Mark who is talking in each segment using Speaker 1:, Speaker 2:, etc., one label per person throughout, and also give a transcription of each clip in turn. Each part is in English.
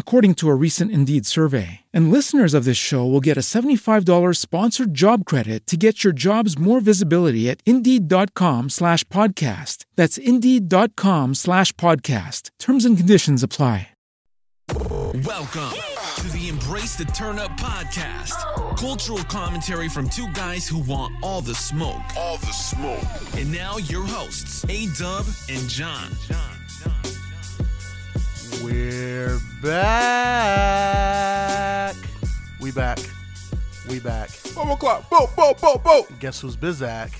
Speaker 1: according to a recent Indeed survey. And listeners of this show will get a $75 sponsored job credit to get your jobs more visibility at Indeed.com slash podcast. That's Indeed.com slash podcast. Terms and conditions apply.
Speaker 2: Welcome to the Embrace the Turn Up podcast. Cultural commentary from two guys who want all the smoke. All the smoke. And now your hosts, A Dub and John.
Speaker 3: We're back. We back. We back.
Speaker 4: Boom o'clock. Boom, boom, boom, boom.
Speaker 3: Guess who's Bizak?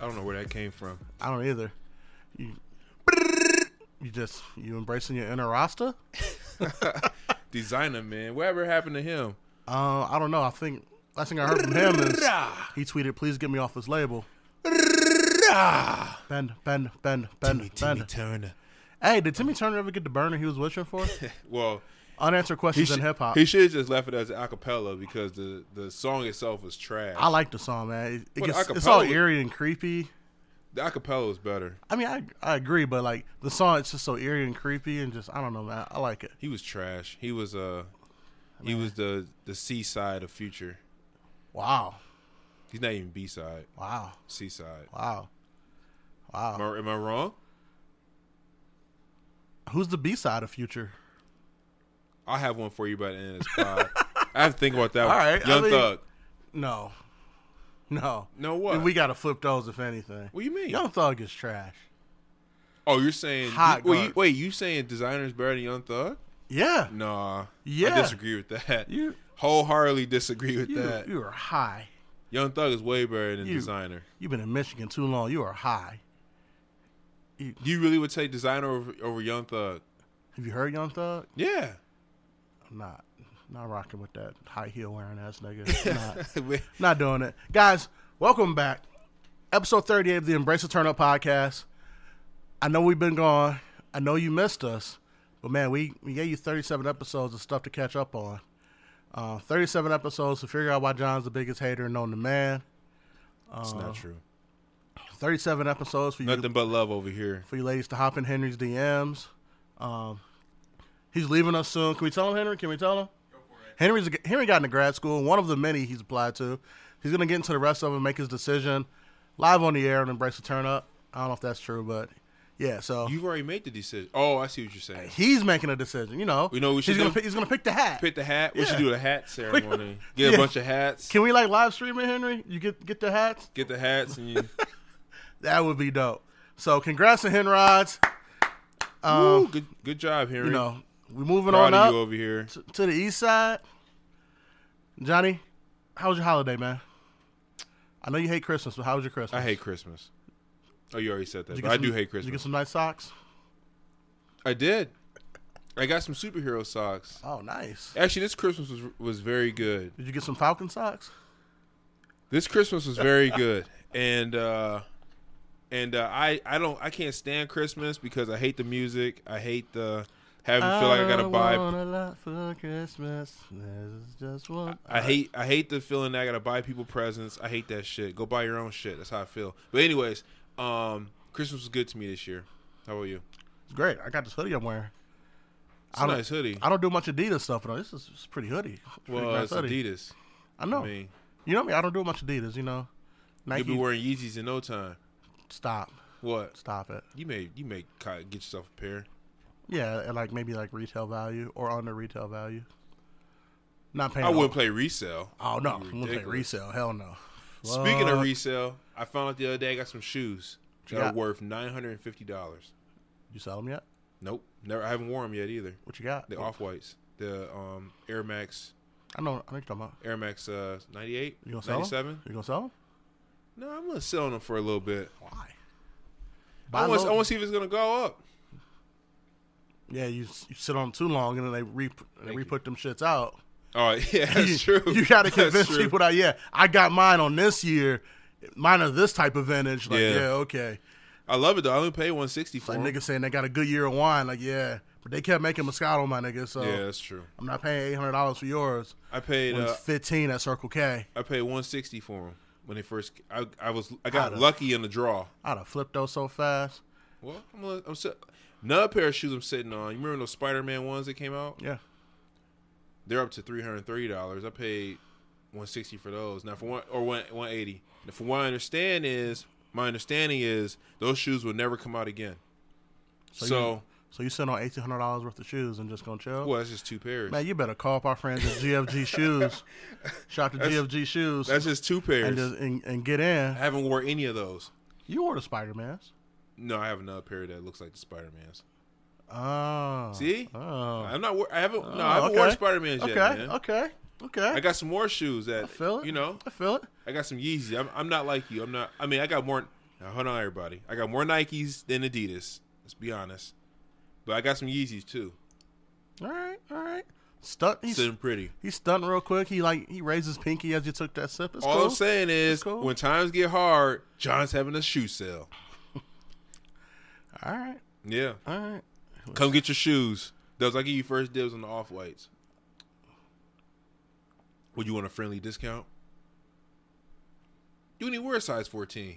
Speaker 4: I don't know where that came from.
Speaker 3: I don't either. You, you just you embracing your inner Rasta?
Speaker 4: Designer, man. Whatever happened to him?
Speaker 3: Uh, I don't know. I think last thing I heard from him is he tweeted, "Please get me off this label." Bend, bend, bend, bend, bend.
Speaker 4: Turner.
Speaker 3: Hey, did Timmy Turner ever get the burner he was wishing for?
Speaker 4: Well,
Speaker 3: Unanswered
Speaker 4: he,
Speaker 3: questions
Speaker 4: should
Speaker 3: in hip hop.
Speaker 4: he should have just left it as an acapella because the, the song itself was trash.
Speaker 3: I like the song, man. It- It,
Speaker 4: Well,
Speaker 3: gets,
Speaker 4: acapella-
Speaker 3: it's all eerie and creepy.
Speaker 4: the acapella was better.
Speaker 3: I mean, I I agree, but like the song, it's just so eerie and creepy, and just I don't know, man. I like it.
Speaker 4: He was trash. He was uh, he was the the C side of Future.
Speaker 3: Wow,
Speaker 4: He's not even B side.
Speaker 3: wow,
Speaker 4: C side.
Speaker 3: wow.
Speaker 4: Am, I, am I wrong?
Speaker 3: Who's the B side of Future?
Speaker 4: I'll have one for you by the end of this pod. I have to think about that one.
Speaker 3: right, I
Speaker 4: Young
Speaker 3: mean-
Speaker 4: Thug.
Speaker 3: No, no,
Speaker 4: No what?
Speaker 3: We gotta flip those if anything.
Speaker 4: What do you mean?
Speaker 3: Young Thug is trash.
Speaker 4: Oh, you're saying
Speaker 3: Hot
Speaker 4: you- wait, you,
Speaker 3: garbage.
Speaker 4: wait, you saying designer's better than Young Thug?
Speaker 3: Yeah,
Speaker 4: Nah.
Speaker 3: Yeah.
Speaker 4: I disagree with that.
Speaker 3: You-
Speaker 4: wholeheartedly disagree with
Speaker 3: you
Speaker 4: that.
Speaker 3: you are high.
Speaker 4: Young Thug is way better than
Speaker 3: You-
Speaker 4: designer.
Speaker 3: You've been in Michigan too long. You are high.
Speaker 4: You really would take designer over, over Young Thug?
Speaker 3: Have you heard Young Thug?
Speaker 4: Yeah.
Speaker 3: I'm not, not rocking with that high heel wearing ass nigga. Not.
Speaker 4: We-
Speaker 3: Not doing it. Guys, welcome back. Episode 38 of the Embrace the Turn Up podcast. I know we've been gone. I know you missed us. But man, we, we gave you 37 episodes of stuff to catch up on. Uh, 37 episodes to figure out why John's the biggest hater known to man. Uh,
Speaker 4: It's not true.
Speaker 3: 37 episodes for you,
Speaker 4: Nothing but love over here.
Speaker 3: for you ladies to hop in Henry's DMs. Um, he's leaving us soon. Can we tell him, Henry? Can we tell him? Henry's Henry got into grad school, one of the many he's applied to. He's gonna get into the rest of them, make his decision live on the air, and embrace the turn up. I don't know if that's true, but yeah. So
Speaker 4: You've already made the decision. Oh, I see what you're saying.
Speaker 3: he's making a decision. You know,
Speaker 4: We know we should
Speaker 3: he's gonna
Speaker 4: do-
Speaker 3: pick, he's gonna pick the hat.
Speaker 4: Pick the hat. We should
Speaker 3: Yeah.
Speaker 4: do the hat ceremony. Get
Speaker 3: Yeah.
Speaker 4: a bunch of hats.
Speaker 3: Can we like live stream it, Henry? You get get the hats.
Speaker 4: Get the hats and you.
Speaker 3: That would be dope. So congrats to Henrods. Uh,
Speaker 4: Woo, good, good job, Henry.
Speaker 3: You know, we moving
Speaker 4: proud
Speaker 3: on
Speaker 4: of
Speaker 3: up
Speaker 4: you over here.
Speaker 3: to, to the east side. Johnny, how was your holiday, man? I know you hate Christmas, but how was your Christmas?
Speaker 4: I hate Christmas. Oh, you already said that. But
Speaker 3: Did you get
Speaker 4: I
Speaker 3: some-
Speaker 4: do hate
Speaker 3: Did you get
Speaker 4: Christmas.
Speaker 3: some nice socks?
Speaker 4: I did. I got some superhero socks.
Speaker 3: Oh, nice.
Speaker 4: Actually, this Christmas was was very good.
Speaker 3: Did you get some Falcon socks?
Speaker 4: This Christmas was very good, and uh, and uh, I I don't I can't stand Christmas because I hate the music. I hate the having to feel like I
Speaker 3: Oh,
Speaker 4: gotta buy.
Speaker 3: want a lot for Christmas. There's just one.
Speaker 4: I hate I hate the feeling that I gotta buy people presents. I hate that shit. Go buy your own shit. That's how I feel. But anyways, um, Christmas was good to me this year. How about you?
Speaker 3: It's great. I got this hoodie I'm wearing.
Speaker 4: It's a
Speaker 3: don't-
Speaker 4: nice hoodie.
Speaker 3: I don't do much Adidas stuff though. This is it's a pretty hoodie. It's a pretty
Speaker 4: well,
Speaker 3: nice
Speaker 4: it's
Speaker 3: hoodie.
Speaker 4: Adidas.
Speaker 3: I know.
Speaker 4: I mean,
Speaker 3: you know me. I don't do much Adidas. You know.
Speaker 4: you'll
Speaker 3: Nike.
Speaker 4: be wearing Yeezys in no time.
Speaker 3: stop.
Speaker 4: What?
Speaker 3: Stop it.
Speaker 4: You may you may ki- get yourself a pair.
Speaker 3: Yeah, and like maybe like retail value or under retail value. Not paying.
Speaker 4: I
Speaker 3: all-
Speaker 4: wouldn't play resale.
Speaker 3: Oh no,
Speaker 4: That'd be
Speaker 3: I'm gonna pay
Speaker 4: ridiculous.
Speaker 3: resale. Hell no.
Speaker 4: Speaking of
Speaker 3: Fuck.
Speaker 4: resale, I found out the other day I got some shoes that
Speaker 3: Yeah.
Speaker 4: are worth nine hundred and fifty dollars.
Speaker 3: you sell them yet?
Speaker 4: Nope, never. I haven't worn them yet either.
Speaker 3: What you got?
Speaker 4: The off whites, the um, Air Max,
Speaker 3: I know. I know what you're talking about.
Speaker 4: Air Max uh, 98,
Speaker 3: You gonna sell
Speaker 4: 97.
Speaker 3: them? You gonna sell them?
Speaker 4: No, I'm gonna sell them for a little bit.
Speaker 3: Why? Buy
Speaker 4: I want,
Speaker 3: low.
Speaker 4: I want to see if it's gonna go up.
Speaker 3: Yeah, you, s- you sit on 'em too long and then they re they
Speaker 4: you.
Speaker 3: re put them shits out.
Speaker 4: All right, yeah, that's
Speaker 3: you,
Speaker 4: true.
Speaker 3: You got to
Speaker 4: That's
Speaker 3: convince
Speaker 4: true.
Speaker 3: people that yeah, I got mine on this year. Mine are this type of vintage. Like
Speaker 4: Yeah.
Speaker 3: yeah, okay.
Speaker 4: I love it though. I only paid one sixty for
Speaker 3: Like
Speaker 4: them.
Speaker 3: niggas saying they got a good year of wine. Like yeah, but they kept making Moscato, my nigga. So
Speaker 4: Yeah, that's true.
Speaker 3: I'm not paying eight hundred dollars for yours.
Speaker 4: I paid.
Speaker 3: when
Speaker 4: Uh,
Speaker 3: it's fifteen at Circle K.
Speaker 4: I paid one sixty for them when they first. I, I was I
Speaker 3: Outta-
Speaker 4: got lucky in the draw.
Speaker 3: I'd have flipped those so fast.
Speaker 4: Well, I'm, gonna- I'm sit- another pair of shoes I'm sitting on. You remember those Spider Man ones that came out?
Speaker 3: Yeah,
Speaker 4: They're up to three hundred thirty dollars. I paid one sixty for those. Now for one or one one eighty. From what I understand is my understanding is those shoes will never come out again. So,
Speaker 3: so you sitting on eighteen hundred dollars worth of shoes and just gonna chill.
Speaker 4: well, that's just two pairs.
Speaker 3: Man, you better call up our friends at GFG Shoes. Shout out to GFG Shoes
Speaker 4: that's just two pairs.
Speaker 3: and just and, and get
Speaker 4: I
Speaker 3: in.
Speaker 4: haven't wore any of those.
Speaker 3: You wore the Spider Man's.
Speaker 4: No, I have another pair that looks like the Spider Man's.
Speaker 3: Oh,
Speaker 4: See,
Speaker 3: Oh.
Speaker 4: I'm not. wor- I haven't. no, I
Speaker 3: Oh,
Speaker 4: haven't worn Spider Man's
Speaker 3: okay.
Speaker 4: yet, man.
Speaker 3: Okay. Okay.
Speaker 4: I got some more shoes that
Speaker 3: I feel it.
Speaker 4: you know.
Speaker 3: I feel it.
Speaker 4: I got some Yeezy. I'm, I'm not like you. I'm not. I mean, I got more. Now, hold on, everybody. I got more Nikes than Adidas. Let's be honest. But I got some Yeezys too.
Speaker 3: All right. All right. Stunt. He's,
Speaker 4: Sitting pretty.
Speaker 3: he's stunting real quick. He like he raises pinky as you took that sip. It's
Speaker 4: All
Speaker 3: cool.
Speaker 4: I'm saying is,
Speaker 3: It's cool.
Speaker 4: when times get hard, John's having a shoe sale.
Speaker 3: All right.
Speaker 4: Yeah,
Speaker 3: All right.
Speaker 4: come get your shoes. Does I give you first dibs on the off whites? Would you want a friendly discount? You only wear a size 14.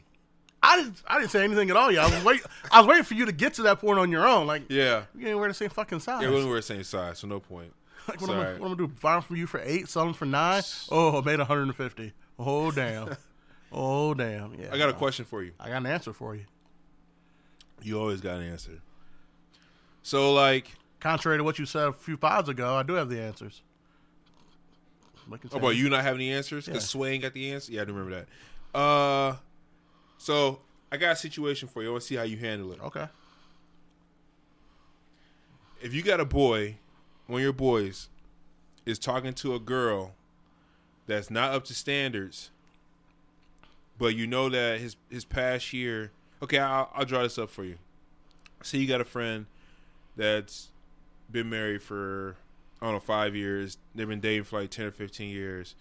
Speaker 3: I didn't. I didn't say anything at all. Yeah. I was wait. I was waiting for you to get to that point on your own. Like
Speaker 4: Yeah,
Speaker 3: you didn't wear the same fucking size.
Speaker 4: yeah, we only wear the same size, so no point.
Speaker 3: like
Speaker 4: It's
Speaker 3: what, am I,
Speaker 4: all right.
Speaker 3: what am I gonna do? Buy them from you for eight, sell them for nine. Oh, I made 150. Oh damn. oh damn. Yeah.
Speaker 4: I got a question for you.
Speaker 3: I got an answer for you.
Speaker 4: You always got an answer. So like,
Speaker 3: Contrary to what you said a few pods ago, I do have the answers. But
Speaker 4: oh, about you not having the answers
Speaker 3: Yeah.
Speaker 4: because Sway ain't got the answer. Yeah, I do remember that. Uh, so I got a situation for you. I want to see how you handle it.
Speaker 3: Okay.
Speaker 4: If you got a boy, one of your boys is talking to a girl that's not up to standards, but you know that his his past year. Okay, I'll, I'll draw this up for you. Say you got a friend that's been married for I don't know five years. They've been dating for like ten or fifteen years.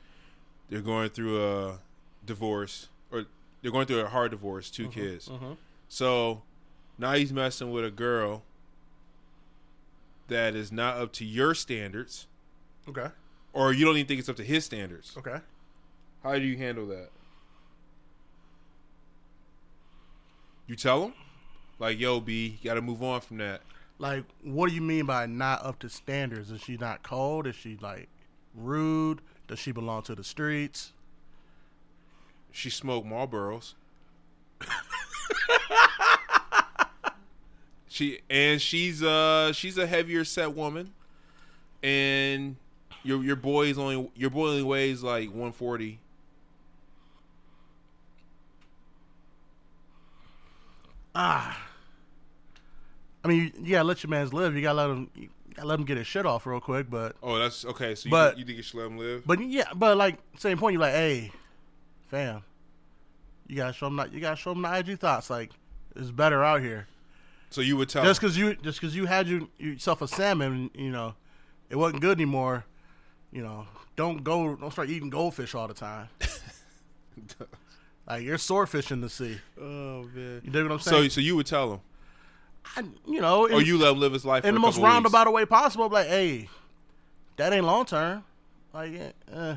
Speaker 4: They're going through a divorce, or they're going through a hard divorce. 2 kids. So now he's messing with a girl that is not up to your standards,
Speaker 3: Okay.
Speaker 4: or you don't even think it's up to his standards.
Speaker 3: Okay.
Speaker 4: How do you handle that? You tell him, like, "Yo, B, you got to move on from that."
Speaker 3: Like, what do you mean by not up to standards? Is she not cold? Is she like rude? Does she belong to the streets?
Speaker 4: She smoked Marlboros. she and she's uh she's a heavier set woman, and your your boy is only your boy only weighs like one forty.
Speaker 3: Ah. I mean, you, you gotta let your man's live. You gotta let him. You gotta let him get his shit off real quick. But
Speaker 4: Oh, that's okay. So you,
Speaker 3: But-
Speaker 4: you think you should let him live?
Speaker 3: but yeah, but like same point. You're like, hey, fam, you gotta show him. Not, you gotta show him the IG thoughts. Like, it's better out here.
Speaker 4: So you would tell
Speaker 3: Just because you just because you had your, yourself a salmon, you know, it wasn't good anymore. You know, don't go, don't start eating goldfish all the time. like you're swordfish in the sea.
Speaker 4: Oh man.
Speaker 3: You dig what I'm
Speaker 4: So
Speaker 3: saying?
Speaker 4: so you would tell him,
Speaker 3: I, you know,
Speaker 4: or
Speaker 3: in-
Speaker 4: Oh, you let him live his life
Speaker 3: in
Speaker 4: for
Speaker 3: the
Speaker 4: a
Speaker 3: most
Speaker 4: couple weeks.
Speaker 3: roundabout way possible. Like, hey, that ain't long term. Like, eh, uh,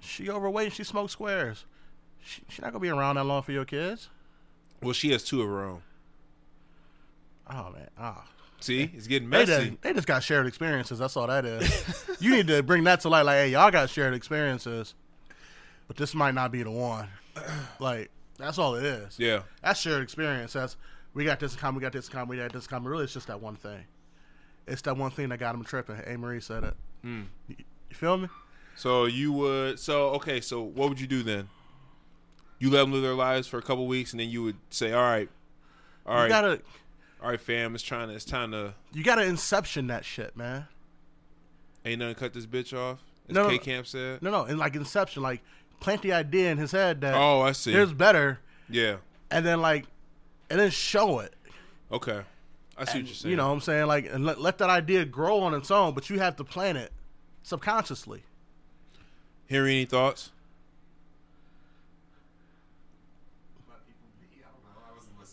Speaker 3: she overweight. She smokes squares. She, she not gonna be around that long for your kids.
Speaker 4: Well, she has two of her own.
Speaker 3: Oh man, ah.
Speaker 4: See, it's getting
Speaker 3: They
Speaker 4: messy.
Speaker 3: just, they just got shared experiences. That's all that is. you need to bring that to light. Like, hey, y'all got shared experiences, but this might not be the one. Like, that's all it is.
Speaker 4: Yeah.
Speaker 3: That's shared experience. That's we got this in common. We got this in common. We got this in common. Really, it's just that one thing. It's that one thing that got him tripping. A Marie said it. You, you feel me?
Speaker 4: Mm. So you would. So okay. So what would you do then? You let them live their lives for a couple weeks, and then you would say, "All right, all
Speaker 3: You
Speaker 4: right,
Speaker 3: gotta
Speaker 4: all right, fam. It's trying to. It's time to.
Speaker 3: you gotta inception that shit, man.
Speaker 4: Ain't nothing cut this bitch off." As
Speaker 3: No, no,
Speaker 4: K Camp said.
Speaker 3: No, no, and like inception, like plant the idea in his head that
Speaker 4: Oh, I see.
Speaker 3: there's better,
Speaker 4: yeah.
Speaker 3: and then like, and then show it.
Speaker 4: Okay. I see what you're saying.
Speaker 3: You know what I'm saying? Like, and let, let that idea grow on its own, but you have to plan it subconsciously.
Speaker 4: Henry, any thoughts?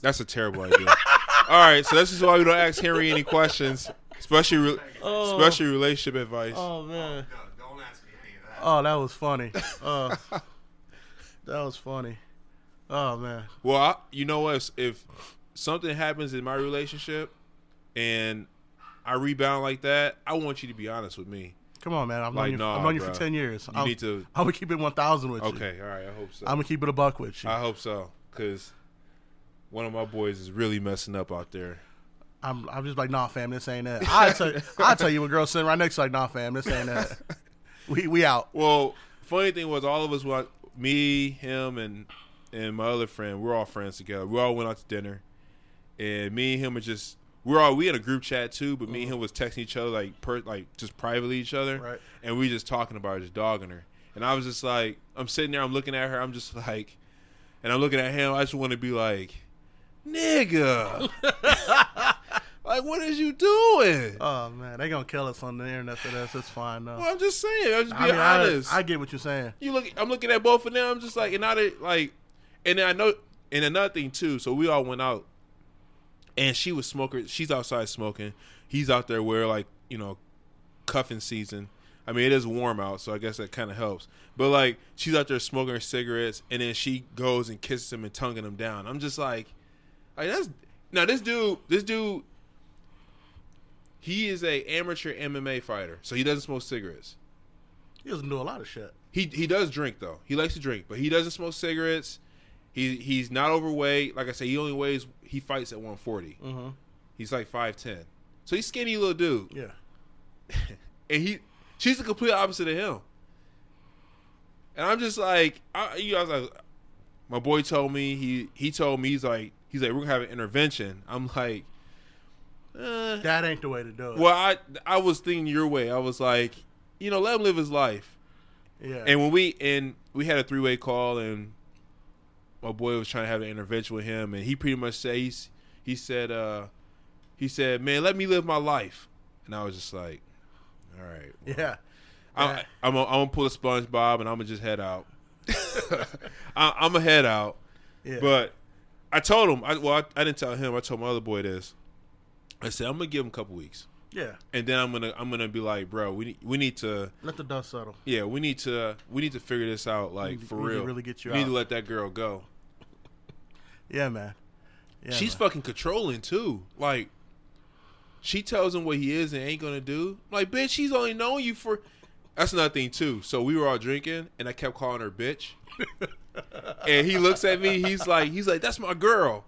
Speaker 4: That's a terrible idea. All right, so this is why we don't ask Henry any questions, especially re- especially relationship advice.
Speaker 3: Oh man!
Speaker 5: Don't ask me any of that.
Speaker 3: Oh, that was funny. Uh, that was funny. Oh man!
Speaker 4: Well, I, you know what? If, if something happens in my relationship and I rebound like that, I want you to be honest with me.
Speaker 3: Come on, man! I've known
Speaker 4: Like,
Speaker 3: you.
Speaker 4: nah,
Speaker 3: I've known you for
Speaker 4: bruh.
Speaker 3: ten years.
Speaker 4: You
Speaker 3: I'm,
Speaker 4: need to-
Speaker 3: I'm gonna keep it one thousand with you.
Speaker 4: Okay, all right. I hope so.
Speaker 3: I'm gonna keep it a buck with you.
Speaker 4: I hope so, because one of my boys is really messing up out there.
Speaker 3: I'm, I'm just like, nah, fam, this ain't that. I tell, I tell you, a girl sitting right next, to you, like, nah, fam, this ain't that. We, we out.
Speaker 4: Well, funny thing was, all of us, wa- me, him, and and my other friend, we're all friends together. We all went out to dinner, and me and him were just we're all we had a group chat too. But me and him was texting each other like per, like just privately each other,
Speaker 3: Right.
Speaker 4: and we just talking about her, just dogging her. And I was just like, I'm sitting there, I'm looking at her, I'm just like, and I'm looking at him. I just want to be like, nigga, like what is you doing?
Speaker 3: Oh man, they gonna kill us on the internet for this. It's fine though.
Speaker 4: well, I'm just saying, I'm just being
Speaker 3: I mean, I-
Speaker 4: honest.
Speaker 3: I get what you're saying.
Speaker 4: you look I'm looking at both of them I'm just like and I did like and then I know and another thing too so we all went out and she was smoker she's outside smoking he's out there where like you know cuffing season I mean it is warm out so I guess that kind of helps but like she's out there smoking her cigarettes and then she goes and kisses him and tonguing him down I'm just like like that's now this dude this dude he is a amateur MMA fighter so he doesn't smoke cigarettes
Speaker 3: He doesn't do a lot of shit.
Speaker 4: he he does drink though. He likes to drink, but he doesn't smoke cigarettes. He he's not overweight. Like I say, he only weighs he fights at one He's like five ten, so he's skinny little dude.
Speaker 3: Yeah.
Speaker 4: And he she's the complete opposite of him. And I'm just like, I, you know, I was like, my boy told me he he told me he's like he's like we're gonna have an intervention. I'm like, eh.
Speaker 3: That ain't the way to do it.
Speaker 4: well, I I was thinking your way. I was like, you know, let him live his life.
Speaker 3: yeah.
Speaker 4: And when we and we had a three way call, and my boy was trying to have an intervention with him, and he pretty much said he's, he said uh, he said, "Man, let me live my life," and I was just like, "All right, well,
Speaker 3: yeah.
Speaker 4: I, I'm gonna I'm gonna pull a SpongeBob and I'm gonna just head out. I, I'm gonna head out."
Speaker 3: Yeah.
Speaker 4: But I told him, I, well, I, I didn't tell him. I told my other boy this. I said, "I'm gonna give him a couple weeks,
Speaker 3: yeah.
Speaker 4: and then I'm gonna I'm gonna be like, bro, we need- we need to."
Speaker 3: Let the dust settle.
Speaker 4: yeah, we need to we need to figure this out like
Speaker 3: need-
Speaker 4: for
Speaker 3: we need to
Speaker 4: real.
Speaker 3: really get you
Speaker 4: we need
Speaker 3: out.
Speaker 4: to let that girl go.
Speaker 3: Yeah, man. Yeah,
Speaker 4: She's
Speaker 3: man.
Speaker 4: fucking controlling too. Like she tells him what he is and ain't gonna do. Like bitch, she's only known you for. That's another thing too. So we were all drinking, and I kept calling her bitch. and he looks at me. He's like, he's like, that's my girl.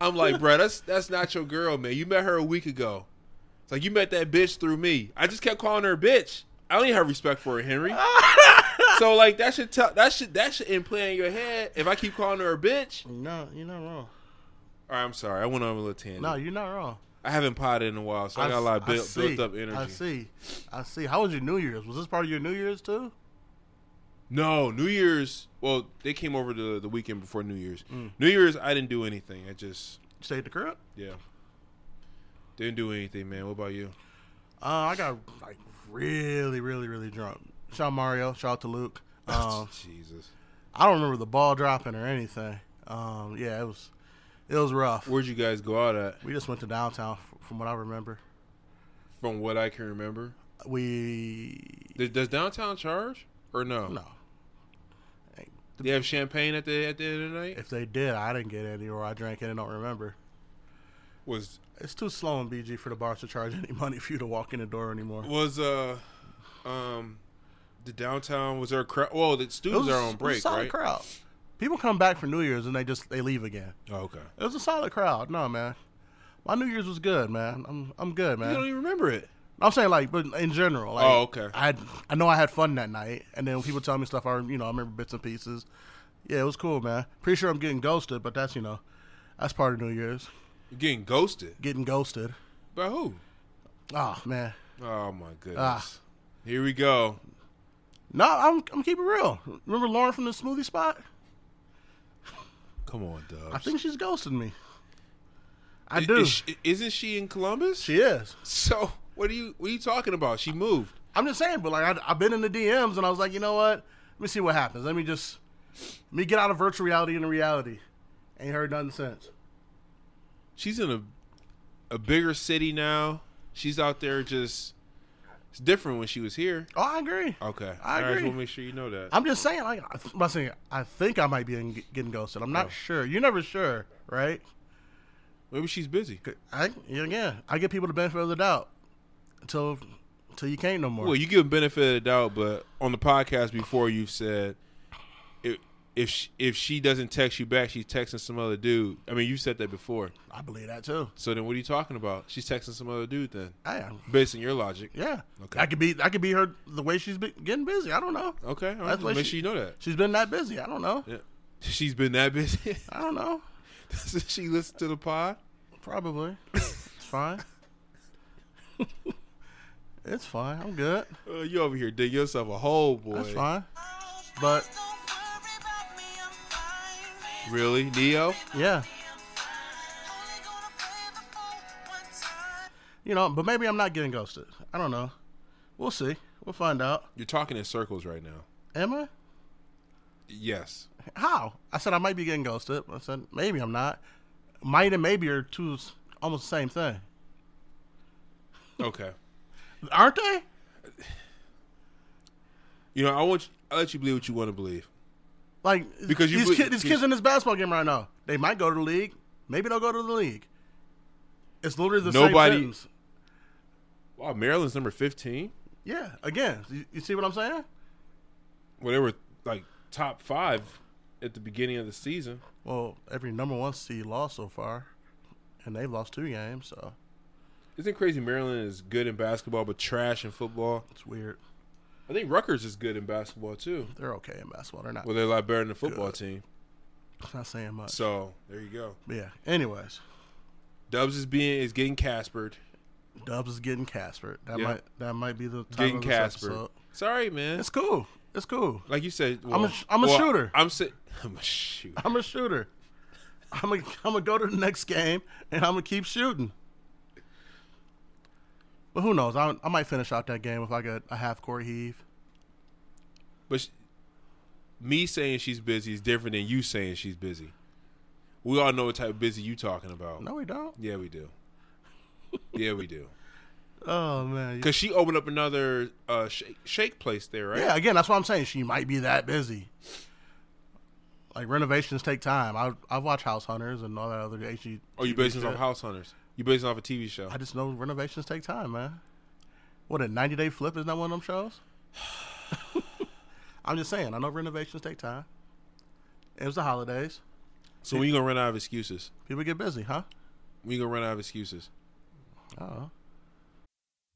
Speaker 4: I'm like, bruh, that's that's not your girl, man. You met her a week ago. It's like you met that bitch through me. I just kept calling her a bitch. I don't even have respect for her, Henry. so like that should tell that should that should implant in your head. If I keep calling her a bitch, all
Speaker 3: No, you're not wrong.
Speaker 4: right, I'm sorry. I went on a little tangent.
Speaker 3: No, you're not wrong.
Speaker 4: I haven't potted in a while, so I, got a lot of
Speaker 3: I
Speaker 4: built,
Speaker 3: see.
Speaker 4: built up energy.
Speaker 3: I see. I see. How was your New Year's? Was this part of your New Year's too?
Speaker 4: No, New
Speaker 3: Mm.
Speaker 4: Year's. Well, they came over the the weekend before New Year's. New Year's, I didn't do anything. I just
Speaker 3: stay at the crib.
Speaker 4: Yeah. Didn't do anything, man. What about you?
Speaker 3: Uh, I got like really, really, really drunk. Shout out Mario. Shout out to Luke. Um,
Speaker 4: Jesus.
Speaker 3: I don't remember the ball dropping or anything. Um, yeah, it was it was rough.
Speaker 4: Where'd you guys go out at?
Speaker 3: We just went to downtown, f- from what I remember.
Speaker 4: From what I can remember,
Speaker 3: We
Speaker 4: does, does downtown charge or no?
Speaker 3: e no,
Speaker 4: They have champagne at the at the end of the night.
Speaker 3: if they did, I didn't get any, or I drank it and don't remember.
Speaker 4: was
Speaker 3: It's too slow in BG for the bars to charge any money for you to walk in the door anymore.
Speaker 4: was uh um the downtown was there a crowd? Well, the students are on
Speaker 3: it was a
Speaker 4: break,
Speaker 3: solid
Speaker 4: right?
Speaker 3: crowd. People come back for New Year's and they just they leave again.
Speaker 4: Oh, okay.
Speaker 3: It was a solid crowd. No man, my New Year's was good, man. I'm I'm good,
Speaker 4: You don't
Speaker 3: man.
Speaker 4: even remember it.
Speaker 3: I'm saying like, but in general, like,
Speaker 4: Oh, okay.
Speaker 3: I I know I had fun that night, and then when people tell me stuff, I you know I remember bits and pieces. Yeah, it was cool, man. Pretty sure I'm getting ghosted, but that's you know, that's part of New Year's.
Speaker 4: You're getting ghosted
Speaker 3: Getting ghosted.
Speaker 4: by who?
Speaker 3: Oh man,
Speaker 4: Oh my goodness.
Speaker 3: Ah.
Speaker 4: Here we go.
Speaker 3: no, I'm I'm keeping it real. Remember Lauren from the smoothie spot?
Speaker 4: Come on, Dubs.
Speaker 3: I think she's ghosting me. I
Speaker 4: I-
Speaker 3: do.
Speaker 4: Is she, isn't she in Columbus?
Speaker 3: she is.
Speaker 4: so what are you what are you talking about? She moved.
Speaker 3: I'm just saying, but like I, I've been in the DMs, and I was like, you know what? Let me see what happens. Let me just let me get out of virtual reality into reality. Ain't heard nothing since.
Speaker 4: She's in a a bigger city now. She's out there just. It's different when she was here.
Speaker 3: Oh, I agree.
Speaker 4: Okay,
Speaker 3: I
Speaker 4: All right,
Speaker 3: agree.
Speaker 4: we'll make sure you know that.
Speaker 3: I'm just saying, like, I- I'm not saying I think I might be in, getting ghosted. I'm not sure. You're never sure, right?
Speaker 4: Oh. Maybe she's busy.
Speaker 3: I yeah, yeah. I give people the benefit of the doubt until until you can't no more.
Speaker 4: Well, you give benefit of the doubt, but on the podcast before you've said if if she, if she doesn't text you back, she's texting some other dude. I mean, you said that before.
Speaker 3: I believe that too.
Speaker 4: So then, what are you talking about? She's texting some other dude then,
Speaker 3: I am.
Speaker 4: based on your logic.
Speaker 3: Yeah.
Speaker 4: Okay.
Speaker 3: I could be. I could be her the way she's been getting busy. I don't know.
Speaker 4: Okay, all right,
Speaker 3: That's
Speaker 4: just
Speaker 3: what
Speaker 4: make
Speaker 3: she-
Speaker 4: sure you know that.
Speaker 3: She's been that busy. I don't know.
Speaker 4: Yeah. She's been that busy.
Speaker 3: I don't know.
Speaker 4: Does she listen to the pod?
Speaker 3: Probably. it's fine. it's fine. I'm good.
Speaker 4: Uh, you over here dig yourself a hole, boy.
Speaker 3: That's fine. But
Speaker 4: Really, Neo?
Speaker 3: yeah, you know. But maybe I'm not getting ghosted. I don't know. We'll see. We'll find out.
Speaker 4: You're talking in circles right now.
Speaker 3: Am I?
Speaker 4: Yes.
Speaker 3: How? I said I might be getting ghosted. I said maybe I'm not. Might and maybe are two s- almost the same thing,
Speaker 4: Okay.
Speaker 3: aren't they?
Speaker 4: You know, I want you, I let you believe what you want to believe.
Speaker 3: Like
Speaker 4: Because you
Speaker 3: these,
Speaker 4: put-
Speaker 3: kid, these
Speaker 4: you-
Speaker 3: kids in this basketball game right now, they might go to the league. Maybe they'll go to the league. It's literally the
Speaker 4: Nobody-
Speaker 3: same sentence.
Speaker 4: Wow, Maryland's number 15.
Speaker 3: Yeah, again, you, you see what I'm saying?
Speaker 4: Well, they were like top five at the beginning of the season.
Speaker 3: Well, every number one seed lost so far, and they've lost two games, so
Speaker 4: Isn't it crazy? Maryland is good in basketball, but trash in football.
Speaker 3: it's weird.
Speaker 4: I think Rutgers is good in basketball too.
Speaker 3: They're okay in basketball. They're not.
Speaker 4: Well, they're a lot better than the football team.
Speaker 3: it's not saying much.
Speaker 4: So there you go.
Speaker 3: But yeah. Anyways,
Speaker 4: Dubs is being is getting Caspered,
Speaker 3: Dubs is getting Casper. That
Speaker 4: Yeah.
Speaker 3: might that might be the
Speaker 4: getting
Speaker 3: title of this
Speaker 4: Caspered.
Speaker 3: episode.
Speaker 4: Sorry, man.
Speaker 3: It's cool. It's cool.
Speaker 4: Like you said,
Speaker 3: a
Speaker 4: well-
Speaker 3: sh- I'm a
Speaker 4: well,
Speaker 3: shooter.
Speaker 4: I'm si- I'm a shooter.
Speaker 3: I'm a shooter. I'm a, I'm gonna go to the next game and I'm gonna keep shooting. But who knows? I, I might finish out that game if I get a half court heave.
Speaker 4: But sh- me saying she's busy is different than you saying she's busy. We all know what type of busy you talking about.
Speaker 3: No, we don't.
Speaker 4: Yeah, we do. Yeah, we do.
Speaker 3: Oh man.
Speaker 4: Because she opened up another uh, shake, shake place there, right?
Speaker 3: Yeah, again, that's what I'm saying. She might be that busy. Like renovations take time. I I watch House Hunters and all that other HG.
Speaker 4: Or Oh, you basing it off
Speaker 3: shit.
Speaker 4: House Hunters? You basing it off a TV show?
Speaker 3: I just know renovations take time, man. What a 90 day flip is not one of them shows. I'm just saying. I know renovations take time. It was the holidays.
Speaker 4: So when you gonna run out of excuses?
Speaker 3: People get busy, huh?
Speaker 4: When you gonna run out of excuses?
Speaker 3: Oh.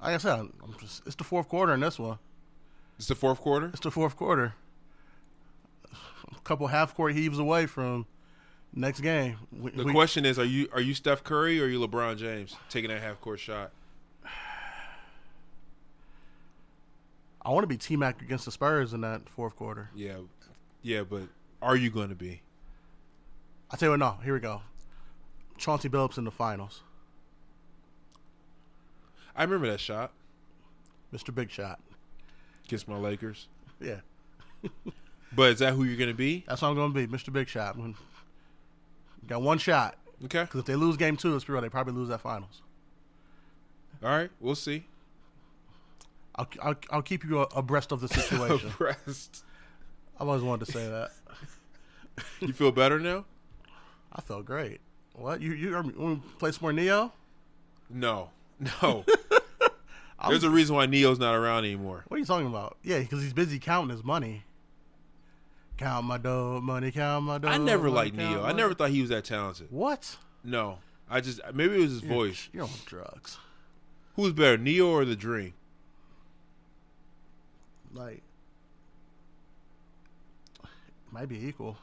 Speaker 3: Like I said, I'm just, it's the fourth quarter in this one.
Speaker 4: It's the fourth quarter.
Speaker 3: It's the fourth quarter. A couple half court heaves away from next game. We-
Speaker 4: The
Speaker 3: we-
Speaker 4: question is, are you are you Steph Curry or are you LeBron James taking that half court shot?
Speaker 3: I want to be T Mac against the Spurs in that fourth quarter.
Speaker 4: Yeah, yeah, but are you going to be?
Speaker 3: I tell you what, no, here we go. Chauncey Billups in the finals,
Speaker 4: I remember that shot
Speaker 3: Mr. Big Shot.
Speaker 4: against my Lakers.
Speaker 3: Yeah,
Speaker 4: But is that who you're going to be?
Speaker 3: that's what I'm going to be, Mr. Big Shot. When- Got one shot.
Speaker 4: Okay,
Speaker 3: Because if they lose game two, it's real. They probably lose that finals.
Speaker 4: all right, we'll see.
Speaker 3: I'll, I'll, I'll keep you abreast of the situation.
Speaker 4: Impressed.
Speaker 3: I've always wanted to say that.
Speaker 4: You feel better now?
Speaker 3: I felt great. What you you want to play some more Neo?
Speaker 4: No, no. There's a reason why Neo's not around anymore.
Speaker 3: What are you talking about? Yeah, because he's busy counting his money. Count my dough, money. Count my dough.
Speaker 4: I never
Speaker 3: money,
Speaker 4: liked
Speaker 3: count
Speaker 4: Neo. I
Speaker 3: money.
Speaker 4: never thought he was that talented.
Speaker 3: What?
Speaker 4: No, I just maybe it was his voice.
Speaker 3: You're on drugs.
Speaker 4: Who's better, Neo or the Dream?
Speaker 3: Like, might be equal.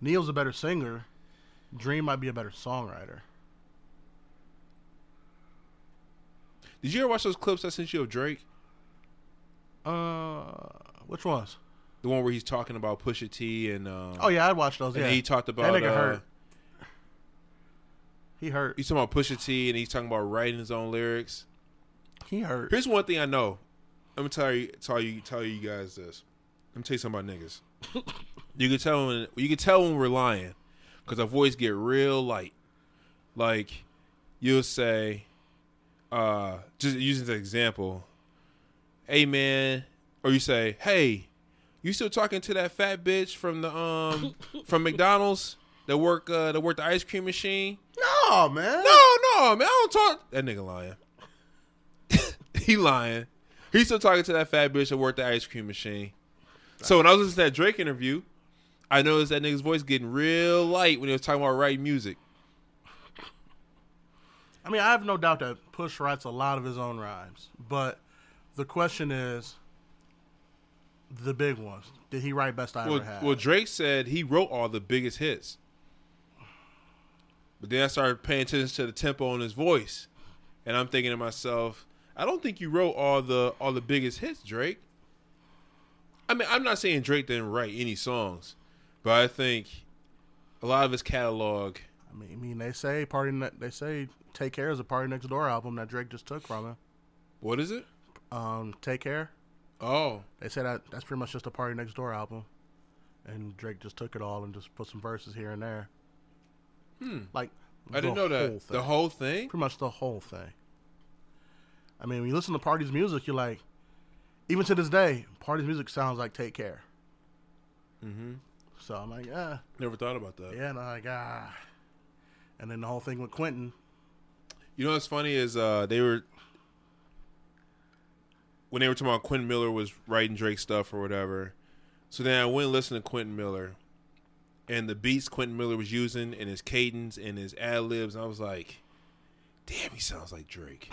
Speaker 3: Neo's a better singer. Dream might be a better songwriter.
Speaker 4: Did you ever watch those clips I sent you of Drake?
Speaker 3: Uh, which ones?
Speaker 4: The one where he's talking about Pusha T and um,
Speaker 3: Oh yeah, I'd watch those.
Speaker 4: and
Speaker 3: yeah,
Speaker 4: he talked about
Speaker 3: that nigga
Speaker 4: uh,
Speaker 3: hurt. He hurt.
Speaker 4: he's talking about Pusha T and he's talking about writing his own lyrics.
Speaker 3: He hurt.
Speaker 4: Here's one thing I know. I'm gonna tell you, tell you, tell you guys this. Let me tell you something about niggas. you can tell when you can tell when we're lying, because our voice get real light. Like you'll say, uh, just using the example, "Hey man," or you say, "Hey, you still talking to that fat bitch from the um from McDonald's that work uh, that worked the ice cream machine?"
Speaker 3: No man.
Speaker 4: No, no, man, I don't talk. That nigga lying. he lying. He's still talking to that fat bitch that worked the ice cream machine. So when I was listening to that Drake interview, I noticed that nigga's voice getting real light when he was talking about writing music.
Speaker 3: I mean, I have no doubt that Push writes a lot of his own rhymes, but the question is the big ones. Did he write best I
Speaker 4: Well,
Speaker 3: ever had?
Speaker 4: well, Drake said he wrote all the biggest hits. But then I started paying attention to the tempo in his voice, and I'm thinking to myself, I don't think you wrote all the all the biggest hits, Drake. I mean, I'm not saying Drake didn't write any songs, but I think a lot of his catalog.
Speaker 3: I mean, I mean, they say party. Ne- they say Take Care is a Party Next Door album that Drake just took from him.
Speaker 4: What is it?
Speaker 3: Um, Take Care.
Speaker 4: Oh,
Speaker 3: They say that that's pretty much just a Party Next Door album, and Drake just took it all and just put some verses here and there. Hmm. Like
Speaker 4: I didn't know that.
Speaker 3: whole thing.
Speaker 4: the whole thing.
Speaker 3: pretty much the whole thing. I mean, when you listen to Party's music, you're like, even to this day, Party's music sounds like Take Care. Mm-hmm. So I'm like, ah,
Speaker 4: Never thought about that.
Speaker 3: yeah, and I'm like, ah. And then the whole thing with Quentin,
Speaker 4: You know what's funny is uh, they were when they were talking about Quentin Miller was writing Drake stuff or whatever. So then I went and listened to Quentin Miller and the beats Quentin Miller was using and his cadence and his ad libs. I was like, damn, he sounds like Drake.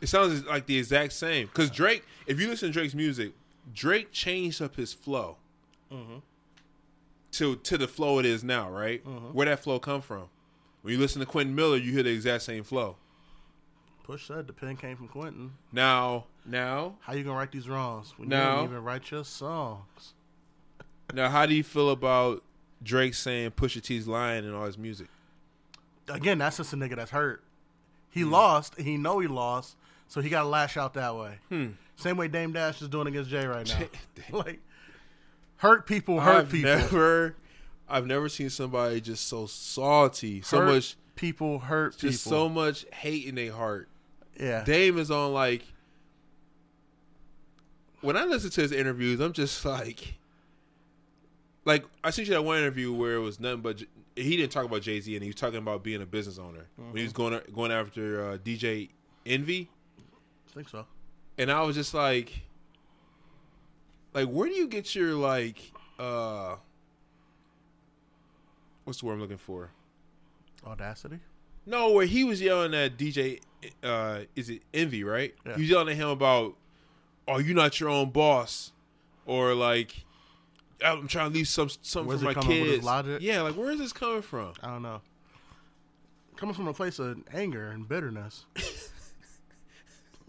Speaker 4: it sounds like the exact same. Because Drake, if you listen to Drake's music, Drake changed up his flow Mm-hmm. to to the flow it is now, right? Where that flow come from? When you listen to Quentin Miller, you hear the exact same flow.
Speaker 3: Push said the pen came from Quentin.
Speaker 4: Now, now,
Speaker 3: How you gonna write these wrongs when you
Speaker 4: No.
Speaker 3: didn't even write your songs?
Speaker 4: now, how do you feel about Drake saying Pusha T's lying in all his music?
Speaker 3: Again, that's just a nigga that's hurt. He
Speaker 4: Hmm.
Speaker 3: lost, and he know he lost, so he gotta lash out that way.
Speaker 4: Hmm.
Speaker 3: Same way Dame Dash is doing against Jay right now. like hurt people, hurt
Speaker 4: I've
Speaker 3: people.
Speaker 4: never, I've never seen somebody just so salty, so
Speaker 3: hurt
Speaker 4: much,
Speaker 3: people hurt
Speaker 4: just so
Speaker 3: people.
Speaker 4: much hate in their heart.
Speaker 3: yeah.
Speaker 4: Dame is on like. When I listen to his interviews, I'm just like, like I sent you that one interview where it was nothing but J- he didn't talk about Jay Z and he was talking about being a business owner when
Speaker 3: Mm-hmm.
Speaker 4: he was going going after uh, DJ Envy,
Speaker 3: I think so.
Speaker 4: and I was just like, like where do you get your like, uh what's the word I'm looking for?
Speaker 3: Audacity.
Speaker 4: No, where he was yelling at DJ, uh, is it Envy, right?
Speaker 3: Yeah.
Speaker 4: He was yelling at him about, "Oh, you not your own boss," or like, "I'm trying to leave some something
Speaker 3: Where's
Speaker 4: for
Speaker 3: it
Speaker 4: my
Speaker 3: coming with
Speaker 4: kids."
Speaker 3: his logic?
Speaker 4: Yeah, like where is this coming from?
Speaker 3: I don't know. Coming from a place of anger and bitterness.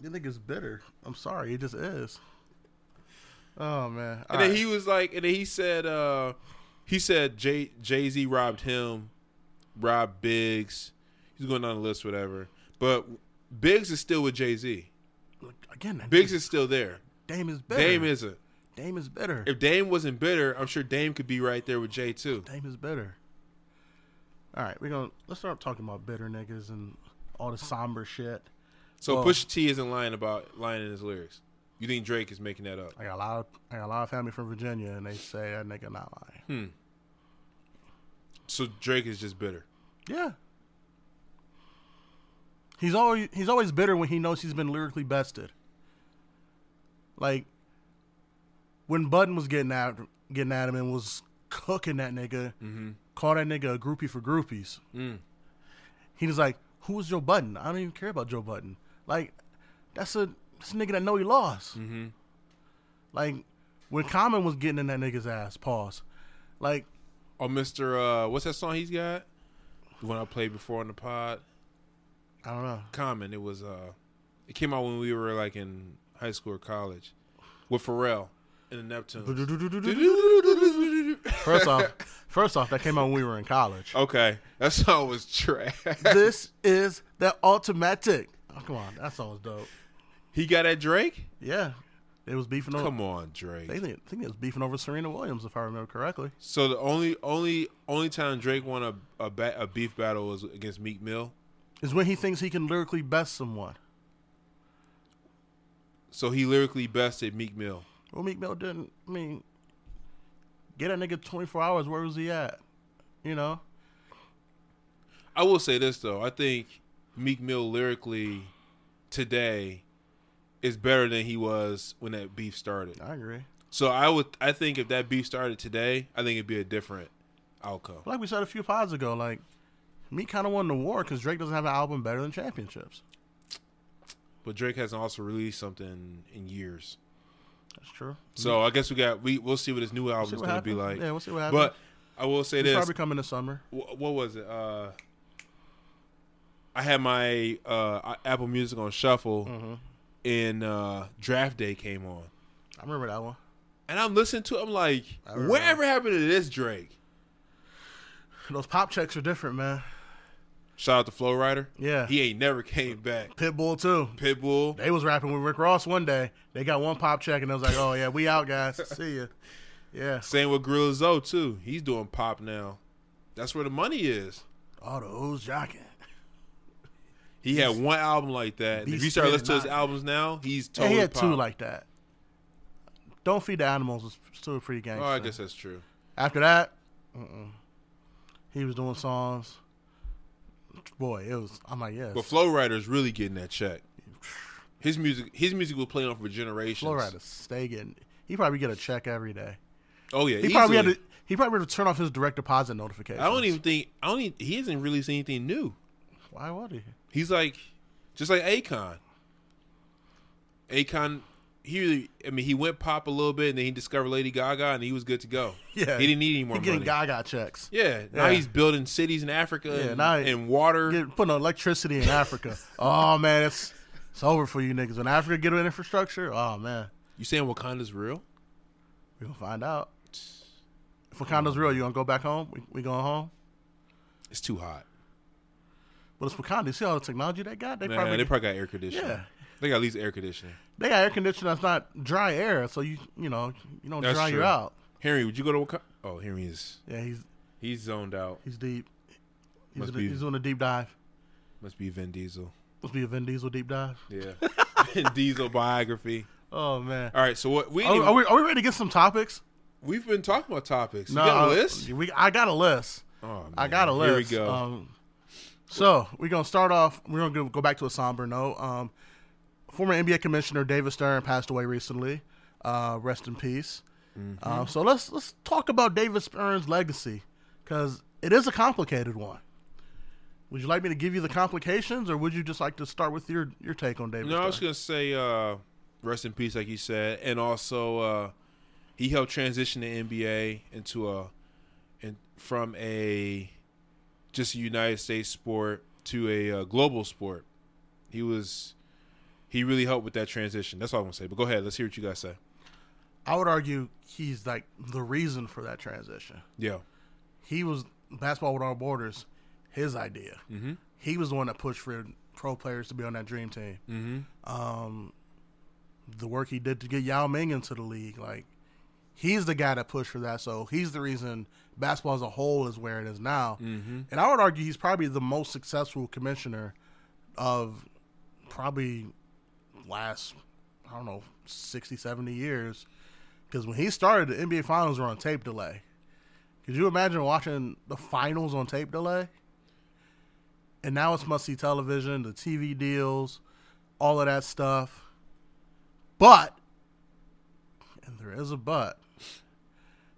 Speaker 3: you think it's bitter? I'm sorry, it just is. Oh man.
Speaker 4: And then he was like, and then he said, uh, he said Jay Jay Z robbed him, robbed Biggs. He's going down the list, whatever. But Biggs is still with Jay Z.
Speaker 3: Alright. again, that
Speaker 4: Biggs is still there.
Speaker 3: Dame is bitter.
Speaker 4: Dame isn't.
Speaker 3: Dame is bitter.
Speaker 4: If Dame wasn't bitter, I'm sure Dame could be right there with Jay too.
Speaker 3: Dame is bitter. All right, we're gonna let's start talking about bitter niggas and all the somber shit.
Speaker 4: So
Speaker 3: Well-
Speaker 4: Pusha T isn't lying about lying in his lyrics. You think Drake is making that up?
Speaker 3: I got a lot of I got a lot of family from Virginia, and they say that nigga not lying.
Speaker 4: So Drake is just bitter.
Speaker 3: Yeah. He's always he's always bitter when he knows he's been lyrically bested. Like when Budden was getting at getting at him and was cooking that nigga,
Speaker 4: Mm-hmm.
Speaker 3: call that nigga a groupie for groupies.
Speaker 4: Mm.
Speaker 3: He was like, "Who is Joe Budden? I don't even care about Joe Budden. Like, that's a that's a nigga that know he lost.
Speaker 4: Mm-hmm.
Speaker 3: Like when Common was getting in that nigga's ass, pause. Like
Speaker 4: Oh, Mister, uh, what's that song he's got? The one I played before on the pod.
Speaker 3: I don't know.
Speaker 4: Common. It was. uh It came out when we were like in high school or college with Pharrell and the Neptune.
Speaker 3: First off, first off, that came out when we were in college.
Speaker 4: okay, that song was trash.
Speaker 3: This is the automatic. Oh, come on, that song was dope.
Speaker 4: he got at Drake.
Speaker 3: Yeah, it was beefing over.
Speaker 4: Come on, Drake.
Speaker 3: They think, think it was beefing over Serena Williams, if I remember correctly.
Speaker 4: So the only only only time Drake won a a, ba- a beef battle was against Meek Mill.
Speaker 3: Is when he thinks he can lyrically best someone.
Speaker 4: So he lyrically bested Meek Mill.
Speaker 3: Well, Meek Mill didn't. I mean, get that nigga twenty four hours. Where was he at? You know,
Speaker 4: I will say this though. I think Meek Mill lyrically today is better than he was when that beef started.
Speaker 3: I agree.
Speaker 4: So I would I think if that beef started today, I think it'd be a different outcome.
Speaker 3: But like we said a few pods ago, like Meek kind of won the war because Drake doesn't have an album better than Championships.
Speaker 4: But Drake hasn't also released something in years.
Speaker 3: That's true.
Speaker 4: So I guess we got we we'll see what his new album's
Speaker 3: what
Speaker 4: gonna be
Speaker 3: happens.
Speaker 4: like.
Speaker 3: Yeah, we'll see what
Speaker 4: But
Speaker 3: happens.
Speaker 4: I will say
Speaker 3: It's
Speaker 4: this.
Speaker 3: probably coming this summer.
Speaker 4: Wh- what was it? Uh, I had my uh, Apple Music on shuffle,
Speaker 3: Mm-hmm.
Speaker 4: and uh, Draft Day came on,
Speaker 3: I remember that one.
Speaker 4: and I'm listening to. It, I'm like, whatever happened to this Drake?
Speaker 3: Those pop checks are different, man.
Speaker 4: Shout out to Flow Rider.
Speaker 3: Yeah.
Speaker 4: he ain't never came back.
Speaker 3: Pitbull too.
Speaker 4: Pitbull.
Speaker 3: They was rapping with Rick Ross one day. They got one pop check and they was like, "Oh yeah, we out, guys. See ya." Yeah.
Speaker 4: Same with Gorilla Zoe too. He's doing pop now. That's where the money is.
Speaker 3: All the O's jocking.
Speaker 4: He had one album like that. And if
Speaker 3: Beast
Speaker 4: you start listening to his
Speaker 3: Spinning
Speaker 4: albums now, he's
Speaker 3: Yeah,
Speaker 4: totally
Speaker 3: he had
Speaker 4: pop.
Speaker 3: two like that. Don't feed the animals was still pretty gangster.
Speaker 4: Oh, I guess that's true.
Speaker 3: After that, mm-mm. he was doing songs. Boy, it was. I'm like, yes.
Speaker 4: But Flow Rider's really getting that check. His music, his music was played on for generations.
Speaker 3: Florida stay getting. He probably get a check every day.
Speaker 4: Oh yeah,
Speaker 3: He probably had
Speaker 4: easily. Oh,
Speaker 3: to. He probably had to turn off his direct deposit notification.
Speaker 4: I don't even think. I don't. Even, he hasn't really seen anything new.
Speaker 3: Why would he?
Speaker 4: He's like, just like Akon. Akon, he. I mean, he went pop a little bit, and then he discovered Lady Gaga, and he was good to go.
Speaker 3: Yeah,
Speaker 4: he didn't need any more
Speaker 3: He
Speaker 4: money.
Speaker 3: getting Gaga checks.
Speaker 4: yeah, now
Speaker 3: Yeah.
Speaker 4: he's building cities in Africa
Speaker 3: Yeah,
Speaker 4: and,
Speaker 3: now he-
Speaker 4: and water.
Speaker 3: Get, putting electricity in Africa. oh man, it's it's over for you niggas. When Africa get an infrastructure, oh man,
Speaker 4: You saying Wakanda's real?
Speaker 3: we gonna find out. If Wakanda's real, you gonna go back home? We, we going home?
Speaker 4: It's too hot.
Speaker 3: But it's Wakanda. You see all the technology they got? They
Speaker 4: Nah,
Speaker 3: probably
Speaker 4: they probably got air conditioning.
Speaker 3: Yeah.
Speaker 4: They got at least air conditioning.
Speaker 3: they got air conditioning that's not dry air, so you you know you don't
Speaker 4: That's
Speaker 3: dry you
Speaker 4: true.
Speaker 3: out.
Speaker 4: Henry, would you go to Wakanda? Oh, Henry is
Speaker 3: Yeah, he's
Speaker 4: he's zoned out.
Speaker 3: he's deep. He's,
Speaker 4: Must
Speaker 3: do-
Speaker 4: be-
Speaker 3: he's doing a deep dive.
Speaker 4: Must be Vin Diesel.
Speaker 3: Must be a Vin Diesel deep dive.
Speaker 4: Yeah, Vin Diesel biography.
Speaker 3: Oh man.
Speaker 4: All right, so what we
Speaker 3: Are, are we, are we ready to get some topics?
Speaker 4: we, have been talking about topics. you got a
Speaker 3: uh,
Speaker 4: list?
Speaker 3: We, I got a list.
Speaker 4: Oh,
Speaker 3: I
Speaker 4: man.
Speaker 3: got a list.
Speaker 4: Here we go.
Speaker 3: Um, so we're gonna start off. We're gonna go- go back to a somber note. Um, former NBA commissioner David Stern passed away recently. Uh, rest in peace.
Speaker 4: Mm-hmm.
Speaker 3: Uh, so let's let's talk about David Stern's legacy because it is a complicated one. Would you like me to give you the complications, or would you just like to start with your, your take on David?
Speaker 4: no, I was
Speaker 3: Stern?
Speaker 4: gonna say uh, rest in peace, like you said, and also uh, he helped transition the NBA into a and from a just a United States sport to a uh, global sport. He was he really helped with that transition. That's all I'm gonna say. But go ahead, let's hear what you guys say.
Speaker 3: I would argue he's like the reason for that transition.
Speaker 4: Yeah,
Speaker 3: he was basketball without borders, his idea. Mm-hmm. He was the one that pushed for pro players to be on that dream team. Mm-hmm. Um, the work he did to get Yao Ming into the league, like he's the guy that pushed for that. So he's the reason basketball as a whole is where it is now. Mm-hmm. And I would argue he's probably the most successful commissioner of probably last I don't know 60, 70 years. Because when he started, the NBA finals were on tape delay. Could you imagine watching the finals on tape delay? And now it's must see television, the TV deals, all of that stuff. But, and there is a but,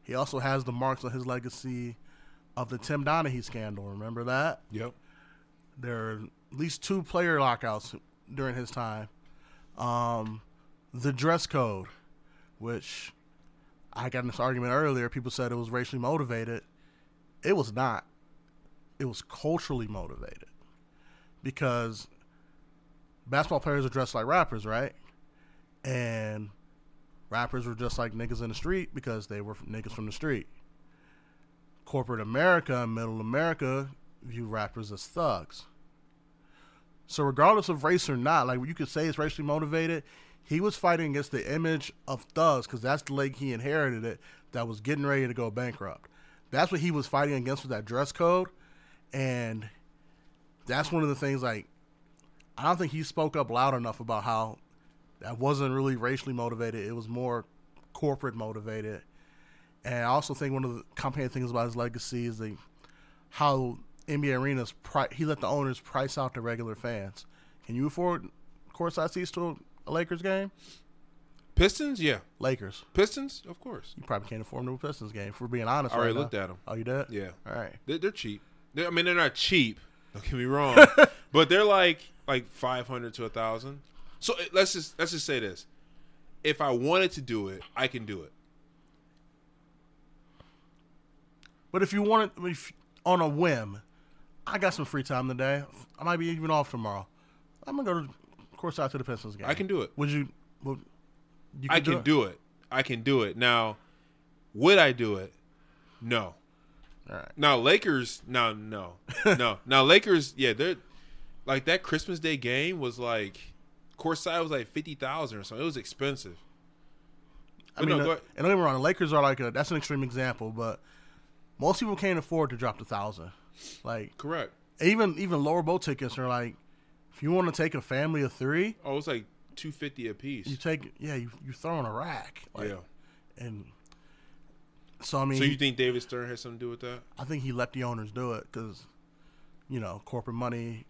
Speaker 3: he also has the marks on his legacy of the Tim Donahue scandal. Remember that?
Speaker 4: yep.
Speaker 3: There are at least two player lockouts during his time. Um, the dress code, which I got in this argument earlier, people said it was racially motivated. It was not. It was culturally motivated because basketball players are dressed like rappers, right? And rappers were just like niggas in the street because they were niggas from the street. Corporate America and middle America view rappers as thugs. So regardless of race or not, like you could say it's racially motivated, he was fighting against the image of thugs because that's the leg he inherited it that was getting ready to go bankrupt. That's what he was fighting against with that dress code, and that's one of the things like I don't think he spoke up loud enough about how that wasn't really racially motivated. It was more corporate motivated. And I also think one of the complicated things about his legacy is the how NBA arenas pri- he let the owners price out the regular fans. Can you afford courtside seats to a Lakers game?
Speaker 4: Pistons, yeah.
Speaker 3: Lakers.
Speaker 4: Pistons, of course.
Speaker 3: You probably can't afford them to a Pistons game. If we're being honest,
Speaker 4: I already
Speaker 3: right now.
Speaker 4: looked at 'em.
Speaker 3: Oh, you did?
Speaker 4: Yeah.
Speaker 3: All right.
Speaker 4: They're, they're cheap. They're, I mean, they're not cheap. Don't get me wrong, but they're like like five hundred to a thousand. So eh, let's just let's just say this: if I wanted to do it, I can do it.
Speaker 3: But if you want it if, on a whim, I got some free time today. I might be even off tomorrow. I'm gonna go to courtside to the Pistons game.
Speaker 4: I can do it.
Speaker 3: Would you? Would, you
Speaker 4: I can do it. I can do it. Now, would I do it? No.
Speaker 3: All right.
Speaker 4: Now Lakers. No, no, no. Now Lakers. Yeah, they're like that Christmas Day game was like courtside was like fifty thousand or something. It was expensive.
Speaker 3: I
Speaker 4: But
Speaker 3: mean,
Speaker 4: no, go
Speaker 3: uh,
Speaker 4: ahead.
Speaker 3: and don't get me wrong. The Lakers are like a that's an extreme example, but most people can't afford to drop the thousand. Like
Speaker 4: Correct.
Speaker 3: even even lower bowl tickets are like, if you want to take a family of three,
Speaker 4: Oh, it was like two fifty a piece.
Speaker 3: you take yeah you you throw in a rack. Like,
Speaker 4: yeah.
Speaker 3: And so I mean,
Speaker 4: So you think David Stern has something to do with that?
Speaker 3: I think he let the owners do it because, you know, corporate money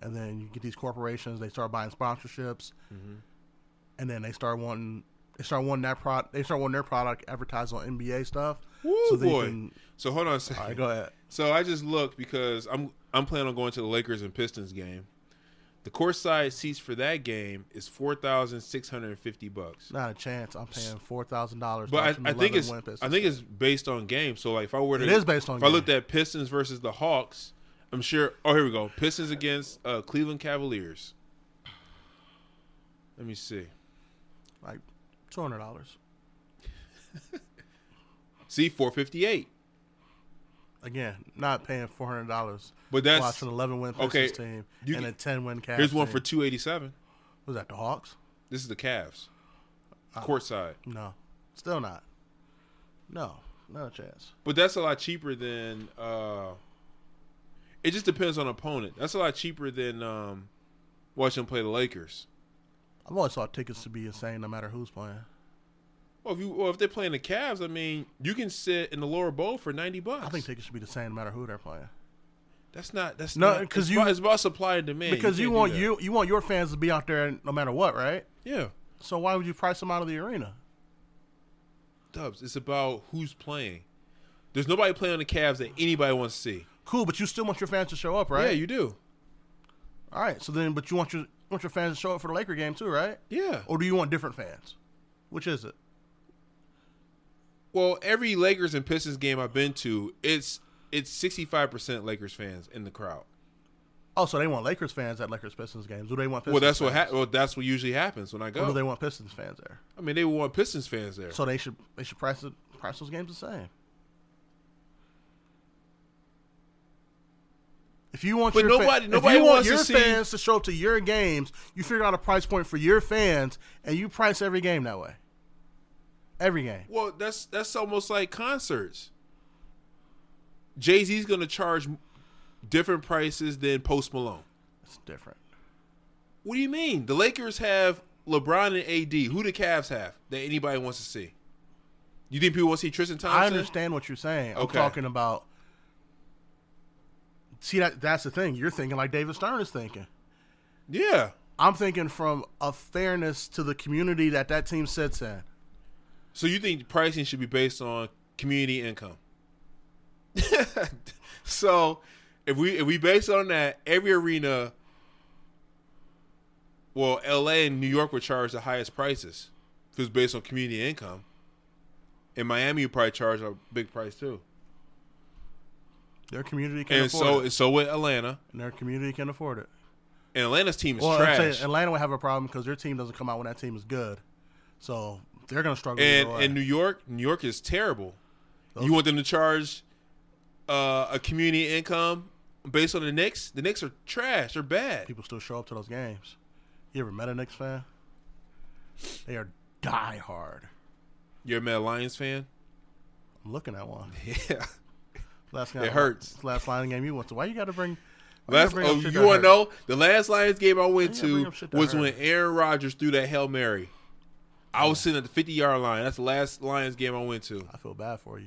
Speaker 3: and then you get these corporations. They start buying sponsorships,
Speaker 4: Mm-hmm.
Speaker 3: and then they start wanting they start wanting that product. They start wanting their product advertised on NBA stuff.
Speaker 4: Woo,
Speaker 3: so they
Speaker 4: boy.
Speaker 3: can.
Speaker 4: so hold on a
Speaker 3: All right,
Speaker 4: second.
Speaker 3: go ahead.
Speaker 4: So I just looked because I'm I'm planning on going to the Lakers and Pistons game. The court side seats for that game is four thousand six hundred and fifty bucks.
Speaker 3: Not a chance. I'm paying four thousand dollars.
Speaker 4: But I, I think it's I think it's based on game. So like if I were to
Speaker 3: It is based on
Speaker 4: if I
Speaker 3: game.
Speaker 4: looked at Pistons versus the Hawks, I'm sure. Oh, here we go. Pistons against uh, Cleveland Cavaliers. Let me see.
Speaker 3: like two hundred dollars
Speaker 4: See four fifty eight.
Speaker 3: again. Not paying four hundred dollars.
Speaker 4: But that's-
Speaker 3: watching eleven win Pistons
Speaker 4: okay,
Speaker 3: team
Speaker 4: you
Speaker 3: and
Speaker 4: can-
Speaker 3: a ten win Cavs.
Speaker 4: Here's one
Speaker 3: team.
Speaker 4: for two eighty seven.
Speaker 3: was that the Hawks? Uh,
Speaker 4: This is the Cavs. Court side.
Speaker 3: No, still not. No, not a chance.
Speaker 4: But that's a lot cheaper than. Uh, it just depends on opponent. That's a lot cheaper than um, watching play the Lakers.
Speaker 3: I've always thought tickets to be insane, no matter who's playing.
Speaker 4: Well, if you well if they're playing the Cavs, I mean, you can sit in the lower bowl for ninety bucks.
Speaker 3: I think tickets should be the same, no matter who they're playing.
Speaker 4: that's not that's
Speaker 3: No,
Speaker 4: not
Speaker 3: 'cause
Speaker 4: it's
Speaker 3: you-
Speaker 4: about, it's about supply and demand.
Speaker 3: Because you,
Speaker 4: can't do
Speaker 3: want
Speaker 4: that.
Speaker 3: you you want your fans to be out there no matter what, right?
Speaker 4: yeah
Speaker 3: So why would you price them out of the arena?
Speaker 4: dubs. It's about who's playing. There's nobody playing on the Cavs that anybody wants to see.
Speaker 3: Cool, but you still want your fans to show up, right?
Speaker 4: Yeah, you do.
Speaker 3: All right. So then, but you want your want your fans to show up for the Laker game too, right?
Speaker 4: Yeah.
Speaker 3: Or do you want different fans? Which is it?
Speaker 4: Well, every Lakers and Pistons game I've been to, it's it's sixty five percent Lakers fans in the crowd.
Speaker 3: Oh, so they want Lakers fans at Lakers Pistons games. Do they want? Pistons
Speaker 4: Well, that's what
Speaker 3: fans?
Speaker 4: ha- well that's what usually happens when I
Speaker 3: Or
Speaker 4: go.
Speaker 3: do they want Pistons fans there?
Speaker 4: oh. I mean, they want Pistons fans there.
Speaker 3: So they should they should price it, price those games the same. If you want
Speaker 4: But
Speaker 3: your
Speaker 4: nobody-
Speaker 3: fa-
Speaker 4: nobody
Speaker 3: if you want
Speaker 4: wants to
Speaker 3: your
Speaker 4: see-
Speaker 3: fans to show up to your games, you figure out a price point for your fans, and you price every game that way. Every game.
Speaker 4: well, that's that's almost like concerts. Jay Z's going to charge different prices than Post Malone.
Speaker 3: It's different.
Speaker 4: What do you mean? The Lakers have LeBron and AD. Who the Cavs have that anybody wants to see? You think people want to see Tristan Thompson?
Speaker 3: I understand what you're saying. I'm
Speaker 4: Okay.
Speaker 3: talking about. See that that's the thing. You're thinking like David Stern is thinking.
Speaker 4: Yeah,
Speaker 3: I'm thinking from a fairness to the community that that team sits in.
Speaker 4: So you think pricing should be based on community income? so if we if we base it on that, every arena, well, L.A. and New York would charge the highest prices if it's based on community income. In Miami, you probably charge a big price too,
Speaker 3: Their community can
Speaker 4: and
Speaker 3: afford
Speaker 4: so
Speaker 3: it.
Speaker 4: and so with Atlanta.
Speaker 3: and their community can afford it.
Speaker 4: And Atlanta's team is
Speaker 3: Well, I'd say
Speaker 4: trash,
Speaker 3: Atlanta would have a problem because their team doesn't come out when that team is good, so they're going to struggle.
Speaker 4: and
Speaker 3: either way.
Speaker 4: and New York, New York is terrible. You want them to charge uh, a community income based on the Knicks? The Knicks are trash. They're bad.
Speaker 3: people still show up to those games. You ever met a Knicks fan? They are diehard.
Speaker 4: You're a Mad Lions fan?
Speaker 3: I'm looking at one.
Speaker 4: Yeah.
Speaker 3: Last
Speaker 4: It hurts.
Speaker 3: Last line game you went to. Why you got to bring? why
Speaker 4: Last,
Speaker 3: gotta bring up
Speaker 4: oh,
Speaker 3: shit
Speaker 4: you
Speaker 3: that
Speaker 4: want to
Speaker 3: hurt?
Speaker 4: know? The last Lions game I went
Speaker 3: Yeah, bring
Speaker 4: to
Speaker 3: up shit that
Speaker 4: was
Speaker 3: hurt.
Speaker 4: when Aaron Rodgers threw that Hail Mary. I was sitting at the 50 yard line. That's the last Lions game I went to.
Speaker 3: I feel bad for you.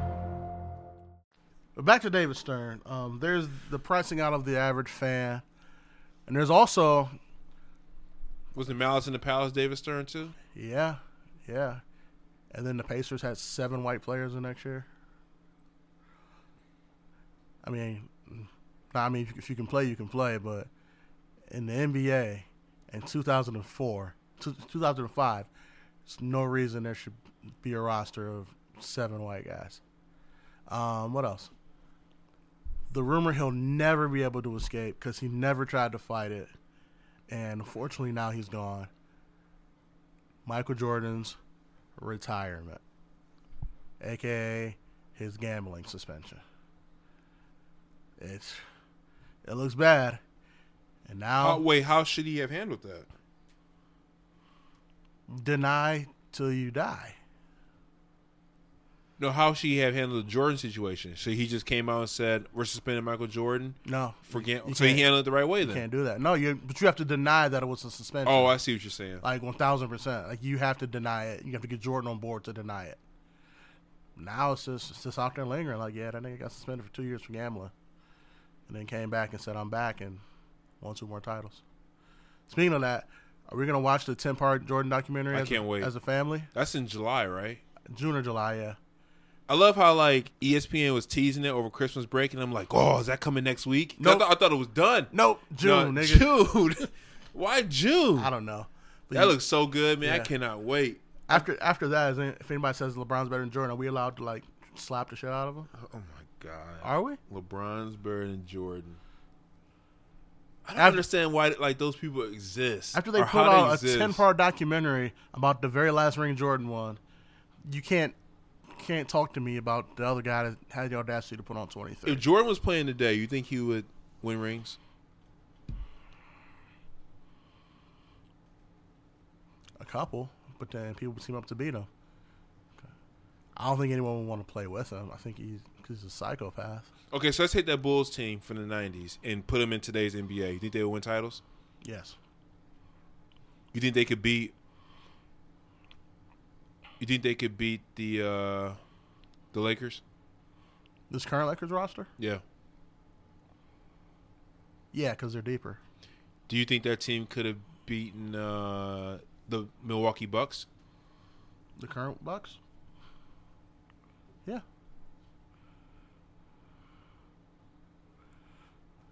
Speaker 3: But back to David Stern. Um, there's the pricing out of the average fan, and there's also
Speaker 4: Was the Malice in the Palace David Stern too?
Speaker 3: yeah, yeah, and then the Pacers had seven white players in next year. I mean, nah, I mean, if you can play, you can play, but in the NBA in 2004, two- 2005, there's no reason there should be a roster of seven white guys. Um, what else? The rumor he'll never be able to escape because he never tried to fight it. And fortunately, now he's gone. Michael Jordan's retirement, aka his gambling suspension. It's it looks bad, and now
Speaker 4: How, wait, how should he have handled that?
Speaker 3: deny till you die.
Speaker 4: No, how should he have handled the Jordan situation? So he just came out and said, "We're suspending Michael Jordan."
Speaker 3: No,
Speaker 4: for gam-
Speaker 3: you
Speaker 4: so he
Speaker 3: can't-
Speaker 4: handled it the right way
Speaker 3: you
Speaker 4: then.
Speaker 3: can't do that. No, you but you have to deny that it was a suspension.
Speaker 4: Oh, I see what you're saying.
Speaker 3: like one thousand percent. Like you have to deny it. You have to get Jordan on board to deny it. Now it's just it's just out there lingering. Like yeah, that nigga got suspended for two years for gambling, and then came back and said I'm back and won two more titles. Speaking of that, are we gonna watch the ten part Jordan documentary?
Speaker 4: I
Speaker 3: as
Speaker 4: can't
Speaker 3: a,
Speaker 4: wait.
Speaker 3: as a family.
Speaker 4: That's in July, right?
Speaker 3: June or July, yeah.
Speaker 4: I love how like E ESPN was teasing it over Christmas break, and I'm like, "Oh, is that coming next week?" 'Cause I,
Speaker 3: Nope.
Speaker 4: thought- I thought it was done.
Speaker 3: Nope, June,
Speaker 4: No,
Speaker 3: nigga.
Speaker 4: June. Why June?
Speaker 3: I don't know. But
Speaker 4: that
Speaker 3: you-
Speaker 4: looks so good, man. I
Speaker 3: Yeah.
Speaker 4: cannot wait.
Speaker 3: after after that. Is any- if anybody says LeBron's better than Jordan, are we allowed to like slap the shit out of him?
Speaker 4: Oh my god.
Speaker 3: Are we?
Speaker 4: LeBron's better than Jordan. I don't
Speaker 3: After-
Speaker 4: understand why like those people exist.
Speaker 3: After they
Speaker 4: or
Speaker 3: put
Speaker 4: how
Speaker 3: out a
Speaker 4: exist.
Speaker 3: ten part documentary about the very last ring Jordan won, you can't can't talk to me about the other guy that had the audacity to put on twenty three.
Speaker 4: If Jordan was playing today, you think he would win rings?
Speaker 3: A couple, but then people would team up to beat him. I don't think anyone would want to play with him. I think he's 'cause he's a psychopath.
Speaker 4: Okay, so let's take that Bulls team from the '90s and put them in today's NBA. You think they would win titles?
Speaker 3: Yes,
Speaker 4: You think they could beat? You think they could beat the uh the Lakers?
Speaker 3: this current Lakers roster,
Speaker 4: Yeah.
Speaker 3: yeah, because they're deeper.
Speaker 4: Do you think that team could have beaten uh the Milwaukee Bucks?
Speaker 3: The current Bucks, yeah,
Speaker 4: I'm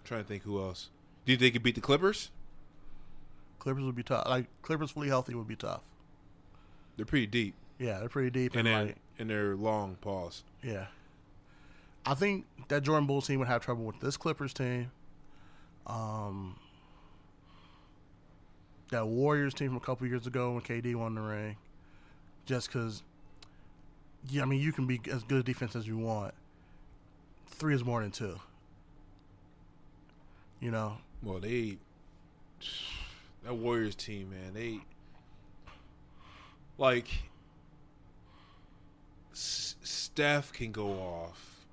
Speaker 4: trying to think who else. Do you think they could beat the Clippers?
Speaker 3: Clippers would be tough. Like Clippers fully healthy would be tough.
Speaker 4: They're pretty deep,
Speaker 3: Yeah, they're pretty deep.
Speaker 4: and
Speaker 3: and
Speaker 4: they're
Speaker 3: like,
Speaker 4: and they're long. Pause.
Speaker 3: Yeah. I think that Jordan Bulls team would have trouble with this Clippers team. Um, that Warriors team from a couple years ago when KD won the ring. Just because, yeah, I mean, you can be as good a defense as you want. Three is more than two. You know,
Speaker 4: Well, they that Warriors team, man, they like S- Steph can go off,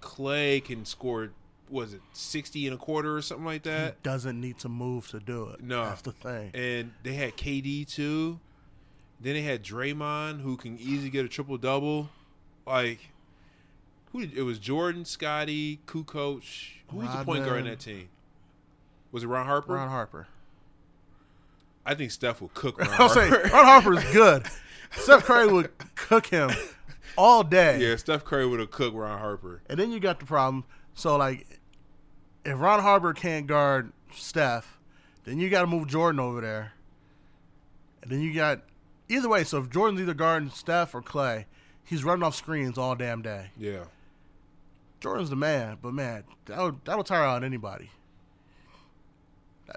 Speaker 4: Clay can score. Was it sixty and a quarter or something like that?
Speaker 3: doesn't need to move to do it.
Speaker 4: No,
Speaker 3: That's the thing.
Speaker 4: And they had KD too. Then they had Draymond, who can easily get a triple double. Like, who did, it was Jordan, Scotty, Kukoc. Who was the point guard in
Speaker 3: Rodman.
Speaker 4: that team? Was it Ron Harper?
Speaker 3: Ron Harper.
Speaker 4: I think Steph will cook Ron
Speaker 3: I'll say,
Speaker 4: Harper.
Speaker 3: Ron Harper is good. Steph Curry would cook him all day.
Speaker 4: yeah, Steph Curry would have cooked Ron Harper.
Speaker 3: And then you got the problem. So like, if Ron Harper can't guard Steph, then you got to move Jordan over there. And then you got either way. So if Jordan's either guarding Steph or Clay, he's running off screens all damn day.
Speaker 4: Yeah.
Speaker 3: Jordan's the man, but man, that'll that'll tire out anybody.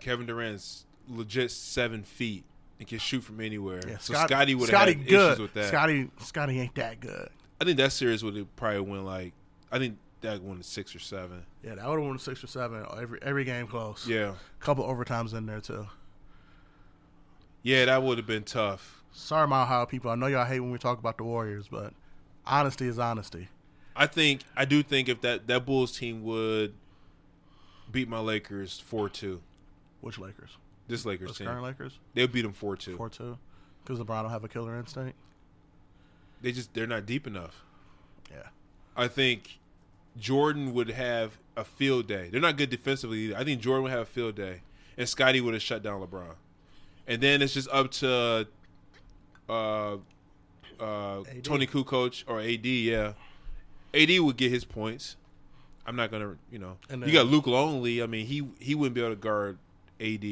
Speaker 4: Kevin Durant's legit seven feet and can shoot from anywhere.
Speaker 3: Yeah,
Speaker 4: so
Speaker 3: Scott-
Speaker 4: Scotty would have
Speaker 3: Scotty
Speaker 4: had
Speaker 3: good.
Speaker 4: issues with that.
Speaker 3: Scotty Scotty ain't that good.
Speaker 4: I think that series would probably win like I think that won six or seven.
Speaker 3: Yeah, that would have won six or seven every every game close.
Speaker 4: Yeah.
Speaker 3: couple overtimes in there too.
Speaker 4: Yeah, that would have been tough.
Speaker 3: Sorry, Mile High people. I know y'all hate when we talk about the Warriors, but honesty is honesty.
Speaker 4: I think I do think if that that Bulls team would beat my Lakers four two.
Speaker 3: Which Lakers?
Speaker 4: This Lakers
Speaker 3: Those
Speaker 4: team,
Speaker 3: current Lakers?
Speaker 4: they'll beat them four two.
Speaker 3: Four two. Because LeBron don't have a killer instinct.
Speaker 4: They just they're not deep enough.
Speaker 3: Yeah.
Speaker 4: I think Jordan would have a field day. They're not good defensively either. I think Jordan would have a field day, and Scotty would have shut down LeBron. And then it's just up to uh, uh, Tony Kukoc or AD. Yeah, AD would get his points. I'm not gonna, you know.
Speaker 3: And
Speaker 4: you
Speaker 3: then-
Speaker 4: got Luke Longley. I mean, he he wouldn't be able to guard AD.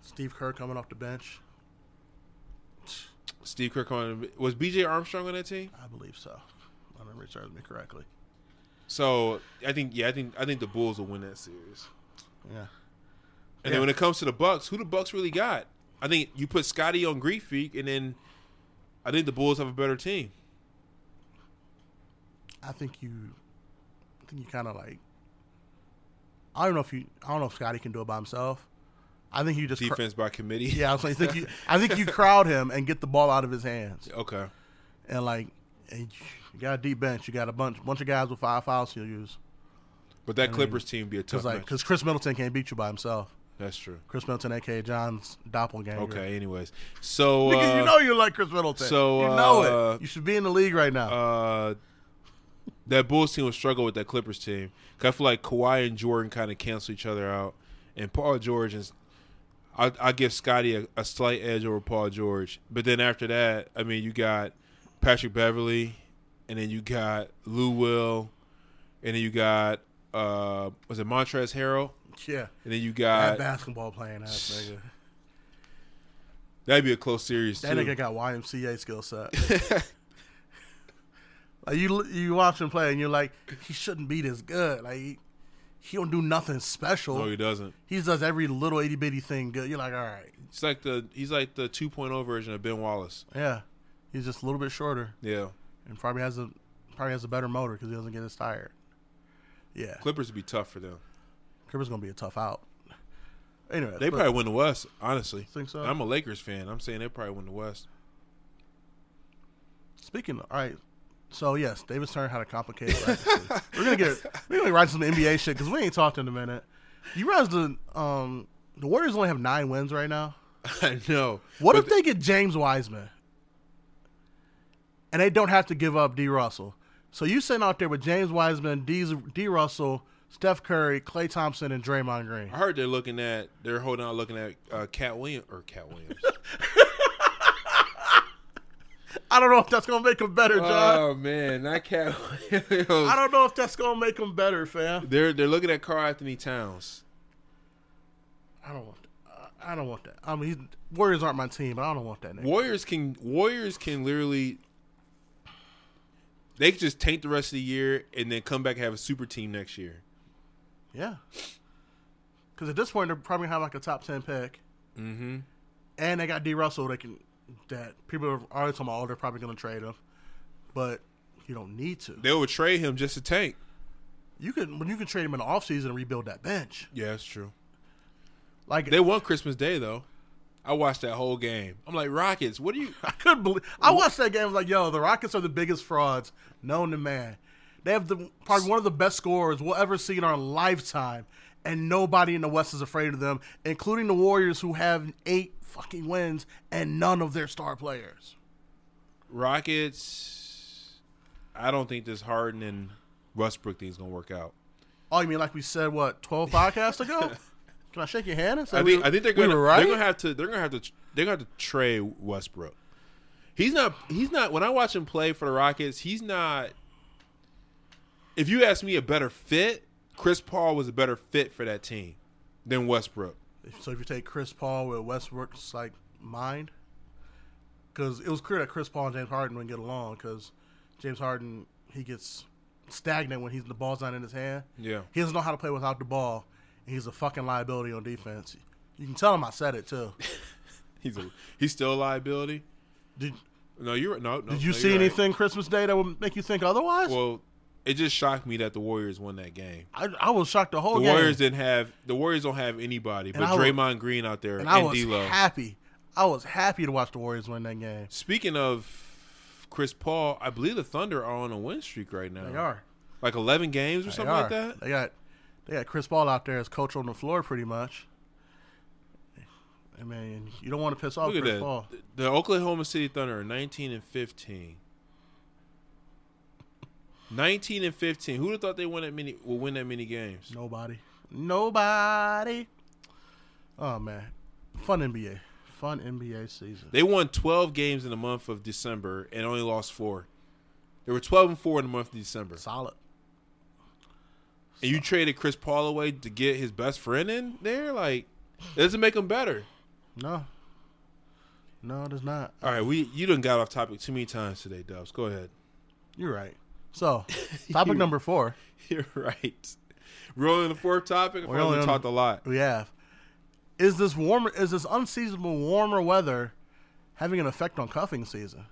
Speaker 3: Steve Kerr coming off the bench.
Speaker 4: Steve Kirk on was BJ Armstrong on that team.
Speaker 3: I believe so. My memory serves me correctly.
Speaker 4: So I think yeah, I think I think the Bulls will win that series.
Speaker 3: Yeah.
Speaker 4: And
Speaker 3: Yeah.
Speaker 4: then when it comes to the Bucks, who the Bucks really got? I think you put Scotty on Greek and then I think the Bulls have a better team.
Speaker 3: I think you, I think you kind of like. I don't know if you. I don't know if Scotty can do it by himself. I think you just cr-
Speaker 4: Defense by committee.
Speaker 3: yeah, I was like, I think you. I think you crowd him and get the ball out of his hands,
Speaker 4: Okay.
Speaker 3: and like, and you got a deep bench. You got a bunch, bunch of guys with five fouls he'll use
Speaker 4: But that Clippers team be a tough
Speaker 3: because like,
Speaker 4: match.
Speaker 3: because Chris Middleton can't beat you by himself.
Speaker 4: That's true.
Speaker 3: Chris Middleton, aka John's doppelganger.
Speaker 4: Okay. Anyways, so
Speaker 3: Nigga,
Speaker 4: uh,
Speaker 3: you know you like Chris Middleton.
Speaker 4: so,
Speaker 3: you know
Speaker 4: uh,
Speaker 3: it. You should be in the league right now.
Speaker 4: uh, that Bulls team will struggle with that Clippers team. 'Cause I feel like Kawhi and Jordan kind of cancel each other out, and Paul George is. I I give Scotty a, a slight edge over Paul George, but then after that, I mean, you got Patrick Beverly, and then you got Lou Will, and then you got uh, was it Montrez Harrell,
Speaker 3: yeah,
Speaker 4: and then you
Speaker 3: that
Speaker 4: got
Speaker 3: basketball playing ass nigga.
Speaker 4: that'd be a close series
Speaker 3: That
Speaker 4: too.
Speaker 3: nigga got YMCA skill set. like you, you watch him play, and you're like, he shouldn't be this good. Like he, he don't do nothing special.
Speaker 4: no, he doesn't.
Speaker 3: he does every little itty bitty thing good. You're like, all right,
Speaker 4: He's like the he's like the 2.0 version of Ben Wallace.
Speaker 3: yeah. He's just a little bit shorter,
Speaker 4: Yeah,
Speaker 3: and probably has a probably has a better motor because he doesn't get as tired. Yeah,
Speaker 4: Clippers would be tough for them.
Speaker 3: Clippers gonna be a tough out. Anyway,
Speaker 4: They probably win the West, honestly.
Speaker 3: Think so?
Speaker 4: I'm a Lakers fan. I'm saying they probably win the West.
Speaker 3: Speaking of, all right. So yes, Davis Turner had a complicated. life. we're gonna get we're gonna write some NBA shit because we ain't talked in a minute. You realize the um the Warriors only have nine wins right now.
Speaker 4: I know.
Speaker 3: What if they get James Wiseman and they don't have to give up D Russell? So you sitting out there with James Wiseman, D D Russell, Steph Curry, Clay Thompson, and Draymond Green.
Speaker 4: I heard they're looking at they're holding out looking at uh, Cat Williams or Cat Williams.
Speaker 3: I don't know if that's gonna make them better,
Speaker 4: Uh,
Speaker 3: John.
Speaker 4: Oh, man, not Cat
Speaker 3: I
Speaker 4: Williams.
Speaker 3: don't know if that's gonna make them better, fam.
Speaker 4: They're they're looking at Carl Anthony Towns.
Speaker 3: I don't want. That. I I don't want that. I mean, he's- Warriors aren't my team, but I don't want that. Nigga.
Speaker 4: Warriors can Warriors can literally they can just tank the rest of the year and then come back and have a super team next year.
Speaker 3: Yeah. Because at this point, they're probably gonna have like a top ten pick. Mm-hmm. And they got D Russell. They can that people are already talking about. Oh, they're probably gonna trade him, but you don't need to.
Speaker 4: They would trade him just to tank.
Speaker 3: You can when you can trade him in the offseason and rebuild that bench.
Speaker 4: Yeah, that's true.
Speaker 3: Like
Speaker 4: They won Christmas Day though. I watched that whole game. I'm like, Rockets, what are you
Speaker 3: I couldn't believe. I watched that game. I was like, yo, the Rockets are the biggest frauds known to man. They have the probably one of the best scorers we'll ever see in our lifetime, and nobody in the West is afraid of them, including the Warriors, who have eight fucking wins and none of their star players.
Speaker 4: Rockets. I don't think this Harden and Westbrook thing's gonna work out.
Speaker 3: Oh, you mean like we said what twelve podcasts ago? Can I shake your hand and say
Speaker 4: I think
Speaker 3: we-
Speaker 4: I think they're
Speaker 3: we
Speaker 4: gonna
Speaker 3: were right?
Speaker 4: they're gonna have to they're gonna have to they're gonna have to trade Westbrook. He's not he's not when I watch him play for the Rockets, he's not if you ask me a better fit, Chris Paul was a better fit for that team than Westbrook.
Speaker 3: So if you take Chris Paul with Westbrook's like mind, because it was clear that Chris Paul and James Harden wouldn't get along because James Harden he gets stagnant when he's the ball's not in his hand.
Speaker 4: Yeah.
Speaker 3: he doesn't know how to play without the ball, and he's a fucking liability on defense. You can tell him I said it too.
Speaker 4: He's a, he's still a liability.
Speaker 3: Did,
Speaker 4: No, you're no no.
Speaker 3: did
Speaker 4: no,
Speaker 3: you see
Speaker 4: you're right.
Speaker 3: anything Christmas Day that would make you think otherwise?
Speaker 4: Well, it just shocked me that the Warriors won that game.
Speaker 3: I, I was shocked the whole
Speaker 4: The
Speaker 3: game.
Speaker 4: Warriors didn't have the Warriors don't have anybody but
Speaker 3: I was-
Speaker 4: Draymond Green out there and,
Speaker 3: and I was
Speaker 4: D'Lo.
Speaker 3: happy. I was happy to watch the Warriors win that game.
Speaker 4: Speaking of Chris Paul, I believe the Thunder are on a win streak right now.
Speaker 3: They are.
Speaker 4: like eleven games or something
Speaker 3: They
Speaker 4: like
Speaker 3: are.
Speaker 4: that.
Speaker 3: They got They had Chris Paul out there as coach on the floor, pretty much. I mean, you don't want to piss off
Speaker 4: Look at
Speaker 3: Chris
Speaker 4: that.
Speaker 3: Paul.
Speaker 4: The Oklahoma City Thunder are 19 and 15. 19 and 15. Who'd have thought they won that many will win that many games?
Speaker 3: Nobody. Nobody. Oh man, fun NBA, fun NBA season.
Speaker 4: They won 12 games in the month of December and only lost 4. They were 12 and 4 in the month of December.
Speaker 3: Solid.
Speaker 4: And you traded Chris Paul away to get his best friend in there? Like it doesn't make him better.
Speaker 3: No. No, it does not.
Speaker 4: All right, we you done got off topic too many times today, Dubs. Go ahead.
Speaker 3: You're right. So, topic number four
Speaker 4: You're right. We're only on the fourth topic.
Speaker 3: We're
Speaker 4: We've only
Speaker 3: only on
Speaker 4: talked
Speaker 3: the-
Speaker 4: a lot.
Speaker 3: we have is this warmer is this unseasonable warmer weather having an effect on cuffing season?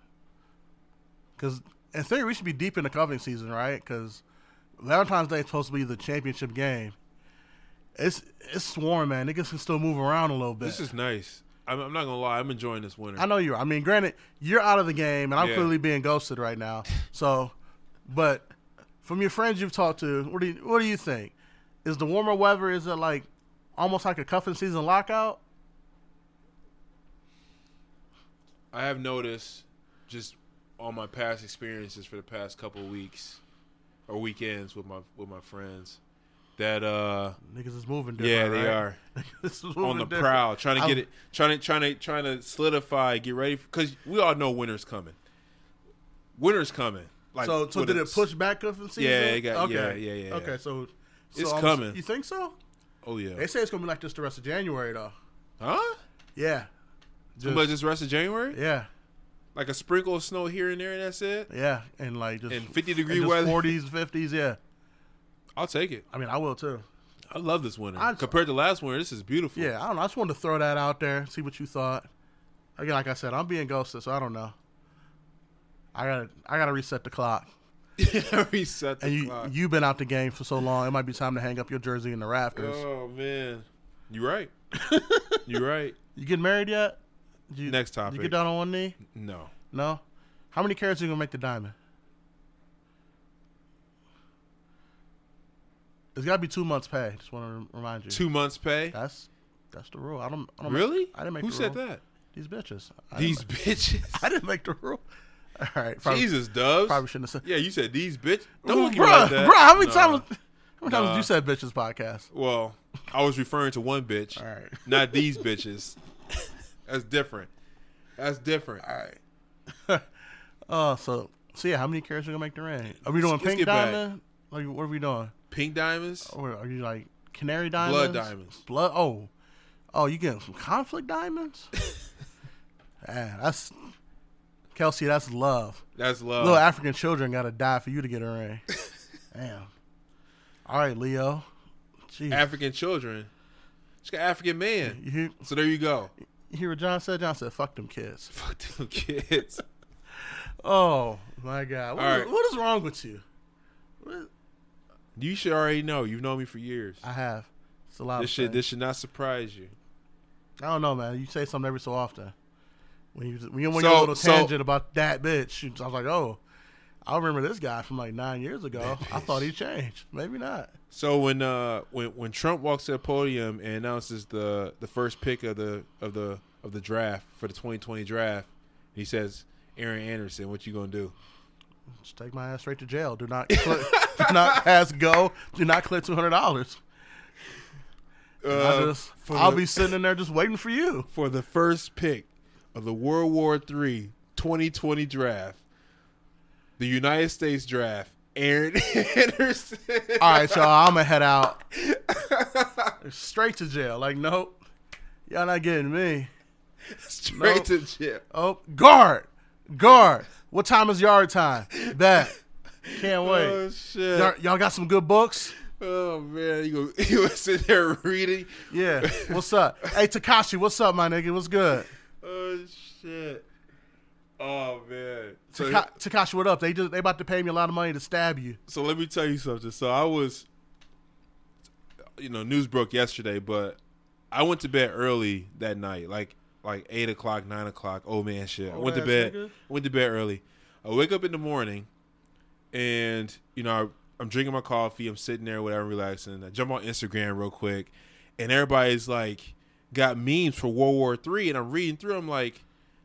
Speaker 3: Because in theory, we should be deep in the cuffing season, right? Because Valentine's Day is supposed to be the championship game. It's it's warm, man. Niggas can still move around a little bit.
Speaker 4: This is nice. I'm, I'm not gonna lie. I'm enjoying this winter.
Speaker 3: I know you are. I mean, granted, you're out of the game, and I'm
Speaker 4: Yeah.
Speaker 3: clearly being ghosted right now. So, but from your friends you've talked to, what do you, what do you think? Is the warmer weather? Is it like almost like a cuffing season lockout?
Speaker 4: I have noticed just on my past experiences for the past couple of weeks or weekends with my with my friends that uh
Speaker 3: Niggas is moving. Different,
Speaker 4: yeah they
Speaker 3: right?
Speaker 4: are
Speaker 3: Niggas is moving
Speaker 4: on the
Speaker 3: different.
Speaker 4: prowl trying to
Speaker 3: I'm-
Speaker 4: get it trying to trying to trying to solidify get ready because we all know winter's coming winter's coming like
Speaker 3: So, so
Speaker 4: with
Speaker 3: did
Speaker 4: a-
Speaker 3: it push back cuffing season?
Speaker 4: Yeah, it got-
Speaker 3: okay.
Speaker 4: yeah, yeah, yeah, yeah.
Speaker 3: Okay, so, so
Speaker 4: It's
Speaker 3: I'm-
Speaker 4: coming.
Speaker 3: You think so?
Speaker 4: oh yeah
Speaker 3: They say it's gonna be like this the rest of January though.
Speaker 4: huh
Speaker 3: Yeah,
Speaker 4: just, but just rest of January
Speaker 3: yeah,
Speaker 4: like a sprinkle of snow here and there and that's it
Speaker 3: yeah, and like just
Speaker 4: And 50 degree
Speaker 3: just
Speaker 4: weather.
Speaker 3: 40s, 50s. Yeah,
Speaker 4: I'll take it
Speaker 3: I mean, I will too.
Speaker 4: I love this winter
Speaker 3: I-
Speaker 4: compared to last winter this is beautiful
Speaker 3: Yeah, I don't know. I just wanted to throw that out there, see what you thought. Again, like I said, I'm being ghosted, so I don't know. I gotta I gotta reset the clock.
Speaker 4: reset the
Speaker 3: And you
Speaker 4: clock.
Speaker 3: you've been out the game for so long, it might be time to hang up your jersey in the rafters.
Speaker 4: Oh man, you right. you right.
Speaker 3: You getting married yet? Did You,
Speaker 4: Next
Speaker 3: did You
Speaker 4: topic.
Speaker 3: get down on one knee?
Speaker 4: No,
Speaker 3: No. How many carats are you gonna make the diamond? It's gotta be two months pay. Just want to remind you.
Speaker 4: two months pay.
Speaker 3: That's that's the rule. I don't. I don't
Speaker 4: Really?
Speaker 3: I didn't make.
Speaker 4: Who
Speaker 3: the
Speaker 4: said
Speaker 3: rule.
Speaker 4: that?
Speaker 3: These bitches. I didn't
Speaker 4: These bitches.
Speaker 3: I didn't make the rule. All right. Probably,
Speaker 4: Jesus, Doves.
Speaker 3: Probably shouldn't have said.
Speaker 4: Yeah, you said these bitch. Don't
Speaker 3: Ooh,
Speaker 4: look at me
Speaker 3: bruh,
Speaker 4: like that.
Speaker 3: bruh, how many
Speaker 4: Nah.
Speaker 3: times? How many times
Speaker 4: Nah.
Speaker 3: did you said bitches podcast?
Speaker 4: Well, I was referring to one bitch,
Speaker 3: All right.
Speaker 4: not these bitches. That's different. That's different.
Speaker 3: All right. Oh, so so yeah. How many carats are gonna make the ring? Are we doing
Speaker 4: Let's
Speaker 3: pink
Speaker 4: get back.
Speaker 3: diamond? Like what are we doing?
Speaker 4: Pink diamonds.
Speaker 3: Or are you like canary diamonds?
Speaker 4: diamonds.
Speaker 3: Blood. Oh, oh, you getting some conflict diamonds? Man, that's Kelsey. That's love.
Speaker 4: That's love.
Speaker 3: Little African children gotta die for you to get a ring. Damn. All right, Leo. Jeez.
Speaker 4: African children. She got African man.
Speaker 3: You hear,
Speaker 4: So there you go.
Speaker 3: you hear what John said? John said, fuck them kids.
Speaker 4: Oh. Fuck them kids.
Speaker 3: Oh, my God. What,
Speaker 4: All
Speaker 3: is-
Speaker 4: right.
Speaker 3: what is wrong with you? What-
Speaker 4: You should already know. You've known me for years.
Speaker 3: I have. It's a lot
Speaker 4: This
Speaker 3: of
Speaker 4: should this
Speaker 3: things.
Speaker 4: should not surprise you.
Speaker 3: I don't know, man. You say something every so often. When you when you went
Speaker 4: So-
Speaker 3: on a little
Speaker 4: so-
Speaker 3: tangent about that bitch, you- I was like, oh, I remember this guy from like nine years ago. I thought he changed. Maybe not.
Speaker 4: So when uh when when Trump walks to the podium and announces the the first pick of the of the of the draft for the 2020 draft, he says, "Aaron Anderson, what you gonna do?"
Speaker 3: Just take my ass straight to jail. Do not click, do not pass go. Do not click two hundred dollars.
Speaker 4: Uh,
Speaker 3: I just
Speaker 4: for
Speaker 3: I'll
Speaker 4: the,
Speaker 3: be sitting in there just waiting for you.
Speaker 4: for the first pick of the World War III 2020 draft, the United States draft. Aaron Anderson.
Speaker 3: All right, y'all. I'm gonna head out straight to jail. Like, nope, y'all not getting me.
Speaker 4: Straight
Speaker 3: Nope.
Speaker 4: to jail.
Speaker 3: Oh, guard, guard. What time is yard time? That can't wait.
Speaker 4: Oh shit.
Speaker 3: y'all, y'all got some good books.
Speaker 4: Oh man, you go you sit there reading.
Speaker 3: Yeah. What's up? Hey, Takashi. What's up, my nigga? What's good?
Speaker 4: Oh shit. Oh man. So,
Speaker 3: Taka- Takashi, what up? They just they about to pay me a lot of money to stab you.
Speaker 4: so let me tell you something. So I was you know, news broke yesterday, but I went to bed early that night, like like eight o'clock, nine o'clock, oh man shit. I went to
Speaker 3: ass
Speaker 4: bed
Speaker 3: nigga.
Speaker 4: went to bed early. I wake up in the morning and you know, I, I'm drinking my coffee. I'm sitting there, whatever, relaxing. I jump on Instagram real quick, and everybody's like, got memes for World War Three, and I'm reading through. I'm like,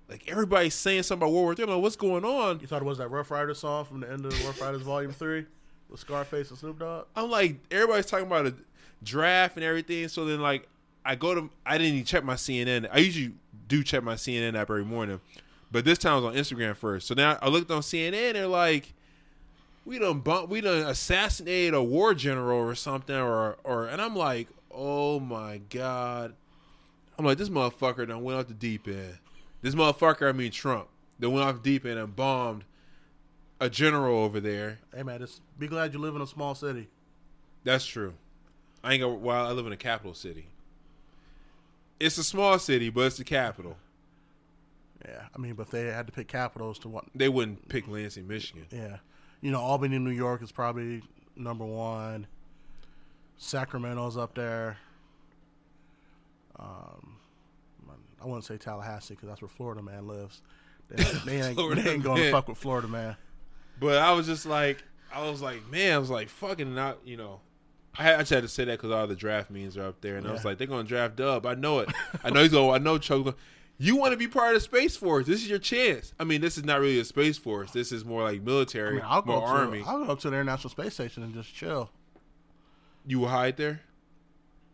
Speaker 4: like everybody's saying something about World War Three. I'm like, what's going on?
Speaker 3: You thought it was that Rough Rider song from the end of Rough Riders Volume Three with Scarface and Snoop Dogg?
Speaker 4: I'm like, everybody's talking about a draft and everything. So then, like, I go to, I didn't even check my CNN. I usually do check my CNN app every morning, but this time I was on Instagram first. So now I looked on CNN. They're like, we done bump, we done assassinated a war general or something, or or, and I'm like, oh my god. I'm like, this motherfucker done went off the deep end. This motherfucker, I mean Trump, that went off deep end and bombed a general over there.
Speaker 3: Hey man, just be glad you live in a small city.
Speaker 4: That's true. I ain't gonna. Well, I live in a capital city. It's a small city, but it's the capital.
Speaker 3: Yeah, I mean, but they had to pick capitals to what?
Speaker 4: They wouldn't pick Lansing, Michigan.
Speaker 3: Yeah, you know, Albany, New York is probably number one. Sacramento's up there. Um, I wouldn't say Tallahassee because that's where Florida man lives. They, they ain't,
Speaker 4: Florida
Speaker 3: they ain't going to
Speaker 4: man.
Speaker 3: fuck with Florida man.
Speaker 4: But I was just like, I was like, man, I was like, fucking not, you know. I had- I just had to say that because all the draft means are up there, and I was
Speaker 3: Yeah.
Speaker 4: like, they're gonna draft Dub. I know it. I know he's going. I know Cho's going. You want to be part of the Space Force? This is your chance. I mean, this is not really a Space Force. This is more like
Speaker 3: I
Speaker 4: military,
Speaker 3: mean, I'll go,
Speaker 4: more
Speaker 3: up
Speaker 4: army.
Speaker 3: To, I'll go up to the International Space Station and just chill.
Speaker 4: You will hide there.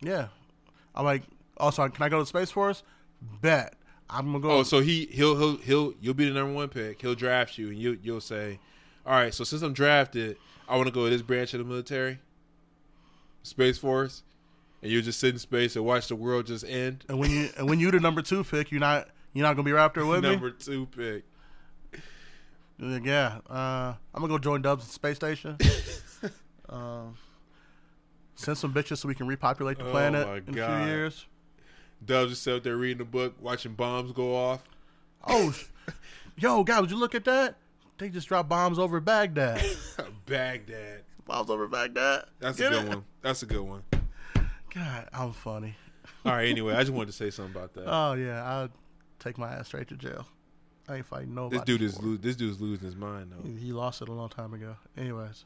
Speaker 3: Yeah, I'm like, also, can I go to the Space Force? Bet I'm gonna go.
Speaker 4: Oh, so he he'll he'll he'll you'll be the number one pick. He'll draft you, and you you'll say, "All right, so since I'm drafted, I want to go to this branch of the military, Space Force," and you just sit in space and watch the world just end.
Speaker 3: and when you and when you the number two pick, you're not you're not gonna be right up there with
Speaker 4: number two pick.
Speaker 3: me. Like, Yeah, uh, I'm gonna go join Dubs at the space station. um, send some bitches so we can repopulate the
Speaker 4: Oh
Speaker 3: planet
Speaker 4: my
Speaker 3: in a
Speaker 4: God.
Speaker 3: few years.
Speaker 4: Dubs just sat there reading a book, watching bombs go off.
Speaker 3: Oh, sh- yo, guys, would you look at that? They just dropped bombs over Baghdad.
Speaker 4: Baghdad.
Speaker 3: bombs over Baghdad.
Speaker 4: That's
Speaker 3: Get
Speaker 4: a good
Speaker 3: it?
Speaker 4: one. That's a good one.
Speaker 3: God, I'm funny.
Speaker 4: All right. Anyway, I just wanted to say something about that.
Speaker 3: Oh yeah, I'll take my ass straight to jail. I ain't fighting nobody.
Speaker 4: this dude is
Speaker 3: for it.
Speaker 4: lo- this dude's losing his mind though.
Speaker 3: He lost it a long time ago. Anyways,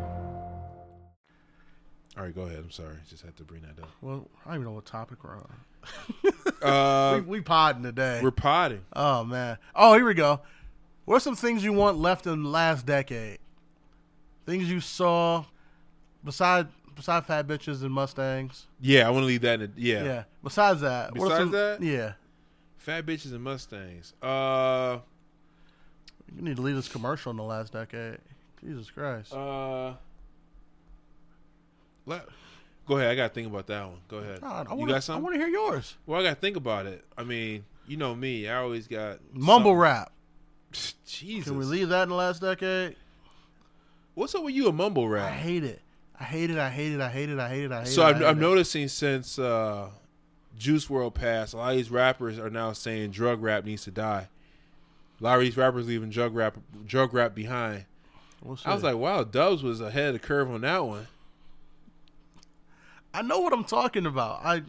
Speaker 4: All right, go ahead. I'm sorry. Just had to bring that up.
Speaker 3: well, I don't even know what topic we're on.
Speaker 4: Uh,
Speaker 3: we, we podding today.
Speaker 4: we're potting.
Speaker 3: Oh man. Oh, here we go. What are some things you want left in the last decade? Things you saw beside beside fat bitches and mustangs.
Speaker 4: Yeah, I want to leave that. in the,
Speaker 3: Yeah.
Speaker 4: yeah.
Speaker 3: Besides that. what are
Speaker 4: Besides
Speaker 3: some-
Speaker 4: that?
Speaker 3: Yeah.
Speaker 4: fat bitches and mustangs. Uh,
Speaker 3: You need to leave this commercial in the last decade. Jesus Christ.
Speaker 4: uh, let, go ahead. I gotta think about that one. Go ahead.
Speaker 3: God, I
Speaker 4: you
Speaker 3: wanna,
Speaker 4: got
Speaker 3: I
Speaker 4: something?
Speaker 3: want to hear yours.
Speaker 4: well, I gotta think about it. I mean, you know me. I always got
Speaker 3: Mumble
Speaker 4: something.
Speaker 3: rap.
Speaker 4: Jesus,
Speaker 3: Can we leave that in the last decade?
Speaker 4: what's up with you? A mumble
Speaker 3: I
Speaker 4: rap.
Speaker 3: hate it. I hate it. I hate it. I hate it. I hate it. I hate
Speaker 4: So
Speaker 3: it. I
Speaker 4: I'm,
Speaker 3: hate
Speaker 4: I'm
Speaker 3: it.
Speaker 4: noticing since uh, Juice World passed, a lot of these rappers are now saying drug rap needs to die. A lot of these rappers leaving drug rap drug rap behind.
Speaker 3: We'll see.
Speaker 4: I was like, wow, Dubs was ahead of the curve on that one.
Speaker 3: I know what I'm talking about. I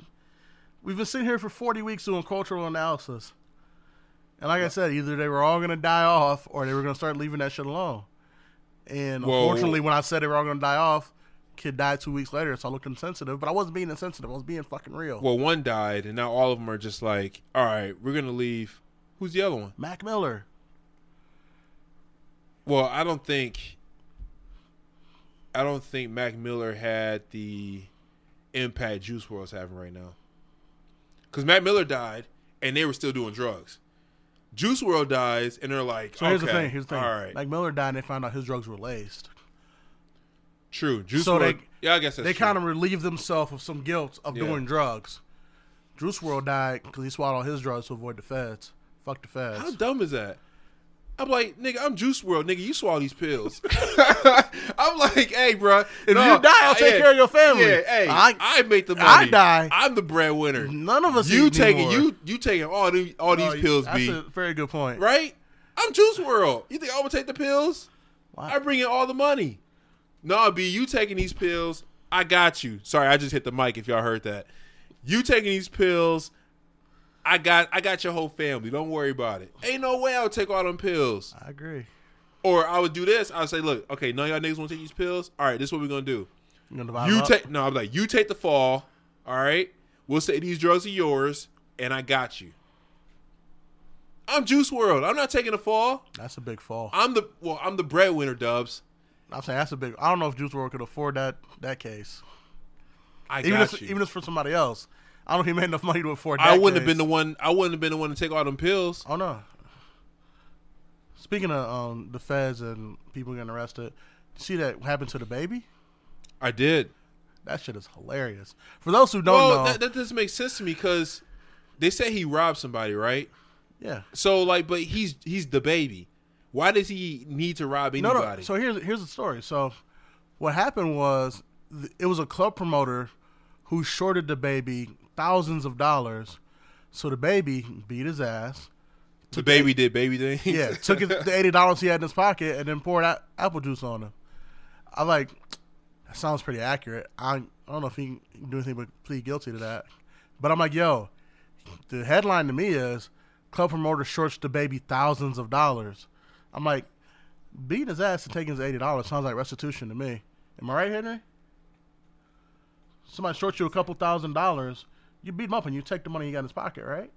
Speaker 3: we've been sitting here for 40 weeks doing cultural analysis, and like I said, either they were all going to die off or they were going to start leaving that shit alone. And
Speaker 4: Whoa.
Speaker 3: unfortunately, when I said they were all going to die off, kid died two weeks later, so I looked insensitive. But I wasn't being insensitive. I was being fucking real.
Speaker 4: Well, one died, and now all of them are just like, all right, we're gonna leave. Who's the other one?
Speaker 3: Mac Miller.
Speaker 4: Well, I don't think I don't think Mac Miller had the impact Juice WRLD's having right now. Cuz Mac Miller died and they were still doing drugs. Juice WRLD dies and they're like,
Speaker 3: So
Speaker 4: okay,
Speaker 3: here's the thing. Here's the thing.
Speaker 4: All right.
Speaker 3: Mac Miller died, and they found out his drugs were laced.
Speaker 4: true. Juice
Speaker 3: so they-
Speaker 4: WRLD Yeah, I guess that's
Speaker 3: they
Speaker 4: true.
Speaker 3: kind of relieved themselves of some guilt of
Speaker 4: Yeah.
Speaker 3: doing drugs. Juice World died because he swallowed his drugs to avoid the feds. Fuck the feds.
Speaker 4: How dumb is that? I'm like, nigga, I'm Juice World, nigga. You swallow these pills. I'm like, hey, bro.
Speaker 3: If you die, I'll take care of your family.
Speaker 4: Yeah, hey, I,
Speaker 3: I-
Speaker 4: make the money.
Speaker 3: I die.
Speaker 4: I'm the breadwinner.
Speaker 3: None of us
Speaker 4: You
Speaker 3: eat
Speaker 4: taking
Speaker 3: anymore.
Speaker 4: you you taking all the, all
Speaker 3: No,
Speaker 4: these pills,
Speaker 3: That's
Speaker 4: B.
Speaker 3: a very good point.
Speaker 4: right? I'm Juice World. You think I would take the pills?
Speaker 3: Wow.
Speaker 4: I bring in all the money. Nah, B, you taking these pills? I got you. Sorry, I just hit the mic. If y'all heard that, you taking these pills? I got I got your whole family. Don't worry about it. Ain't no way I would take all them pills.
Speaker 3: I agree.
Speaker 4: Or I would do this. I would say, look, okay, none of y'all niggas want to take these pills. All right, this is what we're gonna do.
Speaker 3: You, gonna divide
Speaker 4: You
Speaker 3: them up?
Speaker 4: take no. I'm like, you take the fall. All right, we'll say these drugs are yours, and I got you. I'm Juice World. I'm not taking the fall.
Speaker 3: That's a big fall.
Speaker 4: I'm the well, I'm the breadwinner, Dubs.
Speaker 3: I'm saying that's a big. I don't know if Juice World could afford that that case.
Speaker 4: I
Speaker 3: Even
Speaker 4: got
Speaker 3: if
Speaker 4: you.
Speaker 3: even if it's for somebody else, I don't think he made enough money to afford. that
Speaker 4: I wouldn't have
Speaker 3: case.
Speaker 4: been the one. I wouldn't have been the one to take all them pills.
Speaker 3: Oh no. Speaking of um, the feds and people getting arrested, you see that happened to the baby?
Speaker 4: I did.
Speaker 3: That shit is hilarious. For those who don't
Speaker 4: well,
Speaker 3: know,
Speaker 4: that, that doesn't make sense to me because they say he robbed somebody, right?
Speaker 3: yeah.
Speaker 4: So like, but he's he's the baby. Why does he need to rob
Speaker 3: No,
Speaker 4: anybody?
Speaker 3: no. So here's here's the story. So what happened was th- it was a club promoter who shorted the baby thousands of dollars. So the baby beat his ass.
Speaker 4: the baby did baby things.
Speaker 3: Yeah, took his, the eighty dollars he had in his pocket and then poured out apple juice on him. I like that sounds pretty accurate. I, I don't know if he can do anything but plead guilty to that. But I'm like, yo, the headline to me is club promoter shorts the baby thousands of dollars. I'm like, beating his ass and taking his eighty dollars sounds like restitution to me. Am I right, Henry? Somebody shorts you a couple thousand dollars, you beat him up and you take the money he got in his pocket, right?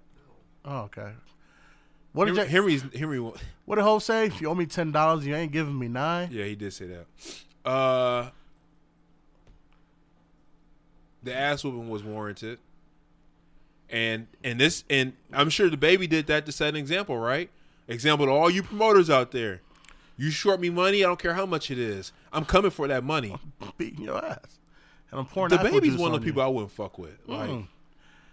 Speaker 3: Oh, okay. What did
Speaker 4: Henry,
Speaker 3: you?
Speaker 4: Henry's Henry. wa-
Speaker 3: What did Ho say? If you owe me ten dollars, you ain't giving me nine.
Speaker 4: Yeah, he did say that. Uh, the ass whooping was warranted, and and this and I'm sure the baby did that to set an example, right? Example to all you promoters out there: you short me money, I don't care how much it is, I'm coming for that money.
Speaker 3: Beating your ass, and I'm pouring.
Speaker 4: The
Speaker 3: apple
Speaker 4: baby's
Speaker 3: juice
Speaker 4: one of
Speaker 3: on
Speaker 4: the
Speaker 3: you. Mm.
Speaker 4: people I wouldn't fuck with. Like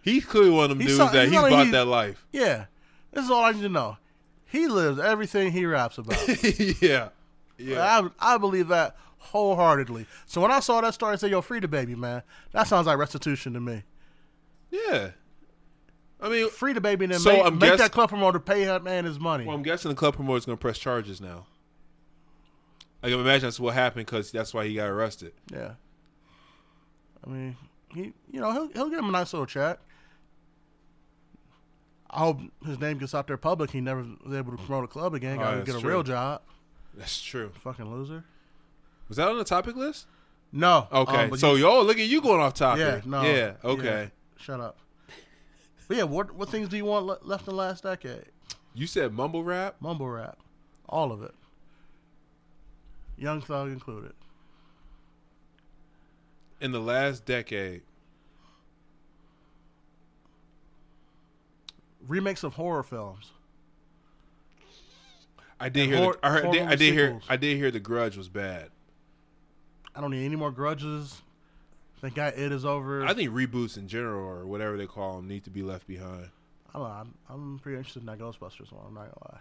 Speaker 4: he's clearly one of them dudes
Speaker 3: He's so-
Speaker 4: that
Speaker 3: he's
Speaker 4: he's
Speaker 3: not-
Speaker 4: bought
Speaker 3: he's-
Speaker 4: that life.
Speaker 3: Yeah, this is all I need to know. He lives everything he raps about.
Speaker 4: yeah, yeah.
Speaker 3: I I believe that wholeheartedly. So when I saw that story, I said, "Yo, free the baby, man." That sounds like restitution to me.
Speaker 4: yeah. I mean,
Speaker 3: Free the baby, and then
Speaker 4: So
Speaker 3: make,
Speaker 4: I'm
Speaker 3: make
Speaker 4: guess-
Speaker 3: that club promoter pay that man his money.
Speaker 4: Well, I'm guessing the club promoter's going to press charges now. I can imagine that's what happened because that's why he got arrested.
Speaker 3: yeah. I mean, he you know he'll he'll give him a nice little check. I hope his name gets out there public. He never was able to promote a club again. Got to
Speaker 4: Oh, that's
Speaker 3: get a
Speaker 4: true.
Speaker 3: real job.
Speaker 4: That's true.
Speaker 3: Fucking loser.
Speaker 4: Was that on the topic list?
Speaker 3: No.
Speaker 4: Okay.
Speaker 3: Um, but
Speaker 4: so,
Speaker 3: you-
Speaker 4: yo, look at you going off topic.
Speaker 3: yeah, no.
Speaker 4: Yeah. Okay.
Speaker 3: yeah, shut up. But yeah, what what things do you want le- left in the last decade?
Speaker 4: You said mumble rap.
Speaker 3: Mumble rap, all of it. Young Thug included.
Speaker 4: in the last decade.
Speaker 3: Remakes of horror films.
Speaker 4: I did
Speaker 3: And
Speaker 4: hear.
Speaker 3: hor-
Speaker 4: the, I, heard, I did, I
Speaker 3: horrible
Speaker 4: did hear.
Speaker 3: sequels.
Speaker 4: I did hear. The Grudge was bad.
Speaker 3: I don't need any more grudges. Thank God it is over.
Speaker 4: I think reboots in general, or whatever they call them, need to be left behind.
Speaker 3: I don't know, I'm, I'm pretty interested in that Ghostbusters one. I'm not gonna lie.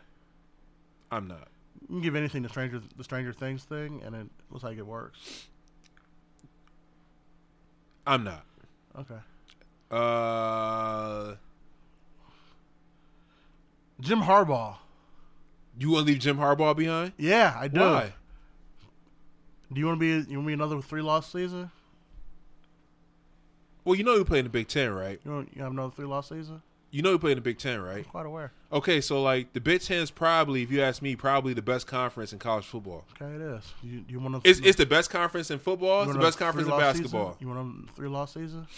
Speaker 4: I'm not.
Speaker 3: You can give anything the Stranger the Stranger Things thing, and it looks like it works.
Speaker 4: I'm not.
Speaker 3: Okay.
Speaker 4: Uh,
Speaker 3: Jim Harbaugh.
Speaker 4: you want to leave Jim Harbaugh behind?
Speaker 3: Yeah, I do.
Speaker 4: Why?
Speaker 3: Do you want to be? You want to be another three loss season?
Speaker 4: Well, you know you play in the Big Ten, right?
Speaker 3: You, don't, you have another three loss season?
Speaker 4: You know you play in the Big Ten, right?
Speaker 3: Quite aware.
Speaker 4: Okay, so like the Big Ten is probably, if you ask me, probably the best conference in college football.
Speaker 3: Okay, it is. You, you want to?
Speaker 4: It's, it's the best conference in football. It's the best conference in basketball.
Speaker 3: You want a three loss season?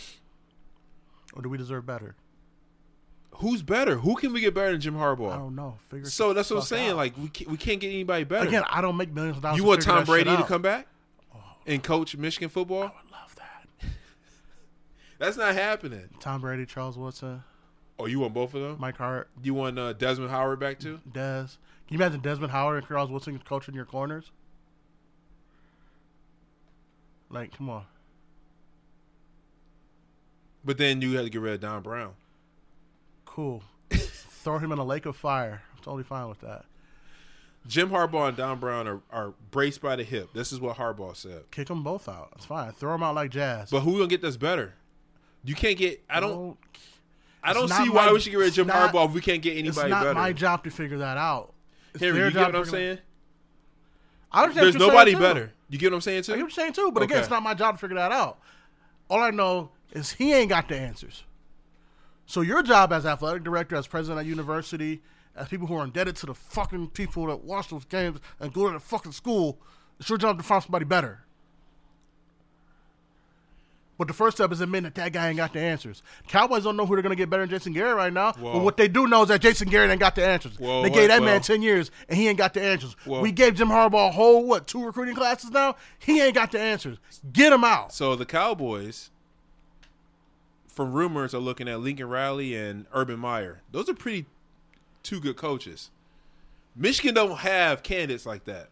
Speaker 3: Or do we deserve better?
Speaker 4: Who's better? Who can we get better than Jim
Speaker 3: I
Speaker 4: Harbaugh?
Speaker 3: don't know. Figure
Speaker 4: So that's what I'm
Speaker 3: fuck
Speaker 4: saying.
Speaker 3: out.
Speaker 4: Like we can't, we can't get anybody better.
Speaker 3: again, I don't make millions of dollars.
Speaker 4: you
Speaker 3: to
Speaker 4: want
Speaker 3: figure
Speaker 4: Tom
Speaker 3: that
Speaker 4: Brady
Speaker 3: shit
Speaker 4: to
Speaker 3: out. Oh.
Speaker 4: come back and coach Michigan football?
Speaker 3: I love that.
Speaker 4: That's not happening.
Speaker 3: Tom Brady, Charles Woodson,
Speaker 4: Oh, you want both of them?
Speaker 3: Mike Hart,
Speaker 4: You want uh, Desmond Howard back too?
Speaker 3: Des. Can you imagine Desmond Howard and Charles Woodson coaching your corners? Like, come on.
Speaker 4: But then you had to get rid of Don Brown.
Speaker 3: Cool. Throw him in a lake of fire. I'm totally fine with that.
Speaker 4: Jim Harbaugh and Don Brown are, are braced by the hip. This is what Harbaugh said.
Speaker 3: Kick them both out. It's fine. Throw them out like jazz.
Speaker 4: But who gonna get this better? You can't get. I don't. I
Speaker 3: it's
Speaker 4: don't
Speaker 3: not
Speaker 4: see why
Speaker 3: my-
Speaker 4: we should get rid of
Speaker 3: it's
Speaker 4: Jim
Speaker 3: not-
Speaker 4: Harbaugh if we can't get
Speaker 3: it's
Speaker 4: anybody
Speaker 3: not
Speaker 4: better.
Speaker 3: my job to figure that out. It's
Speaker 4: Henry,
Speaker 3: their
Speaker 4: you get what
Speaker 3: job to
Speaker 4: I'm
Speaker 3: figure that-
Speaker 4: saying?
Speaker 3: I understand
Speaker 4: There's
Speaker 3: what you're saying,
Speaker 4: nobody
Speaker 3: too.
Speaker 4: better. You get what I'm saying
Speaker 3: I get
Speaker 4: too?
Speaker 3: what you're saying too, but again,
Speaker 4: Okay.
Speaker 3: it's not my job to figure that out. All I know is he ain't got the answers. So your job as athletic director, as president at university, as people who are indebted to the fucking people that watch those games and go to the fucking school, it's your job to find somebody better. But the first step is admitting that that guy ain't got the answers. Cowboys don't know who they're going to get better than Jason Garrett right now.
Speaker 4: Whoa.
Speaker 3: But what they do know is that Jason Garrett ain't got the answers.
Speaker 4: Whoa,
Speaker 3: they
Speaker 4: what-
Speaker 3: gave that
Speaker 4: whoa.
Speaker 3: man 10 years and he ain't got the answers.
Speaker 4: Whoa.
Speaker 3: We gave Jim Harbaugh a whole, what, two recruiting classes now? He ain't got the answers. Get him out.
Speaker 4: So the Cowboys, from rumors, are looking at Lincoln Riley and Urban Meyer. Those are pretty two good coaches. Michigan don't have candidates like that.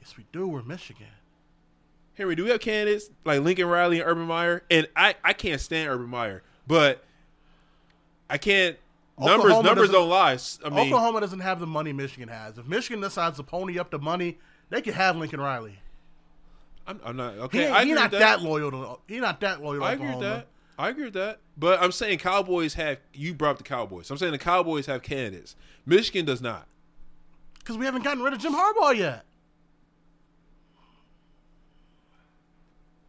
Speaker 3: Yes, we do. We're Michigan.
Speaker 4: Henry, do we have candidates like Lincoln Riley and Urban Meyer? And I, I can't stand Urban Meyer, but I can't. Numbers
Speaker 3: Oklahoma
Speaker 4: numbers
Speaker 3: doesn't-
Speaker 4: don't lie. S- I mean,
Speaker 3: Oklahoma doesn't have the money Michigan has. If Michigan decides to pony up the money, they could have Lincoln Riley.
Speaker 4: I'm, I'm not
Speaker 3: He,
Speaker 4: okay.
Speaker 3: ain't
Speaker 4: I
Speaker 3: he
Speaker 4: agree
Speaker 3: not
Speaker 4: with
Speaker 3: that.
Speaker 4: that.
Speaker 3: loyal to he not that loyal to
Speaker 4: I agree
Speaker 3: Oklahoma.
Speaker 4: with that. I agree with that. But I'm saying Cowboys have. You brought up the Cowboys. I'm saying the Cowboys have candidates. Michigan does not.
Speaker 3: Because we haven't gotten rid of Jim Harbaugh yet.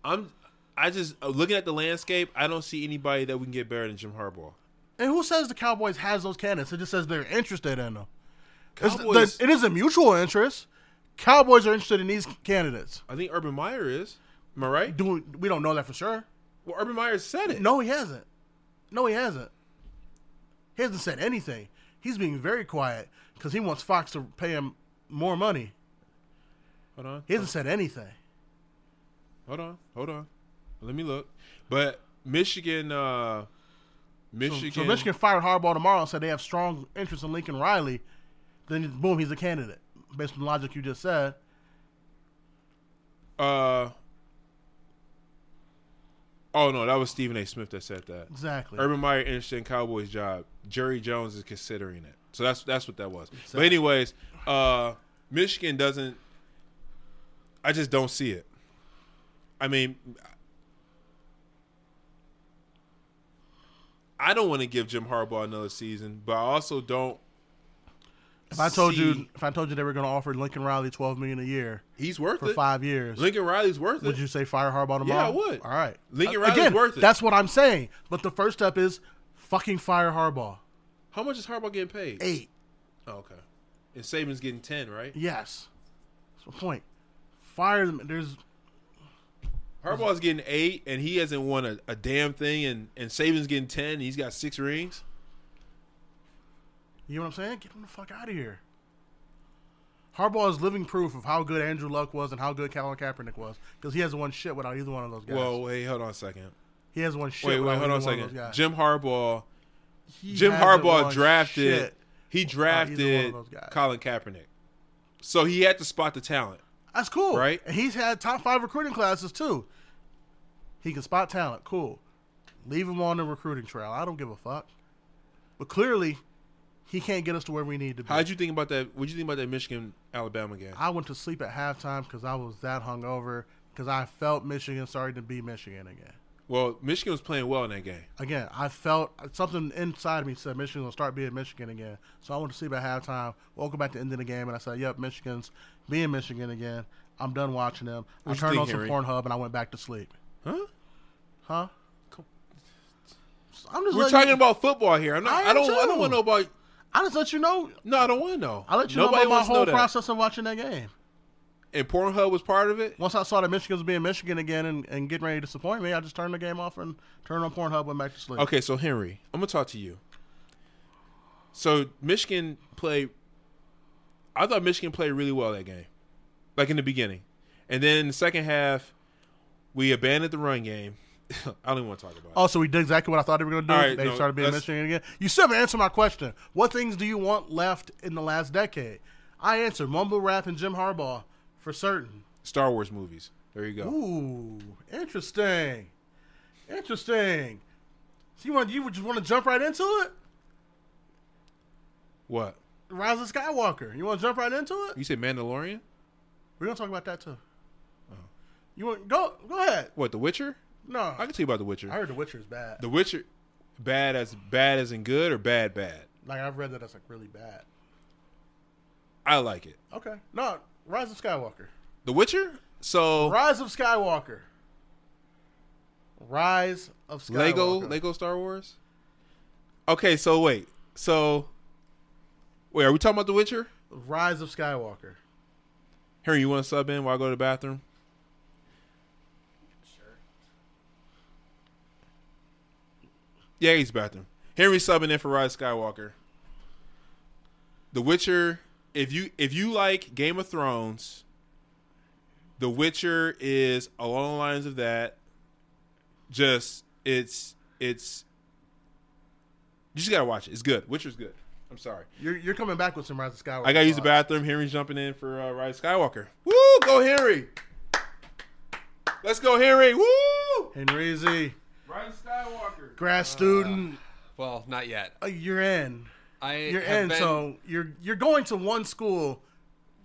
Speaker 4: I'm. I just uh, looking at the landscape. I don't see anybody that we can get better than Jim Harbaugh.
Speaker 3: And who says the Cowboys has those candidates? It just says they're interested in them. It's-
Speaker 4: Cowboys.
Speaker 3: the- it is a mutual interest. Cowboys are interested in these candidates.
Speaker 4: I think Urban Meyer is. Am I right?
Speaker 3: Do we, we don't know that for sure?
Speaker 4: Well, Urban Meyer said it.
Speaker 3: No, he hasn't. No, he hasn't. He hasn't said anything. He's being very quiet because he wants Fox to pay him more money.
Speaker 4: Hold on.
Speaker 3: He hasn't said anything.
Speaker 4: Hold on, hold on. Let me look. But Michigan, uh, Michigan,
Speaker 3: So Michigan fired Harbaugh tomorrow and said they have strong interest in Lincoln Riley. Then boom, he's a candidate based on the logic you just said.
Speaker 4: Uh, oh no, that was Stephen A. Smith that said that.
Speaker 3: Exactly.
Speaker 4: Urban Meyer interested in Cowboys job. Jerry Jones is considering it. So that's that's what that was. But anyways, uh, Michigan doesn't. I just don't see it. I mean, I don't want to give Jim Harbaugh another season, but I also don't.
Speaker 3: If I told you,
Speaker 4: see-
Speaker 3: if I told you they were going to offer Lincoln Riley twelve million a year
Speaker 4: He's worth
Speaker 3: for
Speaker 4: it.
Speaker 3: five years,
Speaker 4: Lincoln Riley's worth
Speaker 3: would
Speaker 4: it.
Speaker 3: you say fire Harbaugh tomorrow?
Speaker 4: Yeah, I would.
Speaker 3: All right,
Speaker 4: Lincoln
Speaker 3: A-
Speaker 4: Riley's
Speaker 3: Again,
Speaker 4: worth it.
Speaker 3: That's what I'm saying. But the first step is fucking fire Harbaugh.
Speaker 4: How much is Harbaugh getting paid?
Speaker 3: Eight,
Speaker 4: Oh, okay. And Saban's getting ten, right?
Speaker 3: yes. That's my point. Fire them. There's
Speaker 4: Harbaugh's getting eight, and he hasn't won a, a damn thing, and and Saban's getting ten. And he's got six rings.
Speaker 3: You know what I'm saying? Get him the fuck out of here. Harbaugh is living proof of how good Andrew Luck was and how good Colin Kaepernick was because he hasn't won shit without either one of those guys.
Speaker 4: Whoa, wait, hold on a second.
Speaker 3: he hasn't won shit.
Speaker 4: Wait, wait,
Speaker 3: without
Speaker 4: hold on a
Speaker 3: either one of
Speaker 4: second.
Speaker 3: those guys.
Speaker 4: Jim Harbaugh.
Speaker 3: He
Speaker 4: Jim
Speaker 3: hasn't
Speaker 4: Harbaugh
Speaker 3: won
Speaker 4: drafted.
Speaker 3: shit.
Speaker 4: He
Speaker 3: either
Speaker 4: drafted
Speaker 3: one of those guys.
Speaker 4: Colin Kaepernick, so he had to spot the talent.
Speaker 3: That's cool,
Speaker 4: right?
Speaker 3: And he's had top five recruiting classes too. He can spot talent. Cool. Leave him on the recruiting trail. I don't give a fuck. But clearly, he can't get us to where we need to be.
Speaker 4: How'd you think about that? What'd you think about that Michigan Alabama game?
Speaker 3: I went to sleep at halftime because I was that hungover because I felt Michigan starting to be Michigan again.
Speaker 4: Well, Michigan was playing well in that game.
Speaker 3: again, I felt something inside of me said Michigan's gonna start being Michigan again. So I went to sleep at halftime, woke up at the end of the game, and I said, "Yep, Michigan's being Michigan again." I'm done watching them.
Speaker 4: What'd you
Speaker 3: I turned
Speaker 4: think,
Speaker 3: on some
Speaker 4: Henry?
Speaker 3: Pornhub and I went back to sleep.
Speaker 4: Huh?
Speaker 3: Huh? I'm just
Speaker 4: We're
Speaker 3: letting
Speaker 4: talking
Speaker 3: you,
Speaker 4: about football here. I'm not.
Speaker 3: I
Speaker 4: I,
Speaker 3: am
Speaker 4: don't. I don't
Speaker 3: too.
Speaker 4: want to know about.
Speaker 3: I just let you know.
Speaker 4: No, I don't want to know.
Speaker 3: I let you
Speaker 4: Nobody
Speaker 3: know about
Speaker 4: wants to
Speaker 3: my
Speaker 4: know
Speaker 3: whole
Speaker 4: that.
Speaker 3: process of watching that game.
Speaker 4: And Pornhub was part of it.
Speaker 3: Once I saw that Michigan was being Michigan again and, and getting ready to disappoint me, I just turned the game off and turned on Pornhub went back to sleep.
Speaker 4: Okay, so Henry, I'm gonna talk to you. So Michigan played. I thought Michigan played really well that game, like in the beginning, and then in the second half, we abandoned the run game. I don't even want to talk about it.
Speaker 3: Also, Oh, we did exactly what I thought they were going to do.
Speaker 4: All right,
Speaker 3: they
Speaker 4: no,
Speaker 3: started being
Speaker 4: let's-
Speaker 3: Michigan again. You still haven't answered my question. What things do you want left in the last decade? I answered mumble rap and Jim Harbaugh for certain.
Speaker 4: Star Wars movies. There you go.
Speaker 3: Ooh, interesting, interesting. So you want you would just want to jump right into it?
Speaker 4: What
Speaker 3: Rise of Skywalker. You want to jump right into it?
Speaker 4: you said, Mandalorian?
Speaker 3: We're gonna talk about that too. You want go go ahead?
Speaker 4: What The Witcher?
Speaker 3: No,
Speaker 4: I can tell you about The Witcher.
Speaker 3: I heard The Witcher is bad.
Speaker 4: The Witcher, bad as bad as in good or bad bad.
Speaker 3: like I've read that that's like really bad.
Speaker 4: I like it.
Speaker 3: Okay, no, Rise of Skywalker.
Speaker 4: The Witcher. So
Speaker 3: Rise of Skywalker. Rise of Skywalker.
Speaker 4: Lego Lego Star Wars. Okay, so wait. So wait, are we talking about The Witcher?
Speaker 3: Rise of Skywalker.
Speaker 4: Henry, you want to sub in while I go to the bathroom? Sure. Yeah, he's bathroom. Henry's subbing in for Rise Skywalker. The Witcher. If you if you like Game of Thrones, The Witcher is along the lines of that. Just it's it's. You just gotta watch it. It's good. Witcher's good. I'm sorry.
Speaker 3: You're, you're coming back with some Rise of Skywalker.
Speaker 4: I gotta use the
Speaker 3: thoughts.
Speaker 4: bathroom. Henry's jumping in for uh, Rise Skywalker. Woo! Go Henry! Let's go Henry! Woo!
Speaker 3: Henry Z,
Speaker 4: Rise Skywalker.
Speaker 6: Uh,
Speaker 3: grad student.
Speaker 6: Well, not yet.
Speaker 3: Uh, you're in.
Speaker 6: I
Speaker 3: You're
Speaker 6: have
Speaker 3: in.
Speaker 6: been-
Speaker 3: So you're you're going to one school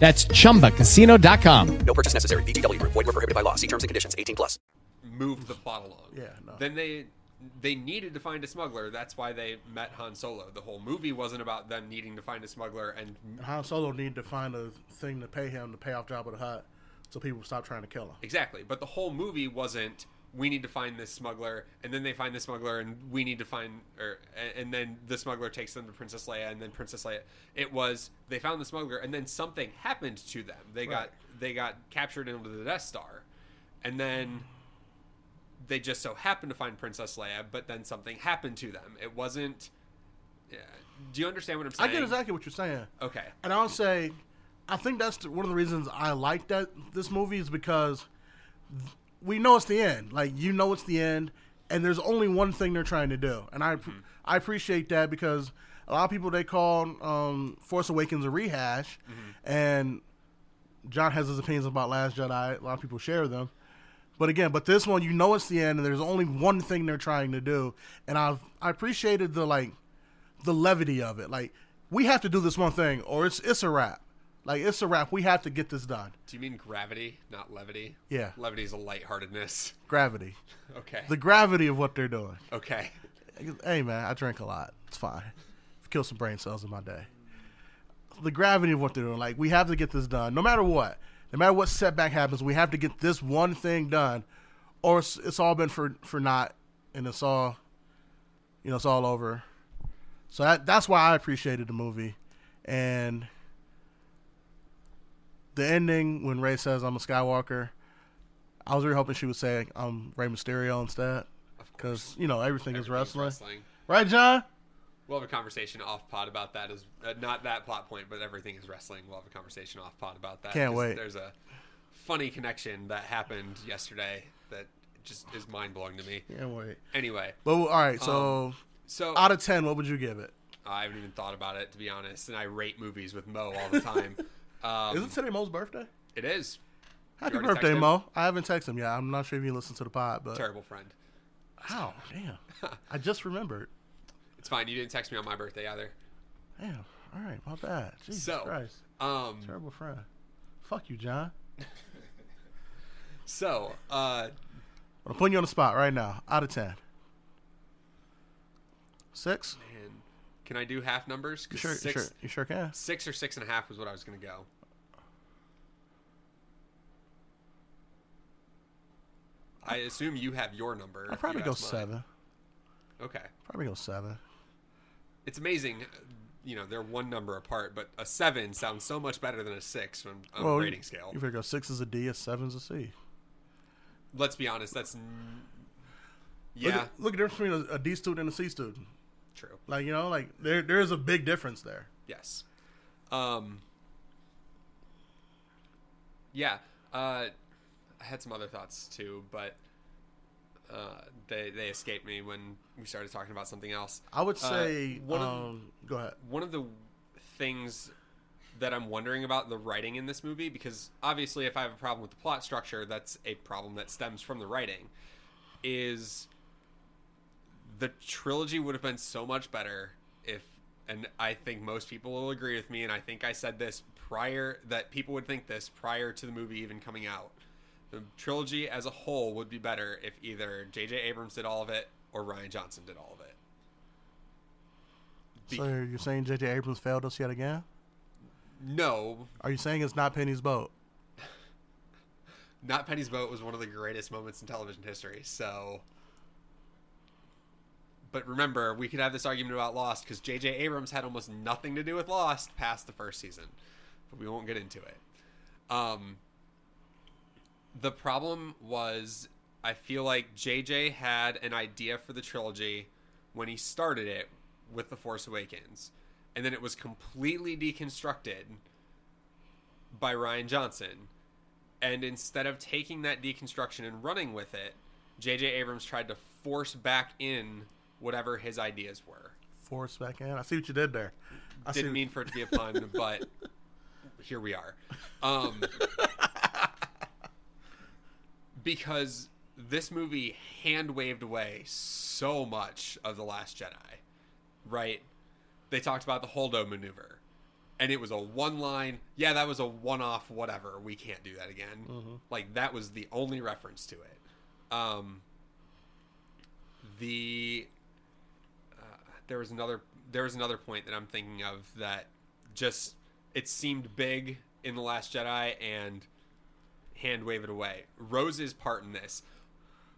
Speaker 7: That's chumbacasino.com.
Speaker 6: moved the plot along.
Speaker 3: Yeah, no.
Speaker 6: Then they they needed to find a smuggler. That's why they met Han Solo. The whole movie wasn't about them needing to find a smuggler and
Speaker 3: And Han Solo needed to find a thing to pay him to pay off Jabba the Hutt so people would stop trying to kill him.
Speaker 6: exactly. But the whole movie wasn't we need to find this smuggler and then they find the smuggler and we need to find or and- and then the smuggler takes them to Princess Leia and then Princess Leia it was they found the smuggler and then something happened to them. They got they got captured into the Death Star. And then they just so happened to find Princess Leia, but then something happened to them. It wasn't. Yeah. Do you understand what I'm
Speaker 3: I
Speaker 6: saying?
Speaker 3: get exactly what you're saying.
Speaker 6: Okay.
Speaker 3: And I'll say, I think that's the- one of the reasons I like that this movie is because we know it's the end. Like you know it's the end, and there's only one thing they're trying to do, and I
Speaker 6: Mm-hmm.
Speaker 3: I appreciate that because a lot of people they call um, Force Awakens a rehash,
Speaker 6: Mm-hmm.
Speaker 3: and John has his opinions about Last Jedi. A lot of people share them. But again, but this one, you know, it's the end, and there's only one thing they're trying to do, and I've I appreciated the like, the levity of it. Like, we have to do this one thing, or it's it's a wrap. Like, it's a wrap. We have to get this done.
Speaker 6: Do you mean gravity, not levity?
Speaker 3: Yeah.
Speaker 6: Levity is a lightheartedness.
Speaker 3: Gravity,
Speaker 6: Okay.
Speaker 3: the gravity of what they're doing.
Speaker 6: okay.
Speaker 3: Hey man, I drink a lot. It's fine. Kill some brain cells in my day. The gravity of what they're doing. Like we have to get this done, no matter what. No matter what setback happens, we have to get this one thing done, or it's, it's all been for for naught, and it's all, you know, it's all over. So that that's why I appreciated the movie, and the ending when Ray says I'm a Skywalker. I was really hoping she would say I'm Ray Mysterio instead, because you know everything is
Speaker 6: Everything's
Speaker 3: wrestling. Right, John?
Speaker 6: We'll have a conversation off pod about that. Is uh, not that plot point, but everything is wrestling. We'll have a conversation off pod about that.
Speaker 3: Can't
Speaker 6: 'cause
Speaker 3: wait.
Speaker 6: There's a funny connection that happened yesterday that just is mind blowing to me.
Speaker 3: Yeah, wait.
Speaker 6: Anyway,
Speaker 3: But all right, so
Speaker 6: Um, so
Speaker 3: out of ten, what would you give it?
Speaker 6: I haven't even thought about it to be honest, and I rate movies with Mo all the time. um,
Speaker 3: Isn't today Mo's birthday?
Speaker 6: it is
Speaker 3: Happy
Speaker 6: already
Speaker 3: birthday,
Speaker 6: texted him?
Speaker 3: Mo! I haven't texted him yet. I'm not sure if you listen to the pod, but
Speaker 6: terrible friend.
Speaker 3: Ow, damn! I just remembered.
Speaker 6: It's fine. You didn't text me on my birthday either.
Speaker 3: Damn. All right, my bad. Jesus
Speaker 6: So,
Speaker 3: Christ,
Speaker 6: um,
Speaker 3: terrible friend. Fuck you, John.
Speaker 6: so uh,
Speaker 3: But I'm putting you on the spot right now. Out of ten, six.
Speaker 6: and can I do half numbers? 'Cause
Speaker 3: You sure, you
Speaker 6: six,
Speaker 3: sure, you sure can.
Speaker 6: six or six and a half was what I was gonna go. I assume you have your number.
Speaker 3: I
Speaker 6: if
Speaker 3: probably
Speaker 6: you
Speaker 3: go
Speaker 6: ask mine.
Speaker 3: seven.
Speaker 6: Okay.
Speaker 3: Probably go seven.
Speaker 6: It's amazing. uh, You know, they're one number apart, but a seven sounds so much better than a six on, on a rating scale.
Speaker 3: You figure a six is a D, a seven's a C.
Speaker 6: Let's be honest. That's. n-
Speaker 3: Look
Speaker 6: Yeah.
Speaker 3: at, look at the difference between a, a D student and a C student.
Speaker 6: True.
Speaker 3: Like you know, like there there is a big difference there.
Speaker 6: Yes. Um. Yeah. Uh, I had some other thoughts too, but uh, they they escaped me when we started talking about something else.
Speaker 3: I would
Speaker 6: Uh,
Speaker 3: say.
Speaker 6: one of-
Speaker 3: um, go ahead.
Speaker 6: one of the things that I'm wondering about the writing in this movie because obviously if I have a problem with the plot structure that's a problem that stems from the writing is the trilogy would have been so much better if and I think most people will agree with me and I think I said this prior that people would think this prior to the movie even coming out the trilogy as a whole would be better if either JJ Abrams did all of it or Ryan Johnson did all of it Be-
Speaker 3: so you're saying J.J. Abrams failed us yet again?
Speaker 6: no
Speaker 3: Are you saying it's not Penny's boat?
Speaker 6: not Penny's boat was one of the greatest moments in television history. So, but remember, we could have this argument about Lost because J.J. Abrams had almost nothing to do with Lost past the first season, but we won't get into it. Um, the problem was, I feel like J.J. had an idea for the trilogy when he started it with The Force Awakens, and then it was completely deconstructed by Ryan Johnson. And instead of taking that deconstruction and running with it, J.J. Abrams tried to force back in whatever his ideas were.
Speaker 3: Force back in. I see what you did there. I see
Speaker 6: Didn't
Speaker 3: what-
Speaker 6: mean for it to be a pun, but here we are. Um, because this movie hand waved away so much of The Last Jedi, right? They talked about the Holdo maneuver, and it was a one line, yeah, that was a one off, whatever, we can't do that again. Like, that was the only reference to it. Um, the uh, there was another there was another point that I'm thinking of that just it seemed big in the Last Jedi and hand wave it away. Rose's part in this.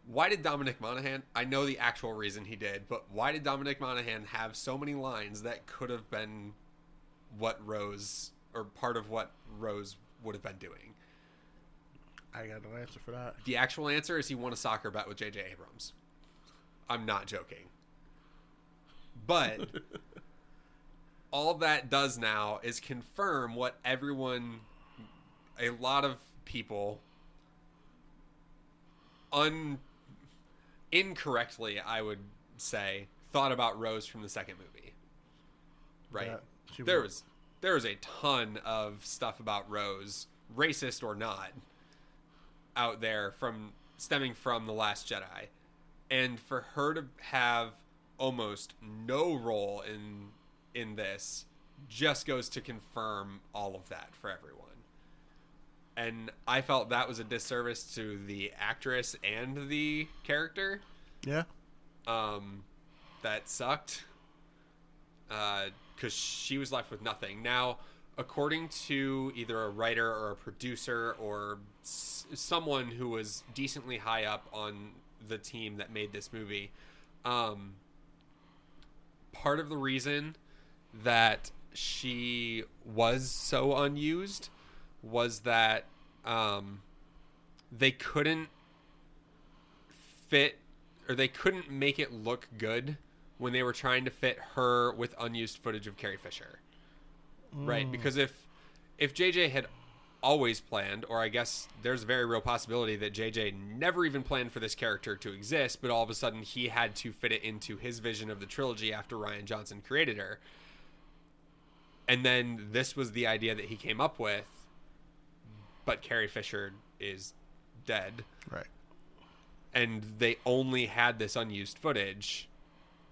Speaker 6: Why did Dominic Monaghan? I know the actual reason he did, but why did Dominic Monaghan have so many lines that could have been what Rose or part of what Rose would have been doing?
Speaker 3: I got no answer for that.
Speaker 6: The actual answer is he won a soccer bet with J.J. Abrams. I'm not joking. But all that does now is confirm what everyone, a lot of people, un incorrectly, I would say, thought about Rose from the second movie. Right?
Speaker 3: That she
Speaker 6: there
Speaker 3: was-
Speaker 6: was there was a ton of stuff about Rose, racist or not, out there from stemming from the last jedi and for her to have almost no role in in this just goes to confirm all of that for everyone and i felt that was a disservice to the actress and the character
Speaker 3: Yeah.
Speaker 6: um, that sucked because she was left with nothing. Now, according to either a writer or a producer or s- someone who was decently high up on the team that made this movie, um, part of the reason that she was so unused was that um, they couldn't fit or they couldn't make it look good when they were trying to fit her with unused footage of Carrie Fisher. Right? Because if if JJ had always planned or I guess there's a very real possibility that JJ never even planned for this character to exist, but all of a sudden he had to fit it into his vision of the trilogy after Ryan Johnson created her. And then this was the idea that he came up with, but Carrie Fisher is dead
Speaker 3: Right.
Speaker 6: and they only had this unused footage,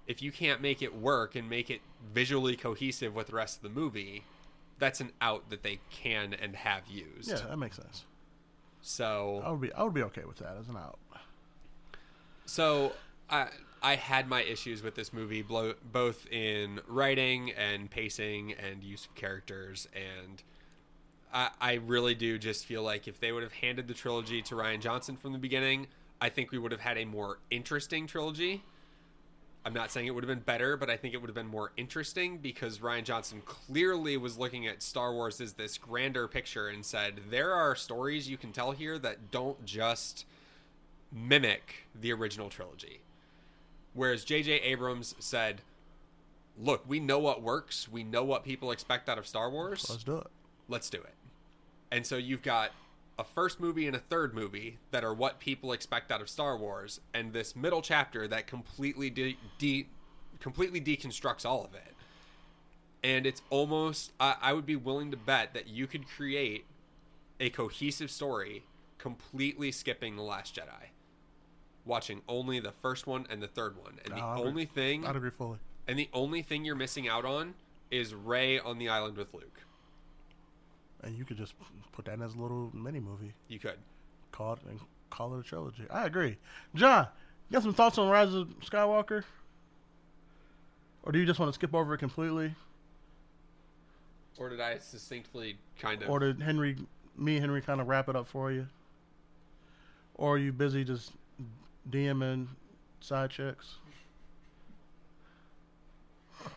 Speaker 6: if you can't make it work and make it visually cohesive with the rest of the movie, that's an out that they can and have used.
Speaker 3: Yeah, that makes sense. I
Speaker 6: So
Speaker 3: would be I would be okay with that as an out.
Speaker 6: so I I had my issues with this movie blo- both in writing and pacing and use of characters and I, I really do just feel like if they would have handed the trilogy to Ryan Johnson from the beginning, I think we would have had a more interesting trilogy. I'm not saying it would have been better, but I think it would have been more interesting because Ryan Johnson clearly was looking at Star Wars as this grander picture and said, there are stories you can tell here that don't just mimic the original trilogy. Whereas J.J. Abrams said, look, we know what works, we know what people expect out of Star Wars.
Speaker 3: Let's do it.
Speaker 6: Let's do it. And so you've got a first movie and a third movie that are what people expect out of Star Wars, and this middle chapter that completely de- de- completely deconstructs all of it. And it's almost I-, I would be willing to bet that you could create a cohesive story completely skipping the Last Jedi, watching only the first one and the third one, and
Speaker 3: Nah, I'd
Speaker 6: the
Speaker 3: agree-
Speaker 6: only thing
Speaker 3: I'd agree fully.
Speaker 6: and the only thing you're missing out on is Ray on the island with Luke.
Speaker 3: And you could just put that in as a little mini movie.
Speaker 6: You could.
Speaker 3: Call it and call it a trilogy. I agree. John, you got some thoughts on Rise of Skywalker? Or do you just want to skip over it completely?
Speaker 6: Or did I succinctly kind of
Speaker 3: Or did Henry me and Henry kinda wrap it up for you? Or are you busy just DMing side chicks?
Speaker 4: Uh,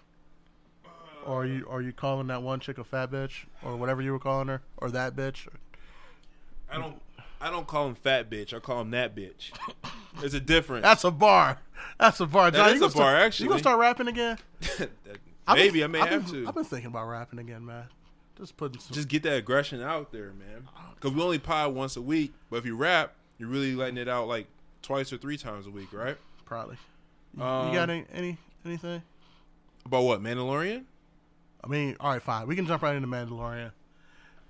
Speaker 3: Or are you are you calling that one chick a fat bitch? Or whatever you were calling her? Or that bitch?
Speaker 4: I don't. I don't call him fat bitch. I call him that bitch. There's a difference.
Speaker 3: That's a bar. That's a bar.
Speaker 4: That
Speaker 3: John,
Speaker 4: is
Speaker 3: you
Speaker 4: a
Speaker 3: gonna
Speaker 4: bar,
Speaker 3: start-
Speaker 4: actually.
Speaker 3: You gonna start rapping again? I've
Speaker 4: Maybe
Speaker 3: been-
Speaker 4: I may
Speaker 3: I've
Speaker 4: have
Speaker 3: been-
Speaker 4: to.
Speaker 3: I've been thinking about rapping again, man. Just putting some.
Speaker 4: Just get that aggression out there, man. Because we only pod once a week, but if you rap, you're really letting it out like twice or three times a week, right?
Speaker 3: Probably. You,
Speaker 4: Um,
Speaker 3: you got any, any anything?
Speaker 4: about what Mandalorian?
Speaker 3: I mean, all right, fine. We can jump right into Mandalorian.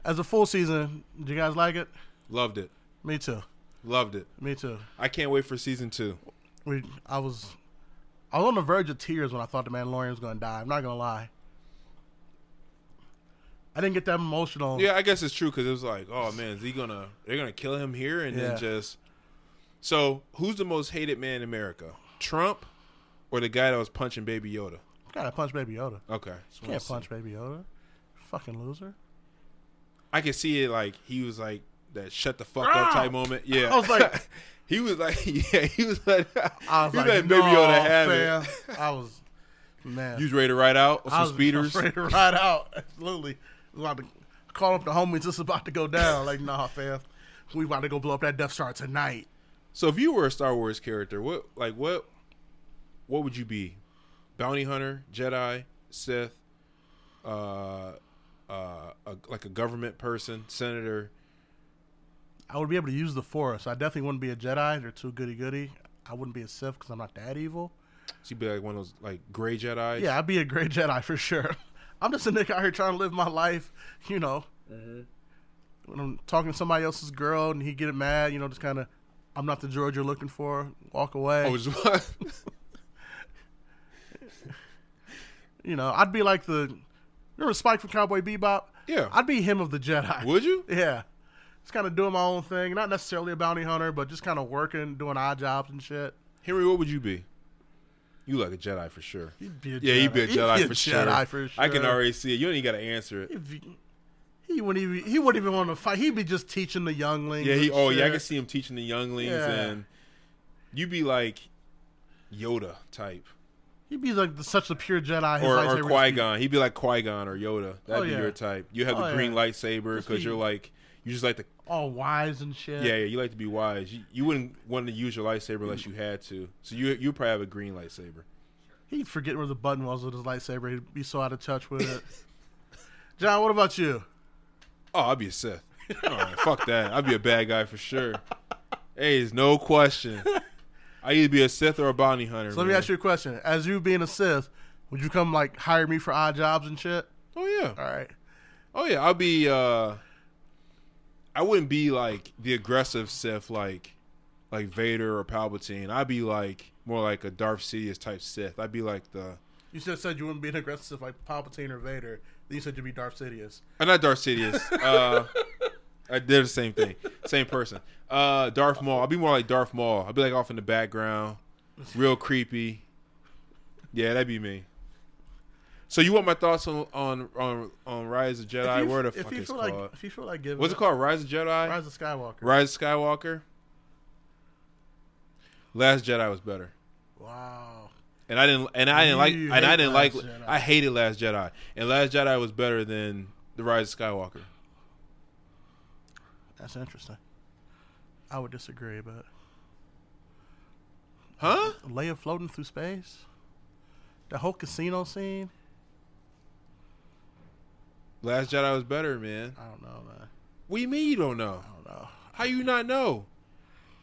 Speaker 3: As a full season, did you guys like it?
Speaker 4: Loved it.
Speaker 3: Me too.
Speaker 4: Loved it.
Speaker 3: Me too.
Speaker 4: I can't wait for season two.
Speaker 3: We, I was, I was on the verge of tears when I thought the Mandalorian was gonna die. I'm not gonna lie. I didn't get that emotional.
Speaker 4: Yeah, I guess it's true because it was like, oh man, is he gonna? They're gonna kill him here and
Speaker 3: Yeah.
Speaker 4: then just. So who's the most hated man in America? Trump, or the guy that was punching Baby Yoda?
Speaker 3: Gotta punch Baby Yoda.
Speaker 4: Okay, just wanna
Speaker 3: Can't
Speaker 4: see.
Speaker 3: punch Baby Yoda. Fucking loser.
Speaker 4: I can see it like he was like that shut the fuck up
Speaker 3: Ah!
Speaker 4: type moment. Yeah.
Speaker 3: I was like-
Speaker 4: he was like yeah, he was like
Speaker 3: I was
Speaker 4: he
Speaker 3: like,
Speaker 4: let
Speaker 3: no,
Speaker 4: Baby Yoda have
Speaker 3: fam." I was, man.
Speaker 4: it. You was ready to ride out with
Speaker 3: I
Speaker 4: some
Speaker 3: was
Speaker 4: speeders.
Speaker 3: ready to ride out. Absolutely. We About to call up the homies. This is about to go down. Like, nah, fam. We about to go blow up that Death Star tonight.
Speaker 4: So if you were a Star Wars character, what like what what would you be? Bounty hunter, Jedi, Sith, uh, uh, a, like a government person, senator.
Speaker 3: I would be able to use the Force. I definitely wouldn't be a Jedi. They're too goody goody. I wouldn't be a Sith because I'm not that evil.
Speaker 4: So you'd be like one of those like gray Jedi.
Speaker 3: Yeah, I'd be a great Jedi for sure. I'm just a nigga out here trying to live my life, you know.
Speaker 4: Mm-hmm.
Speaker 3: When I'm talking to somebody else's girl and he getting mad, you know, just kind of, I'm not the George you're looking for. Walk away.
Speaker 4: Oh, is what?
Speaker 3: you know, I'd be like the remember Spike from Cowboy Bebop.
Speaker 4: Yeah.
Speaker 3: I'd be him of the Jedi.
Speaker 4: Would you?
Speaker 3: Yeah, just kind of doing my own thing, not necessarily a bounty hunter, but just kind of working, doing odd jobs and shit.
Speaker 4: Henry, what would you be? You like a Jedi for sure.
Speaker 3: You'd be a
Speaker 4: yeah, you'd be a
Speaker 3: Jedi. You'd
Speaker 4: Jedi,
Speaker 3: be a
Speaker 4: for, sure.
Speaker 3: Jedi for
Speaker 4: I can
Speaker 3: sure.
Speaker 4: already see it. You ain't got to answer it.
Speaker 3: If you- He wouldn't even he wouldn't even want to fight. He'd be just teaching the younglings.
Speaker 4: Yeah, he.
Speaker 3: and
Speaker 4: Oh, yeah, I
Speaker 3: shit.
Speaker 4: can see him teaching the younglings,
Speaker 3: Yeah.
Speaker 4: and you'd be like Yoda type,
Speaker 3: He'd be like the, such a pure Jedi. His
Speaker 4: or or
Speaker 3: lightsaber-
Speaker 4: Qui Gon. He'd be like Qui Gon or Yoda. That'd
Speaker 3: Oh,
Speaker 4: be
Speaker 3: yeah.
Speaker 4: your type. You have
Speaker 3: Oh,
Speaker 4: the green
Speaker 3: yeah.
Speaker 4: lightsaber
Speaker 3: Just
Speaker 4: because
Speaker 3: be-
Speaker 4: you're like you just like the.
Speaker 3: all wise and shit.
Speaker 4: Yeah, yeah, you like to be wise. You, you wouldn't want to use your lightsaber unless you had to. So you you probably have a green lightsaber.
Speaker 3: He'd forget where the button was with his lightsaber. He'd be so out of touch with it. John, what about you?
Speaker 4: Oh, I'd be a Sith. Oh, fuck that. I'd be a bad guy for sure. Hey, there's no question. I either be a Sith or a bounty hunter.
Speaker 3: So let me
Speaker 4: man.
Speaker 3: ask you a question. As you being a Sith, would you come like hire me for odd jobs and shit?
Speaker 4: Oh yeah.
Speaker 3: All right.
Speaker 4: Oh yeah, I'll be. uh I wouldn't be like the aggressive Sith, like like Vader or Palpatine. I'd be like more like a Darth Sidious type Sith. I'd be like the.
Speaker 3: You just said you wouldn't be an aggressive Sith like Palpatine or Vader. Then you said you'd be Darth Sidious.
Speaker 4: Uh, not Darth Sidious. Uh, I did the same thing, same person. Uh, Darth Maul. I'll be more like Darth Maul. I'll be like off in the background, real creepy. Yeah, that'd be me. So you want my thoughts on on on, on Rise of
Speaker 3: If
Speaker 4: Jedi?
Speaker 3: you-
Speaker 4: Where the
Speaker 3: if
Speaker 4: fuck
Speaker 3: you
Speaker 4: is
Speaker 3: feel
Speaker 4: called?
Speaker 3: like- if you feel like giving
Speaker 4: what's it
Speaker 3: up-
Speaker 4: called? Rise of Jedi.
Speaker 3: Rise of Skywalker.
Speaker 4: Rise of Skywalker. Last Jedi was better.
Speaker 3: Wow.
Speaker 4: And I didn't and I didn't like
Speaker 3: You
Speaker 4: and I
Speaker 3: hate
Speaker 4: didn't like
Speaker 3: Last Jedi.
Speaker 4: I hated Last Jedi. And Last Jedi was better than The Rise of Skywalker.
Speaker 3: That's interesting. I would disagree, but.
Speaker 4: Huh?
Speaker 3: Leia floating through space? The whole casino scene?
Speaker 4: Last Jedi was better, man. I
Speaker 3: don't know, man.
Speaker 4: What do you mean you don't know?
Speaker 3: I don't know.
Speaker 4: How you not know?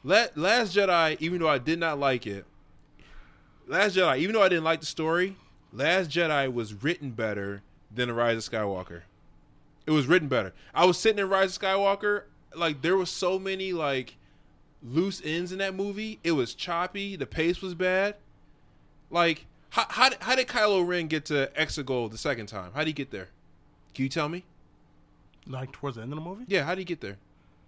Speaker 4: Let Last Jedi, even though I did not like it, Last Jedi, even though I didn't like the story, Last Jedi was written better than The Rise of Skywalker. It was written better. I was sitting in Rise of Skywalker, like there was so many like loose ends in that movie. It was choppy. The pace was bad. Like how how, did- how did Kylo Ren get to Exegol the second time? How did he get there? Can you tell me?
Speaker 3: Like towards the end of the movie?
Speaker 4: Yeah, how did he get there?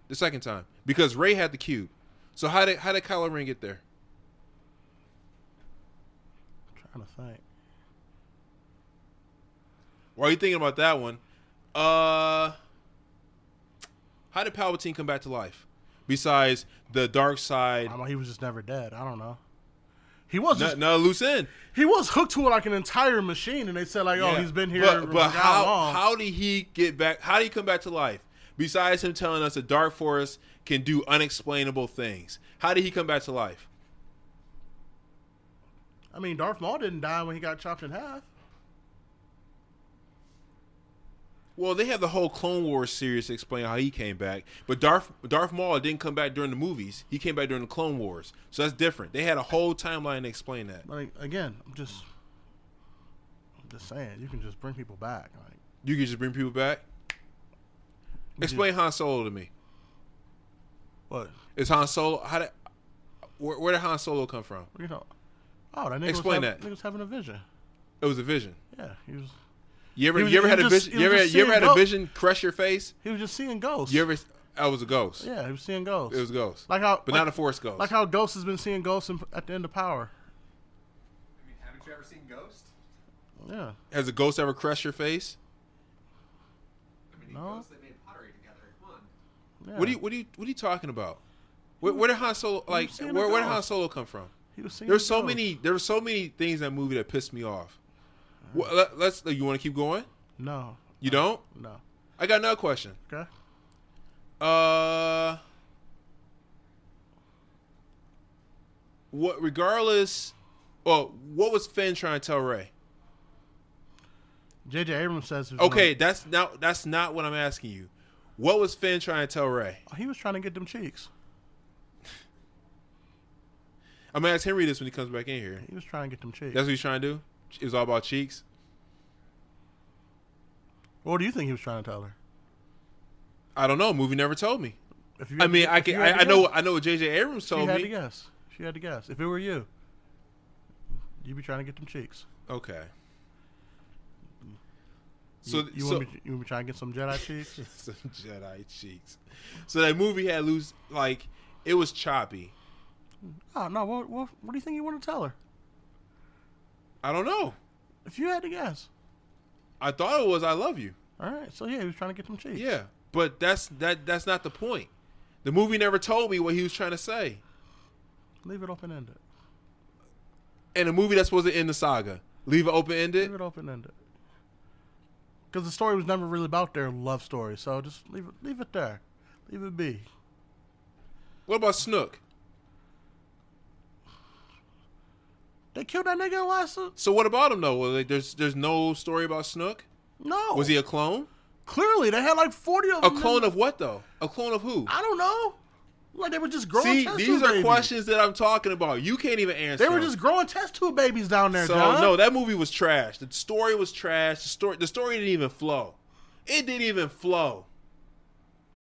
Speaker 4: The second time. Because Ray had the cube. So how did how did Kylo Ren get there?
Speaker 3: I'm trying to think.
Speaker 4: While you thinking about that one, uh how did Palpatine come back to life? Besides the dark side
Speaker 3: I mean, he was just never dead. I don't know. He was
Speaker 4: No-
Speaker 3: just,
Speaker 4: no loose end.
Speaker 3: He was hooked to like an entire machine, and they said like, "Oh,
Speaker 4: Yeah.
Speaker 3: he's been here."
Speaker 4: But, but
Speaker 3: like,
Speaker 4: how
Speaker 3: long?
Speaker 4: how did he get back? How did he come back to life? Besides him telling us the Dark Force can do unexplainable things, how did he come back to life?
Speaker 3: I mean, Darth Maul didn't die when he got chopped in half.
Speaker 4: Well, they have the whole Clone Wars series to explain how he came back, but Darth Darth Maul didn't come back during the movies. He came back during the Clone Wars, so that's different. They had a whole timeline to explain that.
Speaker 3: Like again, I'm just, I'm just saying, you can just bring people back. Like,
Speaker 4: You can just bring people back. Explain Han Solo to me.
Speaker 3: What
Speaker 4: is Han Solo? How did where, where did Han Solo come from?
Speaker 3: you know, oh, that nigga
Speaker 4: Explain
Speaker 3: was hav-
Speaker 4: that.
Speaker 3: nigga was having a vision.
Speaker 4: It was a vision.
Speaker 3: Yeah, he was.
Speaker 4: You ever
Speaker 3: He was-
Speaker 4: you ever
Speaker 3: he
Speaker 4: had a
Speaker 3: was just-
Speaker 4: vision?
Speaker 3: he
Speaker 4: You
Speaker 3: was
Speaker 4: ever
Speaker 3: just
Speaker 4: you ever
Speaker 3: seeing
Speaker 4: had a
Speaker 3: ghosts.
Speaker 4: vision crush your face?
Speaker 3: He was just seeing ghosts.
Speaker 4: You ever? I was a ghost.
Speaker 3: Yeah, he was seeing ghosts.
Speaker 4: It was ghosts.
Speaker 3: Like how,
Speaker 4: but
Speaker 3: like-
Speaker 4: not a force ghost.
Speaker 3: Like how Ghost has been seeing ghosts in, at the end of Power.
Speaker 6: Haven't you ever seen Ghost?
Speaker 3: Yeah.
Speaker 4: Has a ghost ever crushed your face?
Speaker 3: No. Yeah.
Speaker 4: What are you what are you what are you talking about? Where, where did Han Solo like
Speaker 3: seeing a
Speaker 4: where, where did
Speaker 3: ghost.
Speaker 4: Han Solo come from?
Speaker 3: He was seeing
Speaker 4: There's so
Speaker 3: a ghost.
Speaker 4: many there were so many things in that movie that pissed me off. Wha- let, us you want to keep going?
Speaker 3: No.
Speaker 4: You don't?
Speaker 3: No.
Speaker 4: I got another question.
Speaker 3: Okay.
Speaker 4: Uh What regardless well, what was Finn trying to tell Ray?
Speaker 3: J.J. Abrams says. he was
Speaker 4: Okay,
Speaker 3: gonna-
Speaker 4: that's not that's not what I'm asking you. What was Finn trying to tell Ray?
Speaker 3: Oh, he was trying to get them cheeks.
Speaker 4: I'm gonna ask Henry this when he comes back in here.
Speaker 3: He was trying to get them cheeks.
Speaker 4: That's what he's trying to do. It was all about cheeks.
Speaker 3: What do you think he was trying to tell her?
Speaker 4: I don't know. Movie never told me.
Speaker 3: If you
Speaker 4: I
Speaker 3: had to-
Speaker 4: mean, I
Speaker 3: if you
Speaker 4: can.
Speaker 3: had
Speaker 4: I,
Speaker 3: to
Speaker 4: I know.
Speaker 3: guess.
Speaker 4: I know what J.J. Abrams
Speaker 3: she
Speaker 4: told
Speaker 3: had to
Speaker 4: me.
Speaker 3: guess. She had to guess. If it were you, you'd be trying to get them cheeks.
Speaker 4: Okay.
Speaker 3: So
Speaker 4: So
Speaker 3: you, you
Speaker 4: so,
Speaker 3: want me, you want me trying to get some Jedi cheeks?
Speaker 4: some Jedi cheeks. So that movie had loose like it was choppy.
Speaker 3: oh no! What, what what do you think you want to tell her?
Speaker 4: I don't know.
Speaker 3: If you had to guess,
Speaker 4: I thought it was I love you.
Speaker 3: all right. So yeah, he was trying to get them cheeks.
Speaker 4: Yeah, but that's that. That's not the point. The movie never told me what he was trying to say.
Speaker 3: Leave it open ended.
Speaker 4: And a movie that's supposed to end the saga, leave it open ended.
Speaker 3: Leave it open ended. Because the story was never really about their love story, so just leave it leave it there, leave it be.
Speaker 4: What about Snook?
Speaker 3: They killed that nigga in last.
Speaker 4: So what about him though? Well, like, there's there's no story about Snook.
Speaker 3: No.
Speaker 4: Was he a clone?
Speaker 3: Clearly, they had like forty of
Speaker 4: A
Speaker 3: them.
Speaker 4: clone of what though? A clone of who?
Speaker 3: I don't know. Like they were just growing.
Speaker 4: See,
Speaker 3: test
Speaker 4: these
Speaker 3: tube
Speaker 4: are
Speaker 3: babies.
Speaker 4: questions that I'm talking about. You can't even answer.
Speaker 3: They were
Speaker 4: them.
Speaker 3: just growing test tube babies down there.
Speaker 4: so
Speaker 3: John.
Speaker 4: no, that movie was trash. The story was trash. The story the story didn't even flow. It didn't even flow.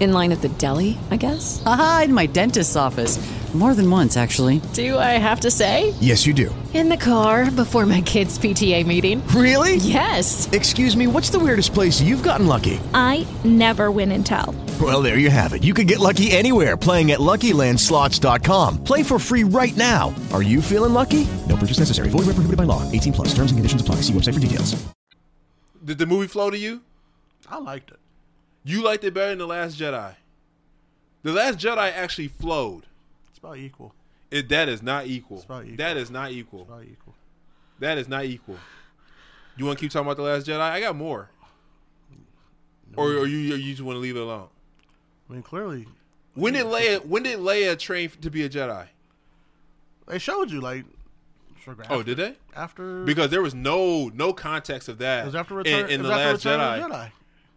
Speaker 8: In line at the deli, I guess? Aha, in my dentist's office. More than once, actually.
Speaker 9: Do I have to say?
Speaker 10: Yes, you do.
Speaker 9: In the car before my kids' PTA meeting.
Speaker 10: Really?
Speaker 9: Yes.
Speaker 10: Excuse me, what's the weirdest place you've gotten lucky?
Speaker 11: I never win and tell.
Speaker 10: Well, there you have it. You can get lucky anywhere playing at LuckyLandSlots.com. Play for free right now. Are you feeling lucky? No purchase necessary. Void where prohibited by law. 18 plus. Terms and conditions apply. See website for details.
Speaker 4: Did the movie flow to you?
Speaker 3: I liked it.
Speaker 4: You liked it better than The Last Jedi. The Last Jedi actually flowed.
Speaker 3: It's about equal.
Speaker 4: It, that is not equal.
Speaker 3: about equal.
Speaker 4: That is not equal.
Speaker 3: It's about equal.
Speaker 4: That is not equal. You want to keep talking about The Last Jedi? I got more. Or, or you or you just want to leave it alone?
Speaker 3: I mean, clearly
Speaker 4: When did Leia when did Leia train to be a Jedi?
Speaker 3: they showed you like. Sugar
Speaker 4: Oh, did they?
Speaker 3: After
Speaker 4: Because there was no no context of that
Speaker 3: It was after
Speaker 4: in,
Speaker 3: Return,
Speaker 4: in
Speaker 3: it
Speaker 4: the
Speaker 3: was after
Speaker 4: Last
Speaker 3: Return
Speaker 4: Jedi.
Speaker 3: of the Jedi.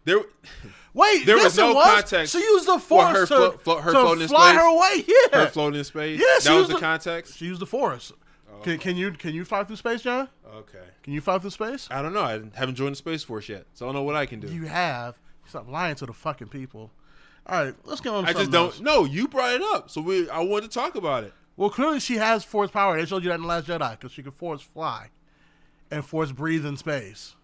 Speaker 4: There,
Speaker 3: Wait,
Speaker 4: there
Speaker 3: yes,
Speaker 4: was no
Speaker 3: it was.
Speaker 4: context.
Speaker 3: She used the
Speaker 4: for
Speaker 3: force
Speaker 4: her,
Speaker 3: to,
Speaker 4: flo- flo- her
Speaker 3: to
Speaker 4: floating in
Speaker 3: fly
Speaker 4: space.
Speaker 3: her away. Yeah,
Speaker 4: her floating in space.
Speaker 3: Yeah, she
Speaker 4: that was
Speaker 3: used
Speaker 4: the, context.
Speaker 3: She used the force. Can, can you can you fly through space, John?
Speaker 4: Oh. Okay,
Speaker 3: Can you fly through space?
Speaker 4: I don't know. I haven't joined the space force yet, so I don't know what I can do.
Speaker 3: You have. Stop lying to the fucking people. All right, let's get on. to
Speaker 4: I just
Speaker 3: something
Speaker 4: don't.
Speaker 3: else.
Speaker 4: No, you brought it up, so we. I wanted to talk about it.
Speaker 3: Well, clearly she has force power. They showed you that in the Last Jedi because she could force fly, and force breathe in space.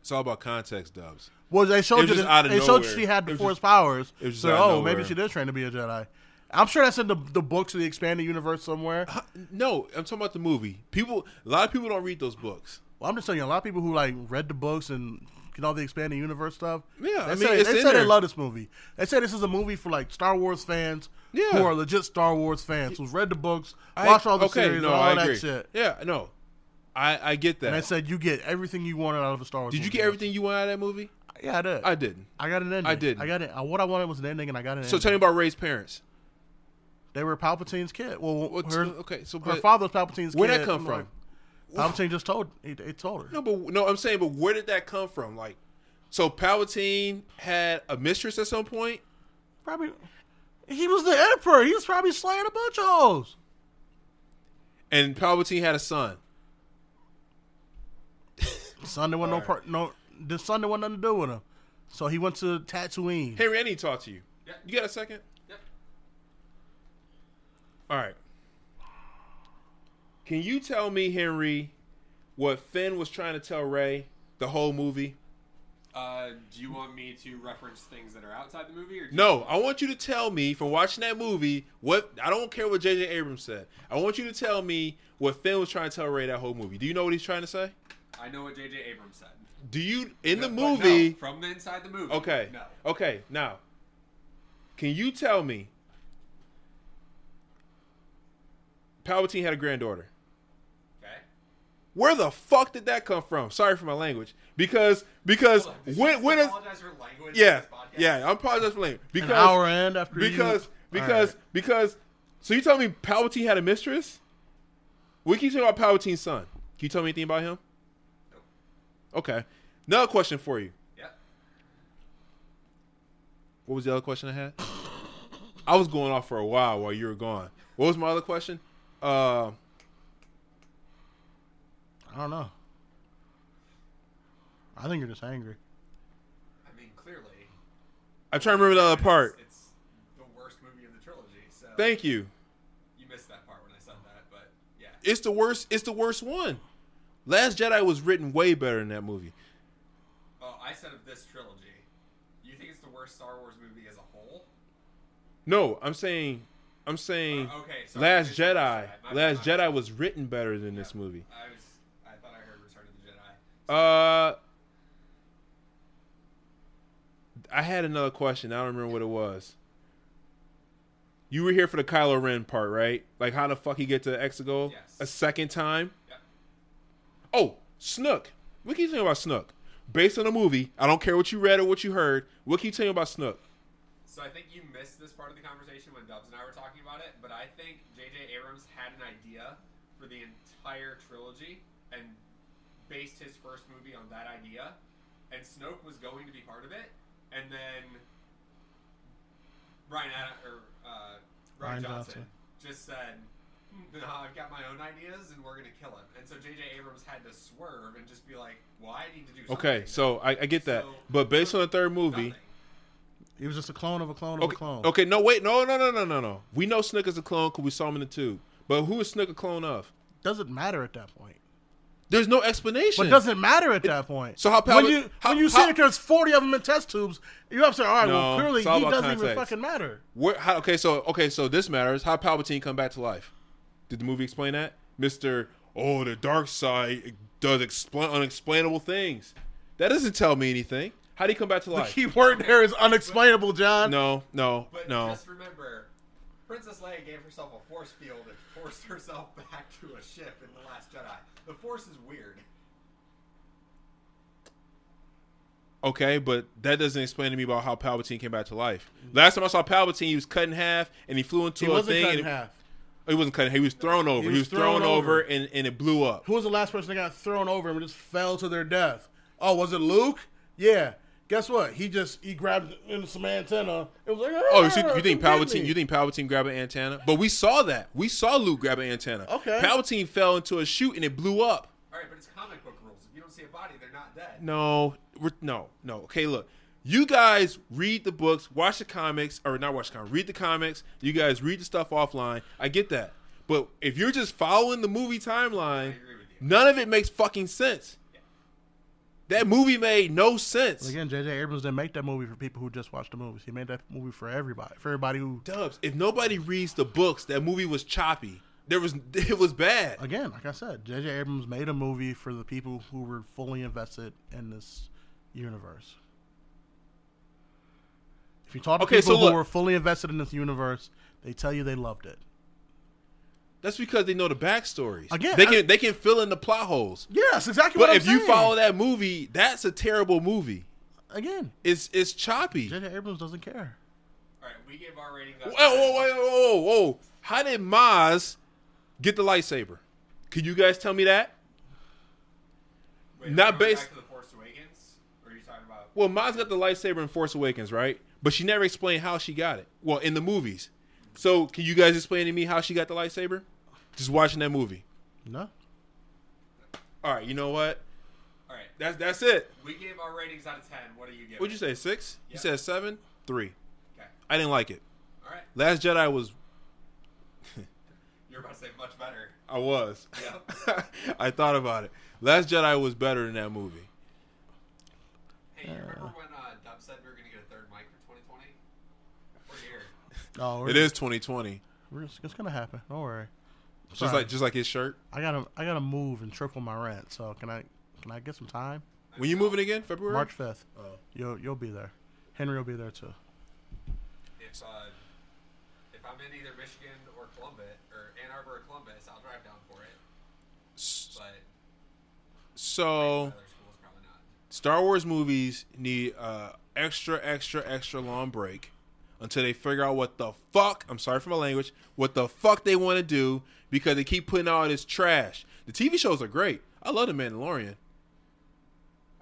Speaker 4: It's all about context, Dubs.
Speaker 3: Well, they
Speaker 4: It
Speaker 3: showed
Speaker 4: was
Speaker 3: you.
Speaker 4: just
Speaker 3: The,
Speaker 4: out of
Speaker 3: they showed
Speaker 4: nowhere.
Speaker 3: she had the
Speaker 4: It was
Speaker 3: force
Speaker 4: just-
Speaker 3: powers.
Speaker 4: it was just out
Speaker 3: so,
Speaker 4: of
Speaker 3: oh, maybe
Speaker 4: nowhere.
Speaker 3: she did train to be a Jedi. I'm sure that's in the the books of the expanded universe somewhere.
Speaker 4: Uh, No, I'm talking about the movie. People, a lot of people don't read those books.
Speaker 3: Well, I'm just telling you, a lot of people who like read the books and you know the expanded universe stuff.
Speaker 4: Yeah,
Speaker 3: they
Speaker 4: I mean,
Speaker 3: say,
Speaker 4: it's
Speaker 3: they
Speaker 4: in
Speaker 3: say they
Speaker 4: there.
Speaker 3: love this movie. They say this is a movie for like Star Wars fans
Speaker 4: Yeah.
Speaker 3: who are legit Star Wars fans who've read the books,
Speaker 4: I-
Speaker 3: watched all the
Speaker 4: okay,
Speaker 3: series,
Speaker 4: no,
Speaker 3: and all
Speaker 4: I
Speaker 3: that
Speaker 4: agree.
Speaker 3: shit.
Speaker 4: Yeah, no, I I get
Speaker 3: And
Speaker 4: that.
Speaker 3: they said you get everything you wanted out of a Star Wars.
Speaker 4: Did you
Speaker 3: movie.
Speaker 4: get everything you wanted out of that movie?
Speaker 3: Yeah, I did.
Speaker 4: I didn't.
Speaker 3: I got an ending.
Speaker 4: I didn't.
Speaker 3: I got it. What I wanted was an ending, and I got an
Speaker 4: So
Speaker 3: ending.
Speaker 4: tell me about Ray's parents.
Speaker 3: they were Palpatine's kid. Well,
Speaker 4: What's-
Speaker 3: her,
Speaker 4: okay, so
Speaker 3: her
Speaker 4: but-
Speaker 3: father was Palpatine's
Speaker 4: Where'd
Speaker 3: kid.
Speaker 4: that come
Speaker 3: and, like,
Speaker 4: from?
Speaker 3: Palpatine just told. He, he told her.
Speaker 4: No, but no, I'm saying, but where did that come from? Like, so Palpatine had a mistress at some point.
Speaker 3: Probably. He was the emperor. He was probably slaying a bunch of hoes.
Speaker 4: and Palpatine had a son.
Speaker 3: Son, there wasn't no part. No, the son, there wasn't nothing to do with him. So he went to Tatooine.
Speaker 4: Henry, I need to talk to you. You got a second? All right. Can you tell me, Henry, what Finn was trying to tell Ray the whole movie?
Speaker 6: Uh, do you want me to reference things that are outside the movie, or do
Speaker 4: No, I want you to tell me from watching that movie what I don't care what J.J. Abrams said. I want you to tell me what Finn was trying to tell Ray that whole movie. Do you know what he's trying to say?
Speaker 6: You, I know what J.J. Abrams said
Speaker 4: Do you in the
Speaker 6: But no,
Speaker 4: movie?
Speaker 6: from the inside the movie.
Speaker 4: Okay.
Speaker 6: No.
Speaker 4: Okay. Now, can you tell me Palpatine had a granddaughter?
Speaker 6: Okay.
Speaker 4: Where the fuck did that come from? Sorry for my language. Because because when when is
Speaker 6: apologize for language.
Speaker 4: yeah yeah I'm apologizing for language because
Speaker 3: hour in after you-
Speaker 4: because
Speaker 3: All
Speaker 4: because
Speaker 3: right.
Speaker 4: because so you tell me Palpatine had a mistress? We keep talking about Palpatine's son. Can you tell me anything about him? Okay. Another question for you.
Speaker 6: Yeah.
Speaker 4: What was the other question I had? I was going off for a while while you were gone. What was my other question? Uh,
Speaker 3: I don't know. I think you're just angry.
Speaker 6: I mean, clearly,
Speaker 4: I'm trying to remember the other part.
Speaker 6: it's the worst movie in the trilogy. So
Speaker 4: Thank you.
Speaker 6: You missed that part when I said that, but yeah.
Speaker 4: It's the worst. It's the worst one. Last Jedi was written way better than that movie.
Speaker 6: Oh, I said of this trilogy. You think it's the worst Star Wars movie as a whole?
Speaker 4: No, I'm saying, I'm saying,
Speaker 6: Uh, okay, sorry.
Speaker 4: Last
Speaker 6: It's
Speaker 4: Jedi.
Speaker 6: Last Jedi. My
Speaker 4: Last
Speaker 6: bad.
Speaker 4: Jedi was written better than this movie.
Speaker 6: I was. I thought I heard Return of the Jedi.
Speaker 4: Uh, I had another question. I don't remember what it was. You were here for the Kylo Ren part, right? Like, how the fuck he get to Exegol a second time? Oh, Snook. What can you tell me about Snook? Based on the movie, I don't care what you read or what you heard. What can you tell me about Snook?
Speaker 6: So I think you missed this part of the conversation when Dubs and I were talking about it, but I think J.J. Abrams had an idea for the entire trilogy and based his first movie on that idea, and Snoke was going to be part of it, and then Ryan Adam, or uh,
Speaker 3: Rian
Speaker 6: Ryan, Johnson,
Speaker 3: Johnson.
Speaker 6: just said, no, I've got my own ideas, and we're gonna kill him. And so J.J. Abrams had to swerve and just be like, "Well, I need to do something."
Speaker 4: Okay, so I, I get that, but based on the third movie,
Speaker 3: He was just a clone of a clone of a
Speaker 4: okay,
Speaker 3: clone.
Speaker 4: okay, no, wait, no, no, no, no, no, no. We know Snicker's a clone because we saw him in the tube. But who is Snicker a clone of?
Speaker 3: Doesn't matter at that point.
Speaker 4: There's no explanation.
Speaker 3: But it doesn't matter at that point.
Speaker 4: So how
Speaker 3: when
Speaker 4: Palpa-
Speaker 3: you
Speaker 4: how-
Speaker 3: when you see
Speaker 4: how-
Speaker 3: that there's 40 of them in test tubes, you have to say, all right, well,
Speaker 4: No,
Speaker 3: clearly
Speaker 4: it's all
Speaker 3: he
Speaker 4: about
Speaker 3: doesn't even
Speaker 4: context.
Speaker 3: fucking matter.
Speaker 4: Where, how, okay, so okay, so this matters. How Palpatine come back to life? Did the movie explain that, Mister? Oh, the dark side does explain unexplainable things. That doesn't tell me anything. How do you come back to
Speaker 3: The
Speaker 4: life?
Speaker 3: key word there is unexplainable, John.
Speaker 4: No, no,
Speaker 6: But
Speaker 4: no.
Speaker 6: just remember, Princess Leia gave herself a force field and forced herself back to a ship in the Last Jedi. The Force is weird.
Speaker 4: Okay, but that doesn't explain to me about how Palpatine came back to life. Last time I saw Palpatine, he was cut in half and he flew into
Speaker 3: He
Speaker 4: a
Speaker 3: wasn't
Speaker 4: thing.
Speaker 3: cut
Speaker 4: and
Speaker 3: in
Speaker 4: it-
Speaker 3: half.
Speaker 4: He wasn't cut. in- He was thrown over. He was, thrown, over, and, and it blew up.
Speaker 3: Who was the last person that got thrown over and just fell to their death? Oh, was it Luke? Yeah. Guess what? He just he grabbed in some antenna. It was like,
Speaker 4: Oh, you, see, you think
Speaker 3: "Ah, come get
Speaker 4: Palpatine?
Speaker 3: me."
Speaker 4: You think Palpatine grabbed an antenna? But we saw that. We saw Luke grab an antenna.
Speaker 3: Okay.
Speaker 4: Palpatine fell into a chute and it blew up.
Speaker 6: All right, but it's comic book rules. If you don't see a body, they're not dead.
Speaker 4: No, we're, no, no. Okay, look. You guys read the books, watch the comics, or not watch the comics, read the comics. You guys read the stuff offline. I get that. But if you're just following the movie timeline, none of it makes fucking sense. That movie made no sense.
Speaker 3: Again, J.J. Abrams didn't make that movie for people who just watched the movies. He made that movie for everybody. For everybody who
Speaker 4: Dubs, if nobody reads the books, that movie was choppy. There was it was bad.
Speaker 3: Again, like I said, J.J. Abrams made a movie for the people who were fully invested in this universe. If you talk to
Speaker 4: Okay,
Speaker 3: people
Speaker 4: so
Speaker 3: who
Speaker 4: look-
Speaker 3: were fully invested in this universe, they tell you they loved it.
Speaker 4: That's because they know the backstories.
Speaker 3: Again,
Speaker 4: they
Speaker 3: I-
Speaker 4: can they can fill in the plot holes.
Speaker 3: Yes, exactly.
Speaker 4: But
Speaker 3: what
Speaker 4: if
Speaker 3: I'm
Speaker 4: you
Speaker 3: saying.
Speaker 4: follow that movie, that's a terrible movie.
Speaker 3: again,
Speaker 4: It's it's choppy.
Speaker 3: J.J. Abrams doesn't care.
Speaker 6: All right, we gave our rating.
Speaker 4: Whoa, whoa, whoa, whoa, whoa! How did Maz get the lightsaber? Can you guys tell me that?
Speaker 6: Wait,
Speaker 4: Not
Speaker 6: we're going
Speaker 4: based-
Speaker 6: Back to the Force Awakens, or are you talking about?
Speaker 4: Well, Maz got the lightsaber in Force Awakens, right? But she never explained how she got it. Well, in the movies. So, can you guys explain to me how she got the lightsaber? Just watching that movie.
Speaker 3: No.
Speaker 4: All right, you know what?
Speaker 6: All right,
Speaker 4: That's that's it.
Speaker 6: we gave our ratings out of ten. What do you give?
Speaker 4: What'd you
Speaker 6: it?
Speaker 4: say? Six? You
Speaker 6: Yeah.
Speaker 4: said seven? Three.
Speaker 6: Okay.
Speaker 4: I didn't like it.
Speaker 6: All right.
Speaker 4: Last Jedi was
Speaker 6: You're about to say much better.
Speaker 4: I was.
Speaker 6: Yeah.
Speaker 4: I thought about it. Last Jedi was better than that movie.
Speaker 6: Hey, you remember when uh, Dub said we were gonna get a third mic for 2020? We're here.
Speaker 3: Oh,
Speaker 4: It is 2020.
Speaker 3: We're just, it's gonna happen. Don't worry.
Speaker 4: Just like just like his shirt.
Speaker 3: I gotta I gotta move and triple my rent. So can I can I get some time?
Speaker 4: When you moving again? February?
Speaker 3: March fifth.
Speaker 4: Oh.
Speaker 3: You'll you'll be there. Henry will be there too.
Speaker 6: If uh, if I'm in either Michigan or Columbus or Ann Arbor or Columbus, I'll drive down for it. But
Speaker 4: So
Speaker 6: other schools probably not.
Speaker 4: Star Wars movies need uh extra extra extra long break until they figure out what the fuck, I'm sorry for my language, what the fuck they want to do because they keep putting out this trash. The TV shows are great. I love The Mandalorian.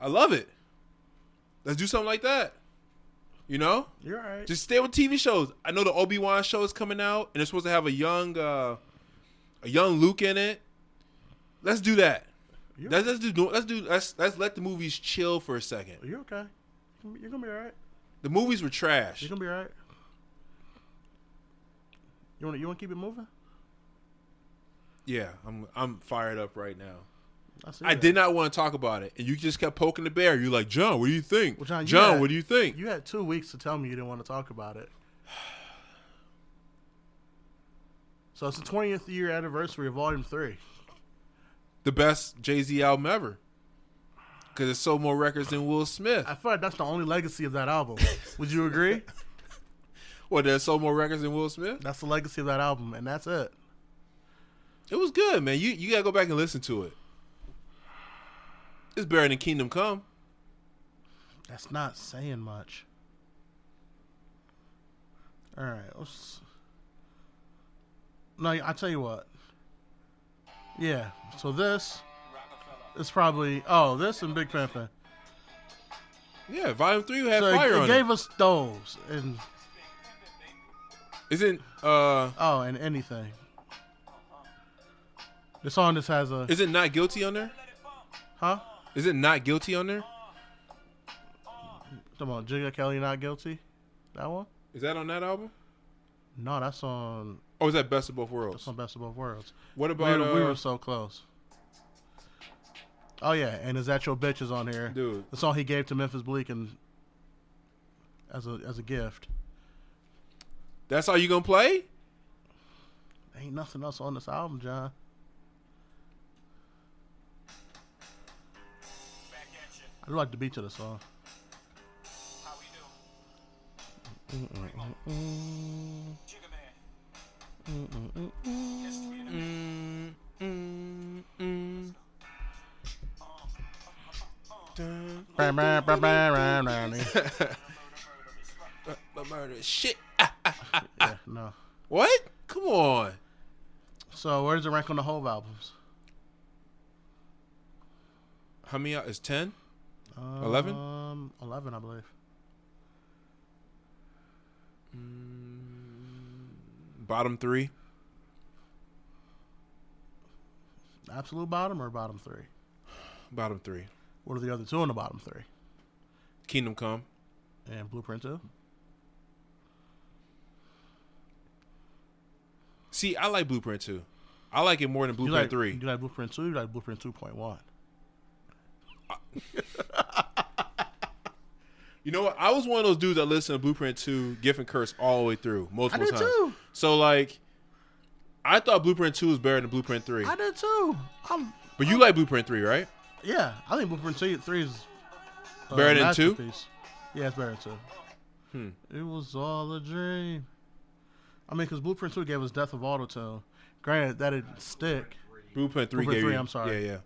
Speaker 4: I love it. Let's do something like that. You know?
Speaker 3: You're all right.
Speaker 4: Just stay with TV shows. I know the Obi Wan show is coming out, and it's supposed to have a young, uh, a young Luke in it. Let's do that. Let's, let's do. Let's do. Let's let's let the movies chill for a second.
Speaker 3: You're okay. You're gonna be all right.
Speaker 4: The movies were trash.
Speaker 3: You're gonna be all right. You want you want to keep it moving?
Speaker 4: Yeah, I'm I'm fired up right now.
Speaker 3: I see.
Speaker 4: I
Speaker 3: that.
Speaker 4: did not want to talk about it, and you just kept poking the bear. You're like, John, what do you think?
Speaker 3: Well, John, you had-
Speaker 4: what do you think?
Speaker 3: You had two weeks to tell me you didn't want to talk about it. So it's the 20th year anniversary of Volume Three.
Speaker 4: The best Jay Z album ever, because it's sold more records than Will Smith.
Speaker 3: I feel like that's the only legacy of that album. Would you agree?
Speaker 4: What? That it sold more records than Will Smith?
Speaker 3: That's the legacy of that album, and that's it.
Speaker 4: It was good, man. You you gotta go back and listen to it. It's better than Kingdom Come.
Speaker 3: That's not saying much. All right, let's. No, I tell you what. Yeah, so this is probably oh this and Big Pimpin'.
Speaker 4: Yeah, Volume Three had
Speaker 3: So it-
Speaker 4: fire
Speaker 3: it,
Speaker 4: on
Speaker 3: gave us those and
Speaker 4: it. Isn't uh
Speaker 3: oh and anything. The song just has a.
Speaker 4: Is it not guilty on there?
Speaker 3: Huh?
Speaker 4: Is it not guilty on there?
Speaker 3: Come on, Jigga Kelly, not guilty. That one?
Speaker 4: Is that on that album?
Speaker 3: No, that's on.
Speaker 4: Or Oh, is that Best of Both Worlds?
Speaker 3: That's on Best of Both Worlds.
Speaker 4: What
Speaker 3: We
Speaker 4: about,
Speaker 3: were- we,
Speaker 4: uh,
Speaker 3: were so close? Oh yeah, and is that your bitch is on here?
Speaker 4: Dude,
Speaker 3: the song he gave to Memphis Bleak and as a as a gift.
Speaker 4: That's all you gonna play?
Speaker 3: Ain't nothing else on this album, John. I like the beat to the song.
Speaker 4: Uh, My murder shit.
Speaker 3: Yeah, no.
Speaker 4: What? Come on.
Speaker 3: So where does it rank on the whole albums?
Speaker 4: How many out is ten? Eleven?
Speaker 3: Um, eleven, I believe.
Speaker 4: Bottom three.
Speaker 3: Absolute bottom or bottom three?
Speaker 4: Bottom three.
Speaker 3: What are the other two in the bottom three?
Speaker 4: Kingdom Come.
Speaker 3: And Blueprint two.
Speaker 4: See, I like Blueprint two. I like it more than Blueprint
Speaker 3: you like,
Speaker 4: three.
Speaker 3: You like Blueprint two? You like Blueprint two point one?
Speaker 4: You know what? I was one of those dudes that listened to Blueprint 2, Gift and Curse all the way through multiple
Speaker 3: did
Speaker 4: times.
Speaker 3: too.
Speaker 4: So like I thought Blueprint 2 was better than Blueprint 3.
Speaker 3: I did too. I'm,
Speaker 4: But you like Blueprint 3, right?
Speaker 3: yeah, I think Blueprint two, three is a
Speaker 4: Better than two?
Speaker 3: Uh, masterpiece. Yeah, it's better than two.
Speaker 4: Hmm.
Speaker 3: It was all a dream. I mean, because Blueprint two gave us Death of Autotune. Granted, that didn't stick.
Speaker 4: Blueprint 3
Speaker 3: Blueprint
Speaker 4: gave
Speaker 3: three,
Speaker 4: you.
Speaker 3: I'm sorry.
Speaker 4: Yeah, yeah.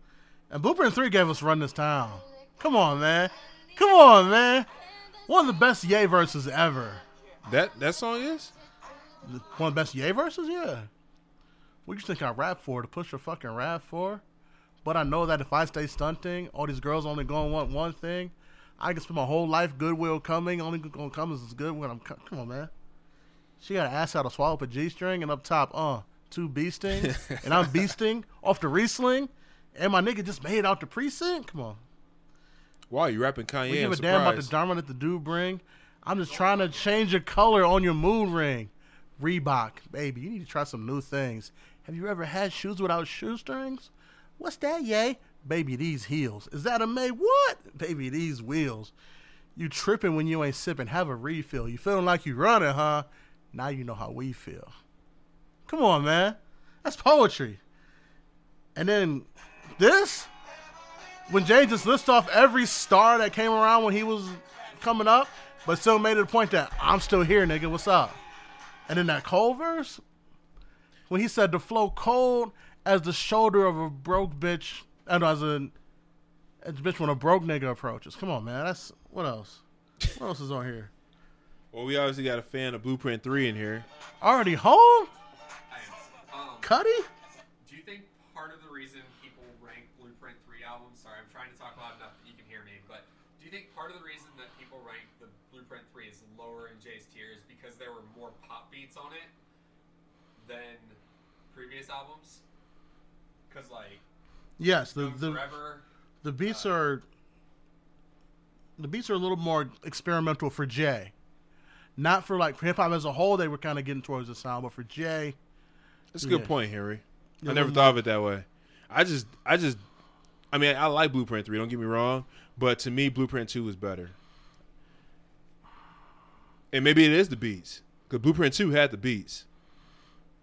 Speaker 3: And Blueprint 3 gave us Run This Town. Come on, man. Come on, man. One of the best Yay verses ever.
Speaker 4: That that song is?
Speaker 3: One of the best Yay verses? Yeah. What you think I rap for? To push your fucking rap for? But I know that if I stay stunting, all these girls only gonna want one thing. I can spend my whole life goodwill coming. Only gonna come is good when I'm. co- Come on, man. She got an ass out to swallow up a G string and up top, uh, two beasting, and I'm beasting off the re-sling, and my nigga just made it out the precinct. Come on.
Speaker 4: Wow, you rapping Kanye.
Speaker 3: We give
Speaker 4: I'm
Speaker 3: a damn about the
Speaker 4: surprised.
Speaker 3: drama that the dude bring. I'm just trying to change the color on your moon ring. Reebok, baby, you need to try some new things. Have you ever had shoes without shoestrings? What's that, yay? Baby, these heels. Is that a May? What? Baby, these wheels. You tripping when you ain't sipping. Have a refill. You feeling like you running, huh? Now you know how we feel. Come on, man. That's poetry. And then this? when Jay just lists off every star that came around when he was coming up, but still made it a point that I'm still here, nigga. What's up? And then that cold verse, when he said to flow cold as the shoulder of a broke bitch, I know as a as a bitch when a broke nigga approaches. Come on, man. That's what else? What else is on here?
Speaker 4: Well, we obviously got a fan of Blueprint 3 in here.
Speaker 3: Already home? Cuddy?
Speaker 6: Do you think part of the reason people rank Blueprint 3 albums, sorry, I'm trying to talk loud enough that you can hear me, but do you think part of the reason that people rank the Blueprint 3 is lower in Jay's tier is because there were more pop beats on it than previous albums? Because, like,
Speaker 3: Yes, the the
Speaker 6: Forever.
Speaker 3: the beats are the beats are a little more experimental for Jay. Not for like hip hop as a whole, they were kind of getting towards the sound, but for Jay,
Speaker 4: That's a good
Speaker 3: yeah.
Speaker 4: point, Henry.
Speaker 3: Yeah,
Speaker 4: I never
Speaker 3: one
Speaker 4: thought of it that way. I just, I just, I mean, I like Blueprint three. Don't get me wrong, but to me, Blueprint two was better. And maybe it is the beats because Blueprint two had the beats.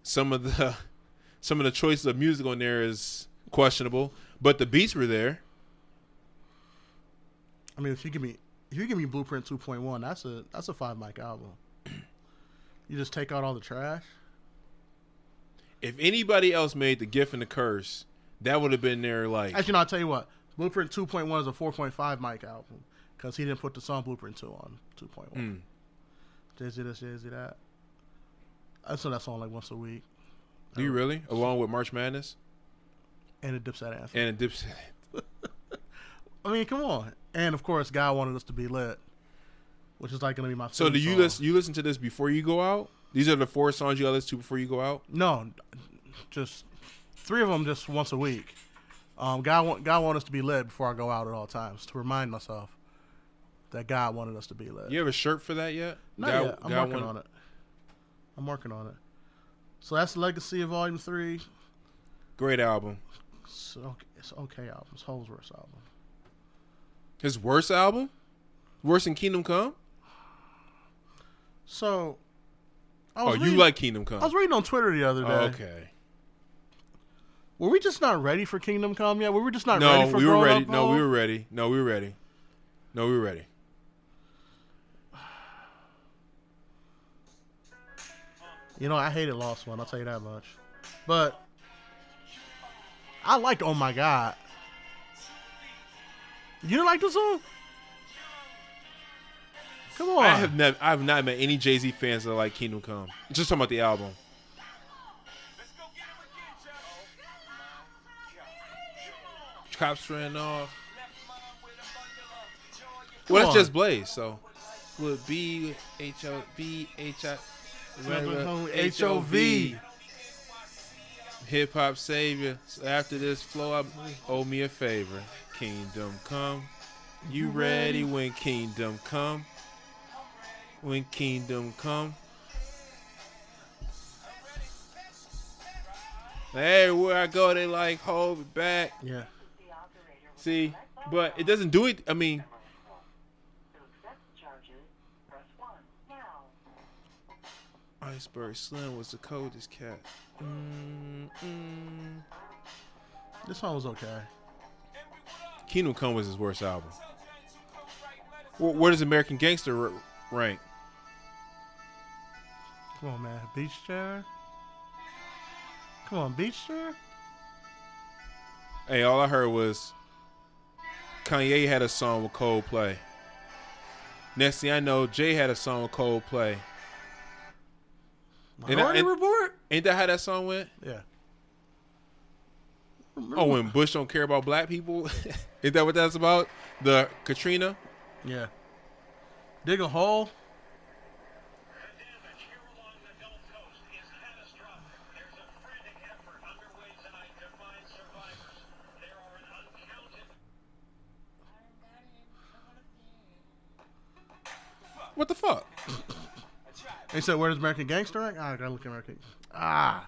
Speaker 4: Some of the, some of the choices of music on there is questionable, but the beats were there.
Speaker 3: I mean, if you give me if you give me Blueprint 2.1, that's a that's a five mic album. You just take out all the trash.
Speaker 4: If anybody else made the gift and the curse, that would have been there. Like
Speaker 3: Actually, no, I'll tell you what, Blueprint 2.1 is a 4.5 mic album because he didn't put the song Blueprint 2 on 2.1.
Speaker 4: Mm.
Speaker 3: Jay Z this, Jay Z that. I saw that song like once a week,
Speaker 4: do you really? Along with March Madness
Speaker 3: and it dips that anthem.
Speaker 4: and a Dipset.
Speaker 3: I mean, come on. And of course, God wanted us to be lit, which is like going to be my.
Speaker 4: So
Speaker 3: theme
Speaker 4: do you
Speaker 3: song.
Speaker 4: listen? You listen to this before you go out? These are the four songs you gotta listen to before you go out.
Speaker 3: No, just three of them just once a week. Um, God want God want us to be led before I go out at all times to remind myself that God wanted us to be led.
Speaker 4: You have a shirt for that yet?
Speaker 3: Not
Speaker 4: That-
Speaker 3: yet. I'm
Speaker 4: that
Speaker 3: working
Speaker 4: one-
Speaker 3: on it. I'm working on it. So that's Legacy of Volume Three.
Speaker 4: Great album.
Speaker 3: It's okay, it's okay album. It's Holdsworth's album.
Speaker 4: His worst album? Worse than Kingdom Come?
Speaker 3: So, I
Speaker 4: Oh,
Speaker 3: was
Speaker 4: you
Speaker 3: reading-
Speaker 4: like Kingdom Come.
Speaker 3: I was reading on Twitter the other day.
Speaker 4: Oh, okay.
Speaker 3: Were we just not ready for Kingdom Come yet? Were we just not
Speaker 4: no,
Speaker 3: ready for
Speaker 4: we were
Speaker 3: Grown
Speaker 4: ready.
Speaker 3: Up Oh.
Speaker 4: No,
Speaker 3: Hall?
Speaker 4: we were ready. No, we were ready. No, we were ready.
Speaker 3: You know, I hated Lost One. I'll tell you that much. But I liked Oh My God. You didn't like this song? Come on.
Speaker 4: I have never. I have not met any Jay Z fans that like Kingdom Come. Just talking about the album. Cops ran off. Well,
Speaker 3: Come
Speaker 4: that's
Speaker 3: on.
Speaker 4: just Blaze. So, would B H O B H I H O V. Hip hop savior. So after this flow, I owe me a favor. Kingdom come. You ready when kingdom come? When kingdom come. Everywhere I go, they like hold me back.
Speaker 3: Yeah.
Speaker 4: See, but it doesn't do it. I mean, Iceberg Slim was the coldest cat. Mm-mm.
Speaker 3: This song was okay.
Speaker 4: Kingdom Come was his worst album. Where, where does American Gangster r- rank?
Speaker 3: Come on, man. Beach chair? Come on, beach chair?
Speaker 4: Hey, all I heard was Kanye had a song with Coldplay. Next thing I know, Jay had a song with Coldplay. And I-
Speaker 3: Minority
Speaker 4: and-
Speaker 3: Report?
Speaker 4: Ain't that how that song went?
Speaker 3: Yeah.
Speaker 4: Oh, when Bush don't care about black people? Is that what that's about? The Katrina?
Speaker 3: Yeah. Dig a hole.
Speaker 4: What the fuck?
Speaker 3: They said, where does American Gangster rank? Ah, I gotta look at American. Ah.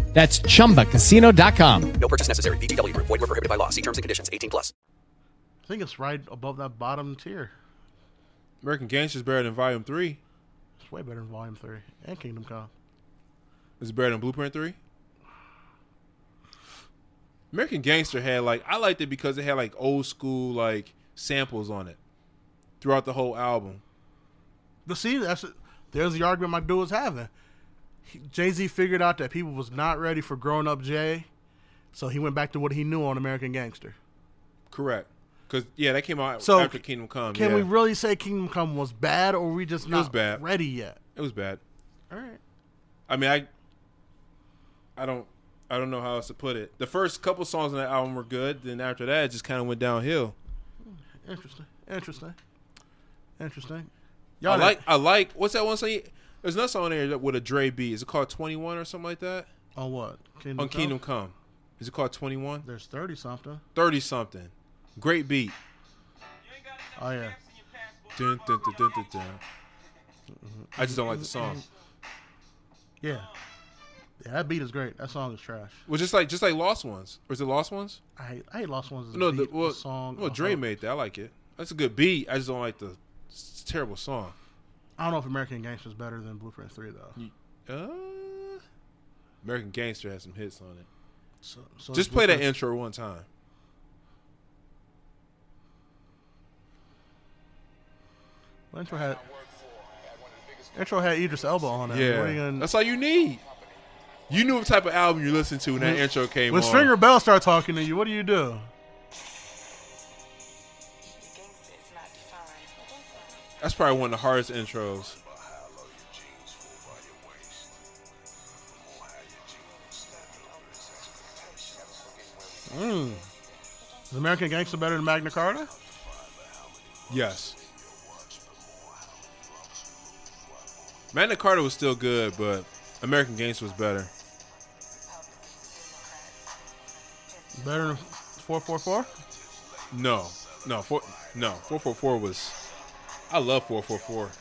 Speaker 7: That's chumbacasino.com.
Speaker 12: No purchase necessary. VGW Group. Void were prohibited by law. See terms and conditions. 18 plus.
Speaker 3: I think it's right above that bottom tier.
Speaker 4: American Gangster's better than Volume 3.
Speaker 3: It's way better than Volume 3 and Kingdom Come.
Speaker 4: It's better than Blueprint 3. American Gangster had like I liked it because it had like old school like samples on it throughout the whole album.
Speaker 3: But see, that's there's the argument my dude was having. Jay Z figured out that people was not ready for grown up Jay, so he went back to what he knew on American Gangster.
Speaker 4: Correct. Cuz yeah, that came out
Speaker 3: So
Speaker 4: after Kingdom Come.
Speaker 3: Can
Speaker 4: yeah.
Speaker 3: we really say Kingdom Come was bad, or we just
Speaker 4: It was
Speaker 3: not
Speaker 4: bad.
Speaker 3: ready yet?
Speaker 4: It was bad.
Speaker 3: All right.
Speaker 4: I mean, I, I don't, I don't know how else to put it. The first couple songs on that album were good. Then after that, it just kind of went downhill.
Speaker 3: Interesting. Interesting. Interesting.
Speaker 4: I
Speaker 3: Y'all
Speaker 4: like, I like. What's that one song? you- There's another song on there that with a Dre B. Is it called Twenty One or something like that?
Speaker 3: On what? Kingdom
Speaker 4: on Kingdom Come. Is it called Twenty One?
Speaker 3: There's thirty something.
Speaker 4: Thirty something. Great beat.
Speaker 3: Oh yeah.
Speaker 4: Dun, dun, dun, dun, dun, dun. I just don't like the song.
Speaker 3: Yeah. Yeah, that beat is great. That song is trash.
Speaker 4: Well, just like just like Lost Ones, or is it Lost Ones?
Speaker 3: I hate, I hate Lost Ones. as a
Speaker 4: No,
Speaker 3: beat,
Speaker 4: the, well,
Speaker 3: a song.
Speaker 4: well,
Speaker 3: a
Speaker 4: Dream
Speaker 3: hook.
Speaker 4: made that. I like it. That's a good beat. I just don't like the it's a terrible song.
Speaker 3: I don't know if American Gangster is better than Blueprint Three though.
Speaker 4: Uh, American Gangster has some hits on it.
Speaker 3: So, so
Speaker 4: just
Speaker 3: it's
Speaker 4: play that
Speaker 3: Blueprint-
Speaker 4: intro one time.
Speaker 3: Well, Intro had Intro had Idris Elba on it. What are
Speaker 4: yeah,
Speaker 3: you gonna-
Speaker 4: that's all you need. You knew what type of album you listened to when that
Speaker 3: When-
Speaker 4: intro came
Speaker 3: When
Speaker 4: on.
Speaker 3: Stringer Bell start talking to you, what do you do?
Speaker 4: That's probably one of the hardest intros.
Speaker 3: Mm. Is American Gangster better than Magna Carta?
Speaker 4: Yes. Magna Carta was still good, but American Gangster was better.
Speaker 3: Better than four four four?
Speaker 4: No, no, four, no. Four four four was. I love four four four,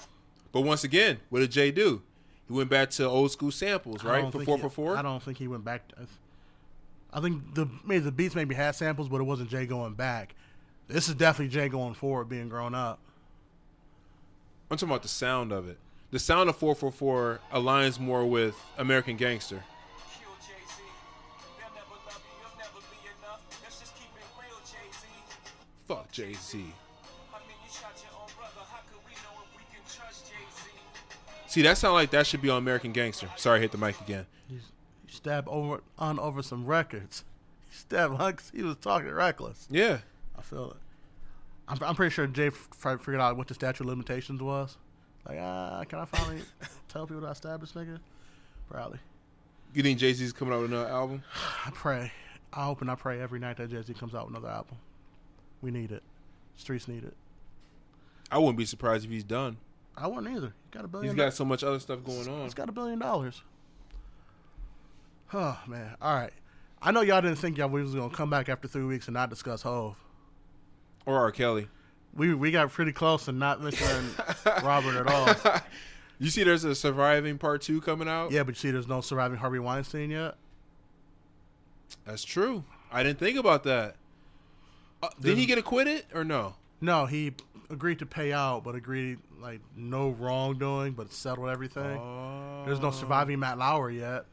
Speaker 4: but once again, what did Jay do? He went back to old school samples,
Speaker 3: I
Speaker 4: right?
Speaker 3: don't
Speaker 4: For
Speaker 3: think
Speaker 4: four
Speaker 3: he-
Speaker 4: four four.
Speaker 3: I don't think he went back. To, I think the maybe the beats maybe had samples, but it wasn't Jay going back. This is definitely Jay going forward, being grown up.
Speaker 4: I'm talking about the sound of it. The sound of four four four aligns more with American Gangster. Fuck Jay Z. See, that sound like that should be on American Gangster. Sorry, I hit the mic again.
Speaker 3: He stabbed over on over some records. He stabbed Hux. He was talking reckless.
Speaker 4: Yeah,
Speaker 3: I feel it. I'm, I'm pretty sure Jay f- fi- figured out what the statute of limitations was. Like, ah, can I finally tell people that I stabbed this nigga? Probably.
Speaker 4: You think Jay Z's coming out with another album?
Speaker 3: I pray. I hope and I pray every night that Jay Z comes out with another album. We need it. Streets need it.
Speaker 4: I wouldn't be surprised if he's done.
Speaker 3: I wouldn't either. He got a billion.
Speaker 4: He's got so much other stuff going on.
Speaker 3: He's got a billion dollars. Oh man! All right. I know y'all didn't think y'all we was gonna come back after three weeks and not discuss Hove.
Speaker 4: Or R. Kelly.
Speaker 3: We we got pretty close and not mentioning Robert at all.
Speaker 4: You see, there's a surviving part two coming out.
Speaker 3: Yeah, but you see, there's no surviving Harvey Weinstein yet.
Speaker 4: That's true. I didn't think about that. Uh, did he
Speaker 3: There's-
Speaker 4: get acquitted or no?
Speaker 3: No, he agreed to pay out, but agreed like no wrongdoing, but settled everything. There's
Speaker 4: Oh.
Speaker 3: no surviving Matt Lauer yet.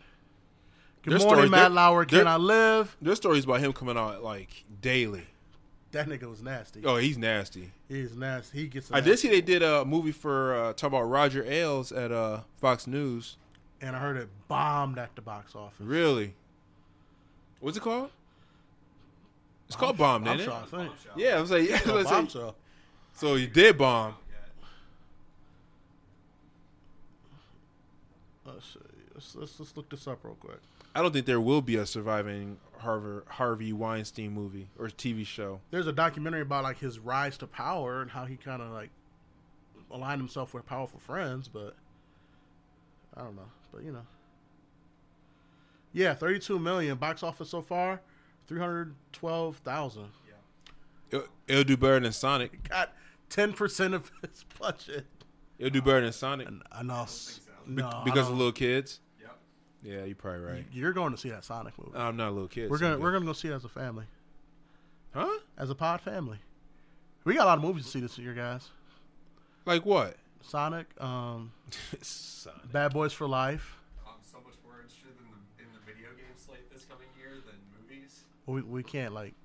Speaker 3: Good
Speaker 4: There's
Speaker 3: morning,
Speaker 4: stories-
Speaker 3: Matt
Speaker 4: there-
Speaker 3: Lauer. Can
Speaker 4: there-
Speaker 3: I live?
Speaker 4: There's stories about him coming out like daily.
Speaker 3: That nigga was nasty.
Speaker 4: Oh, he's nasty.
Speaker 3: He's nasty. He gets.
Speaker 4: I did see they did a movie for uh, talking about Roger Ailes at uh, Fox News.
Speaker 3: and I heard it bombed at the box office.
Speaker 4: Really? What's it called? It's called Bomb,
Speaker 3: I'm
Speaker 4: ain't it?
Speaker 3: sure I think.
Speaker 4: Yeah, I was like, yeah, I
Speaker 3: Oh,
Speaker 4: was like-
Speaker 3: bombshell.
Speaker 4: so you did bomb.
Speaker 3: Let's see. Oh, Let's, let's, let's look this up real quick.
Speaker 4: I don't think there will be a surviving Harvard, Harvey Weinstein movie or TV show.
Speaker 3: There's a documentary about like his rise to power and how he kind of like aligned himself with powerful friends, but I don't know. But you know, yeah, 32 million box office so far, 312,000.
Speaker 4: It'll, it'll do better than Sonic.
Speaker 3: Got 10 percent of his budget.
Speaker 4: It'll do better than Sonic.
Speaker 3: I know.
Speaker 4: Be-
Speaker 3: No, I
Speaker 4: because of
Speaker 3: don't-
Speaker 4: little kids. Yeah, you're probably right.
Speaker 3: You're going to see that Sonic movie.
Speaker 4: I'm not a little kid.
Speaker 3: we're
Speaker 4: so
Speaker 3: gonna
Speaker 4: I'm
Speaker 3: we're
Speaker 4: good.
Speaker 3: gonna go see it as a family.
Speaker 4: Huh?
Speaker 3: As a pod family. We got a lot of movies to see this year, guys.
Speaker 4: Like what?
Speaker 3: Sonic, um, Bad Boys for Life.
Speaker 6: I'm so much more interested in the, in the video game slate this coming year than movies.
Speaker 3: We we can't like,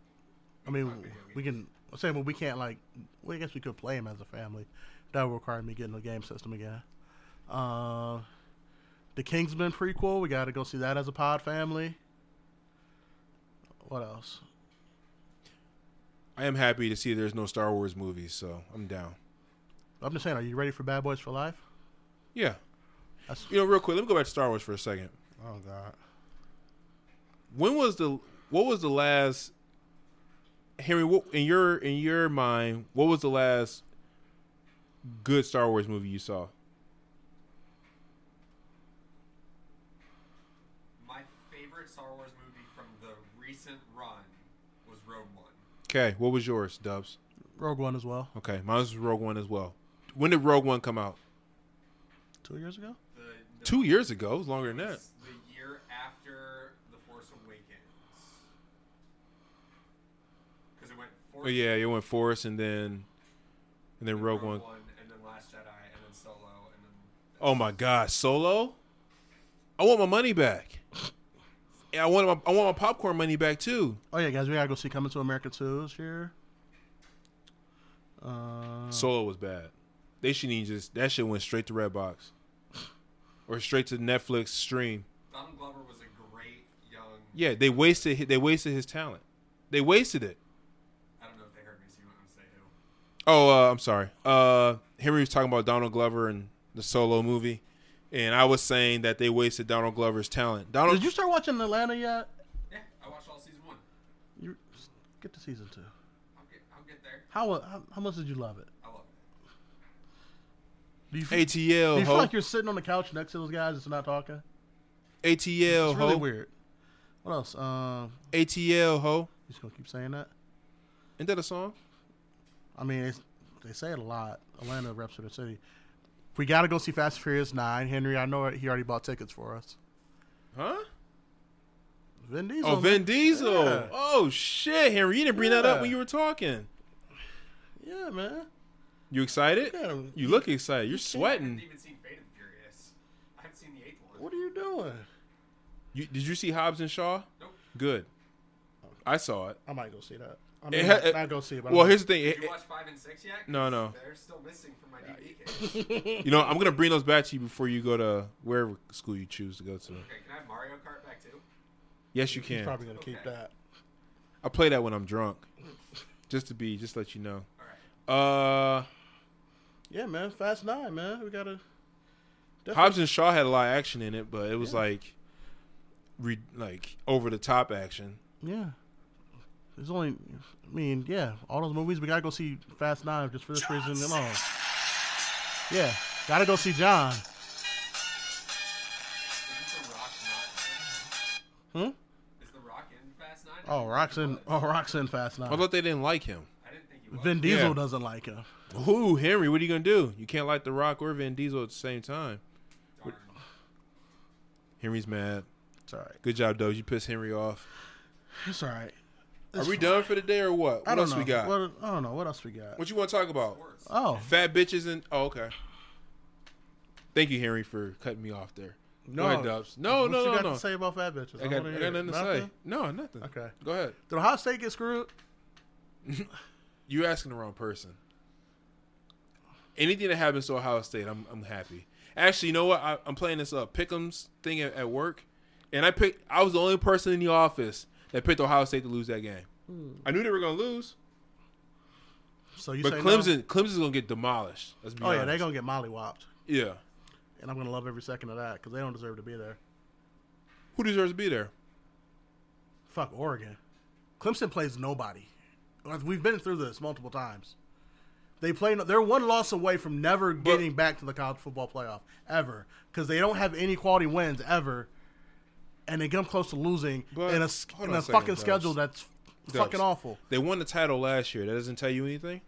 Speaker 3: I mean, we can I'm saying, but we can't like. Well, I guess we could play them as a family. That would require me getting a game system again. Uh, the Kingsman prequel. We got to go see that as a pod family. What else?
Speaker 4: I am happy to see there's no Star Wars movies, so I'm down.
Speaker 3: I'm just saying, are you ready for Bad Boys for Life?
Speaker 4: Yeah. You know, real quick, let me go back to Star Wars for a second.
Speaker 3: Oh God.
Speaker 4: When was the what was the last Henry? What, in your in your mind, what was the last good Star Wars movie you saw?
Speaker 6: My favorite Star Wars movie from the recent run was Rogue One.
Speaker 4: Okay, what was yours, Dubs?
Speaker 3: Rogue One as well.
Speaker 4: Okay, mine was Rogue One as well. When did Rogue One come out?
Speaker 3: Two years ago.
Speaker 4: Two years ago. It was longer than that.
Speaker 6: The year
Speaker 4: Oh, yeah, it went Force and then and then Rogue One.
Speaker 6: and then Last Jedi, and then Solo, and then
Speaker 4: Oh my God, Solo! I want my money back. Yeah, I want my I want my popcorn money back too.
Speaker 3: Oh yeah, guys, we gotta go see Coming to America too this year. Uh,
Speaker 4: Solo was bad. They should not just that shit went straight to Redbox or straight to Netflix stream.
Speaker 6: Donald Glover was a great young.
Speaker 4: Yeah, they wasted hi- they wasted his talent. They wasted it.
Speaker 6: I don't know if they heard me, so you want me to say who?
Speaker 4: Oh, uh, I'm sorry. Uh, Henry was talking about Donald Glover and the Solo movie, and I was saying that they wasted Donald Glover's talent. Donald,
Speaker 3: Did you start watching Atlanta yet?
Speaker 6: Yeah, I watched all season one.
Speaker 3: You get to season two.
Speaker 6: I'll get, I'll get there.
Speaker 3: How uh, how, how much did you love it?
Speaker 6: I love it.
Speaker 3: Do you
Speaker 4: ATL,
Speaker 3: Do you feel
Speaker 4: ho.
Speaker 3: like you're sitting on the couch next to those guys that's not talking?
Speaker 4: ATL,
Speaker 3: It's really
Speaker 4: ho.
Speaker 3: weird. What else? Um,
Speaker 4: ATL, ho.
Speaker 3: you just gonna keep saying that?
Speaker 4: Isn't that a song?
Speaker 3: I mean, it's, they say it a lot. Atlanta reps for the city. We gotta go see Fast and Furious Nine. Henry, I know he already bought tickets for us.
Speaker 4: Huh?
Speaker 3: Vin Diesel.
Speaker 4: Oh, Vin
Speaker 3: man.
Speaker 4: Diesel.
Speaker 3: Yeah.
Speaker 4: Oh shit, Henry, you didn't bring that up
Speaker 3: Yeah.
Speaker 4: when you were talking.
Speaker 3: Yeah, man.
Speaker 4: You excited?
Speaker 3: Yeah.
Speaker 4: You look excited. You're
Speaker 6: I
Speaker 4: sweating.
Speaker 6: haven't even seen Fate and Furious. I haven't seen the eighth one.
Speaker 3: What are you doing?
Speaker 4: You, did you see Hobbs and Shaw?
Speaker 6: Nope.
Speaker 4: Good. I saw it.
Speaker 3: I might go see that. I
Speaker 4: It
Speaker 3: mean,
Speaker 4: ha- it-
Speaker 3: not go see it. But
Speaker 4: well,
Speaker 3: I'm-
Speaker 4: here's the thing.
Speaker 6: Did
Speaker 4: It-
Speaker 6: you
Speaker 4: it-
Speaker 6: watch five and six yet? 'Cause
Speaker 4: No, no.
Speaker 6: They're still missing from my DVD case.
Speaker 4: you know, I'm gonna bring those back to you before you go to wherever school you choose to go to.
Speaker 6: Okay, can I have Mario Kart back too?
Speaker 4: Yes, you
Speaker 3: He's
Speaker 4: can.
Speaker 3: probably gonna keep that.
Speaker 4: I play that when I'm drunk, just to be, just to let you know. Uh,
Speaker 3: Yeah, man. Fast Nine, man. We gotta.
Speaker 4: Hobbs and Shaw had a lot of action in it, but it was like, re, like over the top action.
Speaker 3: Yeah. There's only, I mean, yeah, all those movies we gotta go see Fast Nine just for this reason alone. Yeah, gotta go see John. Hmm.
Speaker 6: Is The Rock in Fast Nine?
Speaker 3: Oh, Rock's in. Oh, Rock's in Fast
Speaker 4: I
Speaker 3: Nine.
Speaker 4: thought they didn't like him.
Speaker 3: Vin Diesel
Speaker 4: Yeah.
Speaker 3: doesn't like him.
Speaker 4: Ooh, Henry, what are you gonna do? You can't like The Rock or Vin Diesel at the same time. What- Henry's mad.
Speaker 3: Sorry.
Speaker 4: Good job, Doge. You pissed Henry off.
Speaker 3: It's all right.
Speaker 4: Are we done for the day or what? What
Speaker 3: I don't
Speaker 4: else
Speaker 3: know.
Speaker 4: we got? What,
Speaker 3: What, I don't know. What else we got?
Speaker 4: you want to talk about?
Speaker 3: Oh.
Speaker 4: fat bitches and oh, okay. Thank you, Henry, for cutting me off there. No, Go ahead, Dubs. No,
Speaker 3: what
Speaker 4: no,
Speaker 3: you
Speaker 4: no,
Speaker 3: got
Speaker 4: no.
Speaker 3: to say about fat bitches?
Speaker 4: I got,
Speaker 3: wanna
Speaker 4: I
Speaker 3: hear
Speaker 4: got
Speaker 3: it.
Speaker 4: nothing to say. No, nothing.
Speaker 3: Okay.
Speaker 4: Go ahead.
Speaker 3: Did Ohio State get screwed?
Speaker 4: You're asking the wrong person. Anything that happens to Ohio State, I'm I'm happy. Actually, you know what? I, I'm playing this uh Pick'em's thing at, at work, and I picked. I was the only person in the office that picked Ohio State to lose that game. I knew they were going to lose,
Speaker 3: Hmm. So you
Speaker 4: but
Speaker 3: say no?
Speaker 4: Clemson Clemson's going to get demolished. Let's be
Speaker 3: Oh yeah,
Speaker 4: honest.
Speaker 3: they're gonna get mollywopped,
Speaker 4: yeah.
Speaker 3: and I'm gonna love every second of that because they don't deserve to be there.
Speaker 4: Who deserves to be there?
Speaker 3: Fuck Oregon. Clemson plays nobody. We've been through this multiple times. They play. They're one loss away from never getting back to the college football playoff ever because they don't have any quality wins ever, and they come close to losing
Speaker 4: But-
Speaker 3: in a s-
Speaker 4: hold
Speaker 3: in
Speaker 4: on
Speaker 3: a,
Speaker 4: a second,
Speaker 3: fucking
Speaker 4: Dubs.
Speaker 3: schedule that's fucking
Speaker 4: Dubs.
Speaker 3: awful.
Speaker 4: They won the title last year. That doesn't tell you anything.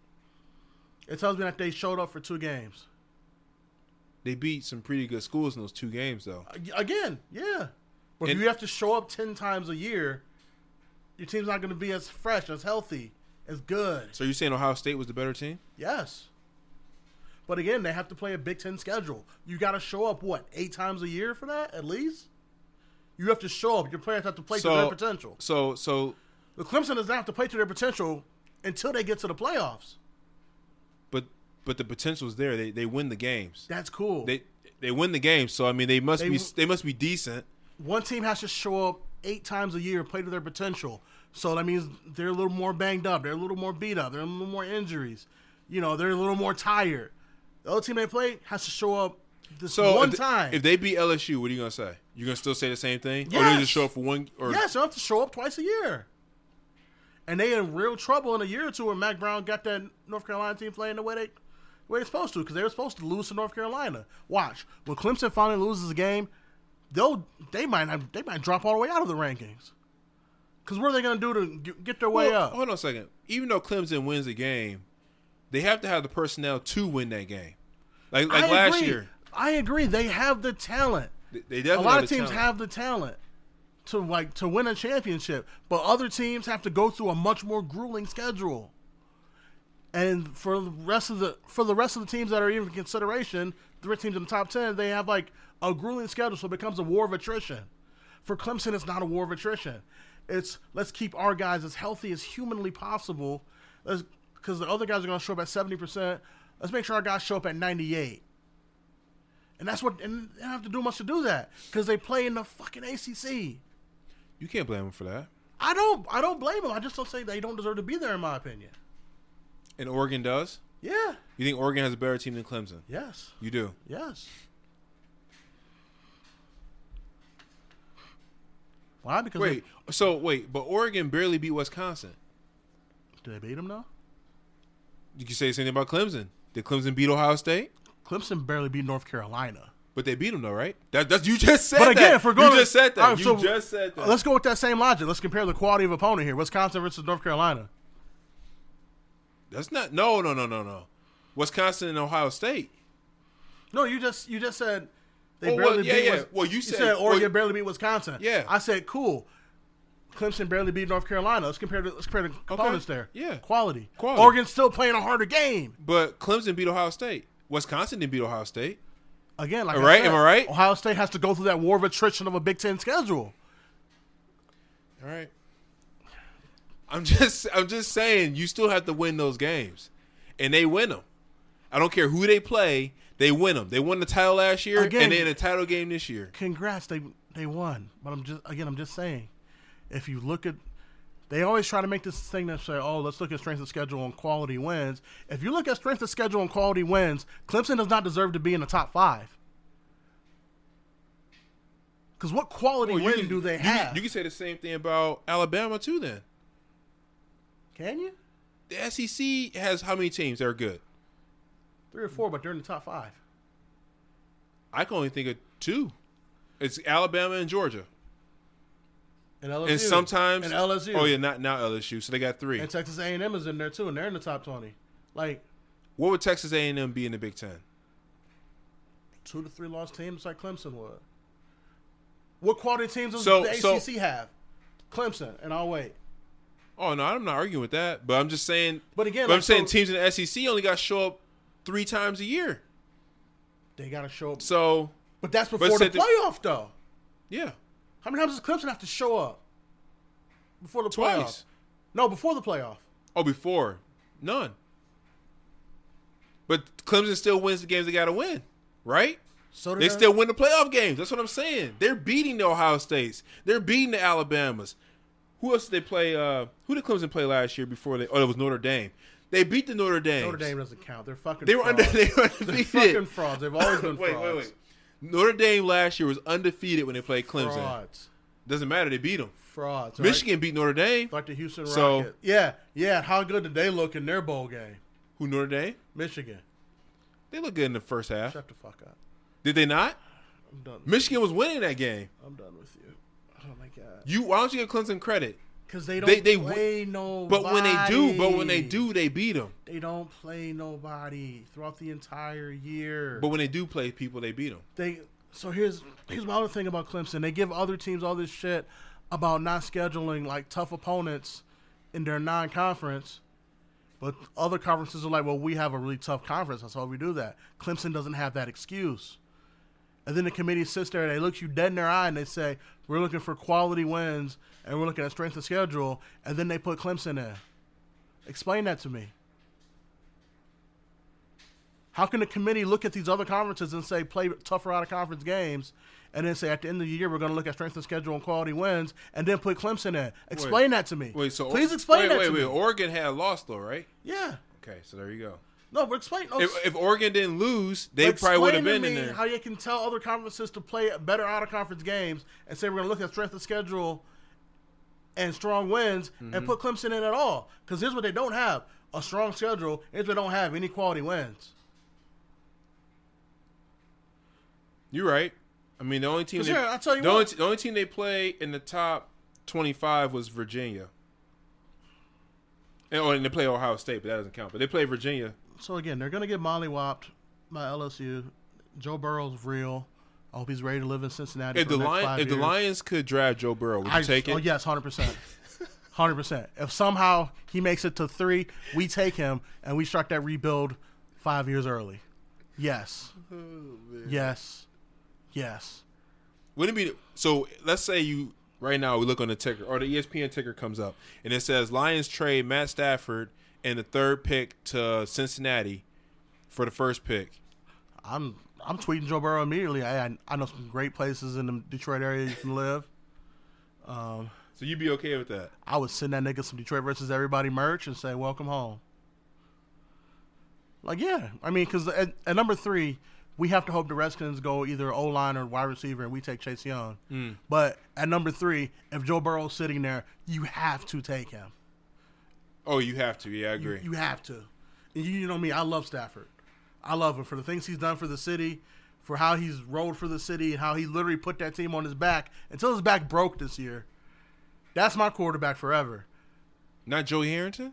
Speaker 3: It tells me that they showed up for two games
Speaker 4: They beat some pretty good schools in those two games, though.
Speaker 3: Ag- again. Yeah, but if
Speaker 4: And-
Speaker 3: you have to show up ten times a year, your team's not going to be as fresh, as healthy, as good.
Speaker 4: So you're saying Ohio State was the better team?
Speaker 3: Yes. But again, they have to play a Big Ten schedule. You got to show up, what, eight times a year for that, at least? You have to show up. Your players have to play to their potential.
Speaker 4: So so,
Speaker 3: The Clemson does not have to play to their potential until they get to the playoffs.
Speaker 4: but but the potential's there. They they win the games.
Speaker 3: That's cool.
Speaker 4: They they win the games. So I mean, they must
Speaker 3: They
Speaker 4: be
Speaker 3: w-
Speaker 4: they must be decent.
Speaker 3: One team has to show up eight times a year and play to their potential. So that means they're a little more banged up. They're a little more beat up. They're a little more injuries. You know, they're a little more tired. The other team they play has to show up this
Speaker 4: So
Speaker 3: one
Speaker 4: if,
Speaker 3: time.
Speaker 4: if they beat LSU, what are you gonna say? You gonna still say the same thing? Or they
Speaker 3: Yes.
Speaker 4: just show up for one? Or
Speaker 3: yes, they'll have to show up twice a year. And they in real trouble in a year or two when Mac Brown got that North Carolina team playing the way they way they're supposed to, because they were supposed to lose to North Carolina. Watch. When Clemson finally loses a game, they'll they might not, they might drop all the way out of the rankings. Cause what are they gonna do to g- get their way
Speaker 4: Well,
Speaker 3: up?
Speaker 4: Hold on a second. Even though Clemson wins the game, they have to have the personnel to win that game. Like like
Speaker 3: I
Speaker 4: last
Speaker 3: agree.
Speaker 4: year,
Speaker 3: I agree. They have the talent.
Speaker 4: they, they
Speaker 3: a
Speaker 4: definitely
Speaker 3: lot
Speaker 4: have
Speaker 3: of
Speaker 4: the
Speaker 3: teams
Speaker 4: talent.
Speaker 3: have the talent to like to win a championship, but other teams have to go through a much more grueling schedule. And for the rest of the for the rest of the teams that are even in consideration, three teams in the top ten, they have like a grueling schedule, so it becomes a war of attrition. For Clemson, it's not a war of attrition. It's let's keep our guys as healthy as humanly possible, because the other guys are going to show up at seventy percent. Let's make sure our guys show up at ninety eight. And that's what, and they don't have to do much to do that because they play in the fucking ACC.
Speaker 4: You can't blame him for that.
Speaker 3: I don't, I don't blame them. I just don't say they don't deserve to be there, in my opinion.
Speaker 4: And Oregon does.
Speaker 3: Yeah.
Speaker 4: You think Oregon has a better team than Clemson?
Speaker 3: Yes.
Speaker 4: You do.
Speaker 3: Yes. Why? Because
Speaker 4: wait. So wait, but Oregon barely beat Wisconsin.
Speaker 3: Do they beat them now?
Speaker 4: You can say the same thing about Clemson. Did Clemson beat Ohio State?
Speaker 3: Clemson barely beat North Carolina.
Speaker 4: But they beat them though, right? That, that's you just said.
Speaker 3: But again,
Speaker 4: that.
Speaker 3: if we're going,
Speaker 4: you just said that.
Speaker 3: All right,
Speaker 4: you
Speaker 3: so
Speaker 4: just said that.
Speaker 3: Let's go with that same logic. Let's compare the quality of opponent here: Wisconsin versus North Carolina.
Speaker 4: That's not. No, no, no, no, no. Wisconsin and Ohio State.
Speaker 3: No, you just you just said they
Speaker 4: Oh, well,
Speaker 3: barely
Speaker 4: yeah,
Speaker 3: beat.
Speaker 4: yeah.
Speaker 3: Wis-
Speaker 4: Well, you said-
Speaker 3: Oregon
Speaker 4: well,
Speaker 3: barely beat Wisconsin.
Speaker 4: Yeah.
Speaker 3: I said cool. Clemson barely beat North Carolina. Let's compare the let's compare the opponents there.
Speaker 4: Yeah.
Speaker 3: Quality.
Speaker 4: Quality.
Speaker 3: Oregon's still playing a harder game.
Speaker 4: But Clemson beat Ohio State. Wisconsin didn't beat Ohio State.
Speaker 3: Again, like
Speaker 4: All
Speaker 3: I
Speaker 4: right,
Speaker 3: said,
Speaker 4: am I right?
Speaker 3: Ohio State has to go through that war of attrition of a Big Ten schedule.
Speaker 4: All right. I'm just I'm just saying you still have to win those games, and they win them. I don't care who they play, they win them. They won the title last year,
Speaker 3: Again-
Speaker 4: and they in a title game this year.
Speaker 3: Congrats, they they won. But I'm just again, I'm just saying, if you look at, they always try to make this thing that say, oh, let's look at strength of schedule and quality wins. If you look at strength of schedule and quality wins, Clemson does not deserve to be in the top five. Because what quality
Speaker 4: Well, you
Speaker 3: win
Speaker 4: can-
Speaker 3: do they
Speaker 4: you can-
Speaker 3: have?
Speaker 4: You can say the same thing about Alabama too. Then
Speaker 3: Can you?
Speaker 4: the SEC has how many teams that are good?
Speaker 3: Three or four, but they're in the top five.
Speaker 4: I can only think of two. It's Alabama and Georgia,
Speaker 3: And LSU.
Speaker 4: and sometimes
Speaker 3: and LSU.
Speaker 4: Oh yeah, not now LSU. So they got three.
Speaker 3: And Texas A&M is in there too, and they're in the top twenty. Like
Speaker 4: What would Texas A and M be in the Big Ten?
Speaker 3: two to three lost teams like Clemson would. What quality teams does
Speaker 4: So-
Speaker 3: the ACC
Speaker 4: so-
Speaker 3: have? Clemson, and I'll wait.
Speaker 4: Oh no, I'm not arguing with that. But I'm just saying.
Speaker 3: But again,
Speaker 4: I'm
Speaker 3: like,
Speaker 4: saying
Speaker 3: so-
Speaker 4: teams in the SEC only got to show up three times a year.
Speaker 3: They got to show up.
Speaker 4: So,
Speaker 3: But that's
Speaker 4: But
Speaker 3: before the
Speaker 4: said that-
Speaker 3: playoff, though.
Speaker 4: Yeah.
Speaker 3: How many times does Clemson have to show up before the playoff?
Speaker 4: Twice.
Speaker 3: No, before the playoff.
Speaker 4: oh, before none. But Clemson still wins the games they got to win, right?
Speaker 3: So
Speaker 4: they still win the playoff games. That's what I'm saying. They're beating the Ohio States. They're beating the Alabamas. Who else did they play? Uh, who did Clemson play last year before they? Oh, it was Notre Dame. They beat the Notre Dame.
Speaker 3: Notre Dame doesn't count. They're fucking.
Speaker 4: They were under.
Speaker 3: frauds.
Speaker 4: They were
Speaker 3: They're
Speaker 4: undefeated.
Speaker 3: fucking frauds. They've always been
Speaker 4: wait,
Speaker 3: frauds.
Speaker 4: wait, wait. Notre Dame last year was undefeated when they played Clemson.
Speaker 3: Frauds.
Speaker 4: Doesn't matter. They beat them.
Speaker 3: Frauds. all right?
Speaker 4: Michigan beat Notre Dame.
Speaker 3: Like the Houston
Speaker 4: So-
Speaker 3: Rockets. Yeah, yeah. How good did they look in their bowl game?
Speaker 4: Who Notre Dame?
Speaker 3: Michigan.
Speaker 4: They looked good in the first half.
Speaker 3: Shut the fuck up.
Speaker 4: Did they not?
Speaker 3: I'm done. with-
Speaker 4: Michigan was winning that game.
Speaker 3: I'm done with you. Oh my god.
Speaker 4: You why don't you give Clemson credit?
Speaker 3: Because they don't
Speaker 4: win-
Speaker 3: play
Speaker 4: But when they do, but when they
Speaker 3: nobody.
Speaker 4: do, they beat them.
Speaker 3: They don't play nobody throughout the entire year.
Speaker 4: But when they do play people, they beat them.
Speaker 3: they so here's here's my other thing about Clemson. They give other teams all this shit about not scheduling like tough opponents in their non-conference, but other conferences are like, well, we have a really tough conference. That's why we do that. Clemson doesn't have that excuse. And then the committee sits there and they look you dead in their eye and they say, we're looking for quality wins and we're looking at strength of schedule. And then they put Clemson in. Explain that to me. How can the committee look at these other conferences and say play tougher out of conference games, and then say at the end of the year we're going to look at strength of schedule and quality wins, and then put Clemson in? Explain that to me.
Speaker 4: Wait, so
Speaker 3: please explain
Speaker 4: wait,
Speaker 3: that
Speaker 4: Wait,
Speaker 3: to
Speaker 4: wait,
Speaker 3: me.
Speaker 4: Oregon had lost though, right?
Speaker 3: yeah,
Speaker 4: Okay, so there you go.
Speaker 3: no, but explain. No,
Speaker 4: If, if Oregon didn't lose, they
Speaker 3: But
Speaker 4: probably would have been
Speaker 3: explain to
Speaker 4: in
Speaker 3: me
Speaker 4: there.
Speaker 3: How you can tell other conferences to play better out of conference games and say we're going to look at strength of schedule and strong wins
Speaker 4: Mhm.
Speaker 3: and put Clemson in at all? Because here's what they don't have: a strong schedule. Here's what they don't have: any quality wins.
Speaker 4: You're right. I mean, the only team
Speaker 3: 'Cause
Speaker 4: they,
Speaker 3: here, I'll tell you
Speaker 4: the, only
Speaker 3: what.
Speaker 4: te- the only team they play in the top 25 was Virginia. And, oh, and they play Ohio State, but that doesn't count. But they play Virginia.
Speaker 3: So again, they're gonna get mollywopped by LSU. Joe Burrow's real. I hope he's ready to live in Cincinnati.
Speaker 4: If
Speaker 3: for
Speaker 4: the
Speaker 3: the next
Speaker 4: Lion,
Speaker 3: five
Speaker 4: if the
Speaker 3: years.
Speaker 4: Lions could draft Joe Burrow, would you
Speaker 3: I-
Speaker 4: take it?
Speaker 3: Oh yes, hundred percent, Hundred percent. If somehow he makes it to three, we take him and we start that rebuild five years early. Yes.
Speaker 4: Oh,
Speaker 3: Yes. Yes.
Speaker 4: Wouldn't it be so? Let's say you right now we look on the ticker or the E ESPN ticker comes up and it says Lions trade Matt Stafford and the third pick to Cincinnati for the first pick.
Speaker 3: I'm I'm tweeting Joe Burrow immediately. I I, I know some great places in the Detroit area you can live. Um,
Speaker 4: so you'd be okay with that?
Speaker 3: I would send that nigga some Detroit versus everybody merch and say welcome home. Like yeah, I mean, because at, at number three, we have to hope the Redskins go either O line or wide receiver, and we take Chase Young.
Speaker 4: Mm.
Speaker 3: But at number three, if Joe Burrow's sitting there, you have to take him.
Speaker 4: Oh, you have to. Yeah, I agree.
Speaker 3: You have to. And you, you know me, I love Stafford. I love him for the things he's done for the city, for how he's rolled for the city, and how he literally put that team on his back until his back broke this year. That's my quarterback forever.
Speaker 4: Not Joey Harrington?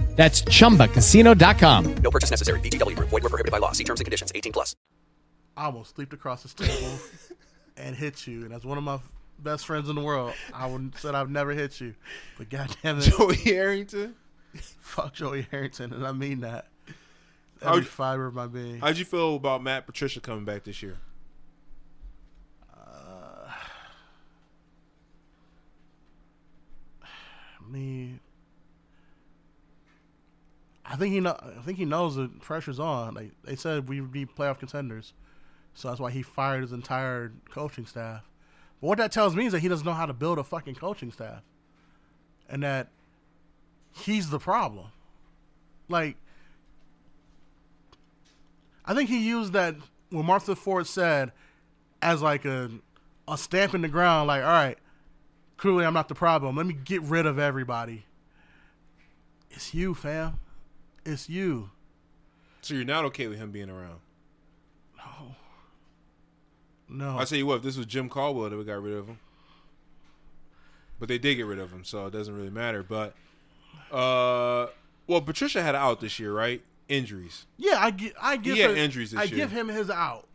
Speaker 7: That's chumbacasino.com.
Speaker 13: No purchase necessary. VGW Group. Void were prohibited by law. See terms and conditions. 18 plus.
Speaker 3: I almost leaped across the table and hit you, and as one of my best friends in the world, I would said I've never hit you, but goddamn it,
Speaker 4: Joey Harrington,
Speaker 3: fuck Joey Harrington, and I mean that.
Speaker 4: How'd
Speaker 3: Every
Speaker 4: you-
Speaker 3: fiber of my being.
Speaker 4: How'd you feel about Matt Patricia coming back this year?
Speaker 3: Uh, I mean, I think he know. I think he knows the pressure's on. Like they said, we would be playoff contenders, so that's why he fired his entire coaching staff. But what that tells me is that he doesn't know how to build a fucking coaching staff, and that he's the problem. Like, I think he used that when Martha Ford said as like a a stamp in the ground. Like, all right, clearly I'm not the problem. Let me get rid of everybody. It's you, fam. It's you.
Speaker 4: So you're not okay with him being around?
Speaker 3: No.
Speaker 4: I tell you what, if this was Jim Caldwell that we got rid of him. But they did get rid of him, so it doesn't really matter. But uh well Patricia had an out this year, right? Injuries.
Speaker 3: Yeah, I gi- I give
Speaker 4: had
Speaker 3: him,
Speaker 4: injuries this
Speaker 3: I
Speaker 4: year.
Speaker 3: give him his out.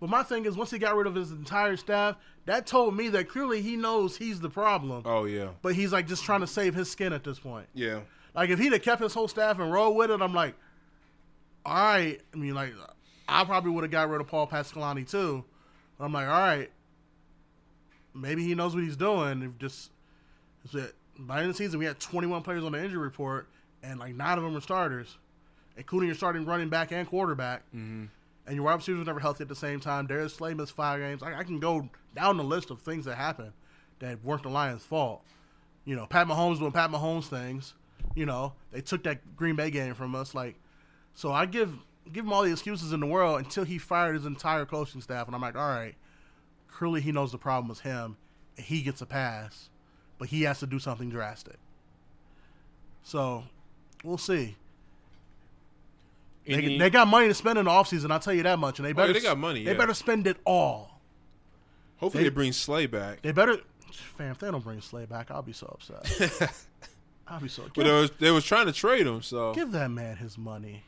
Speaker 3: But my thing is, once he got rid of his entire staff, that told me that clearly he knows he's the problem.
Speaker 4: Oh yeah.
Speaker 3: But he's like just trying to save his skin at this point.
Speaker 4: Yeah.
Speaker 3: Like if he'd have kept his whole staff and rolled with it, I'm like, all right. I mean, like, I probably would have got rid of Paul Pascalani too. But I'm like, all right. Maybe he knows what he's doing. If just if it- by the end of the season, we had 21 players on the injury report, and like nine of them were starters, including your starting running back and quarterback.
Speaker 4: Mhm.
Speaker 3: And your wide receivers were never healthy at the same time. Darius Slay missed five games. I, I can go down the list of things that happened that weren't the Lions' fault. You know, Pat Mahomes doing Pat Mahomes things. You know, they took that Green Bay game from us. Like, so I give give him all the excuses in the world until he fired his entire coaching staff, and I'm like, all right, clearly he knows the problem was him, and he gets a pass, but he has to do something drastic. So, we'll see. They,
Speaker 4: Any-
Speaker 3: they got money to spend in the offseason, I'll tell you that much, and they
Speaker 4: Oh,
Speaker 3: better
Speaker 4: they got money,
Speaker 3: They
Speaker 4: yeah.
Speaker 3: better spend it all.
Speaker 4: Hopefully
Speaker 3: They-
Speaker 4: they, bring Slay back.
Speaker 3: They better, fam. If they don't bring Slay back, I'll be so upset. I'll be so.
Speaker 4: But
Speaker 3: Give,
Speaker 4: they was, they was trying to trade him, so
Speaker 3: give that man his money.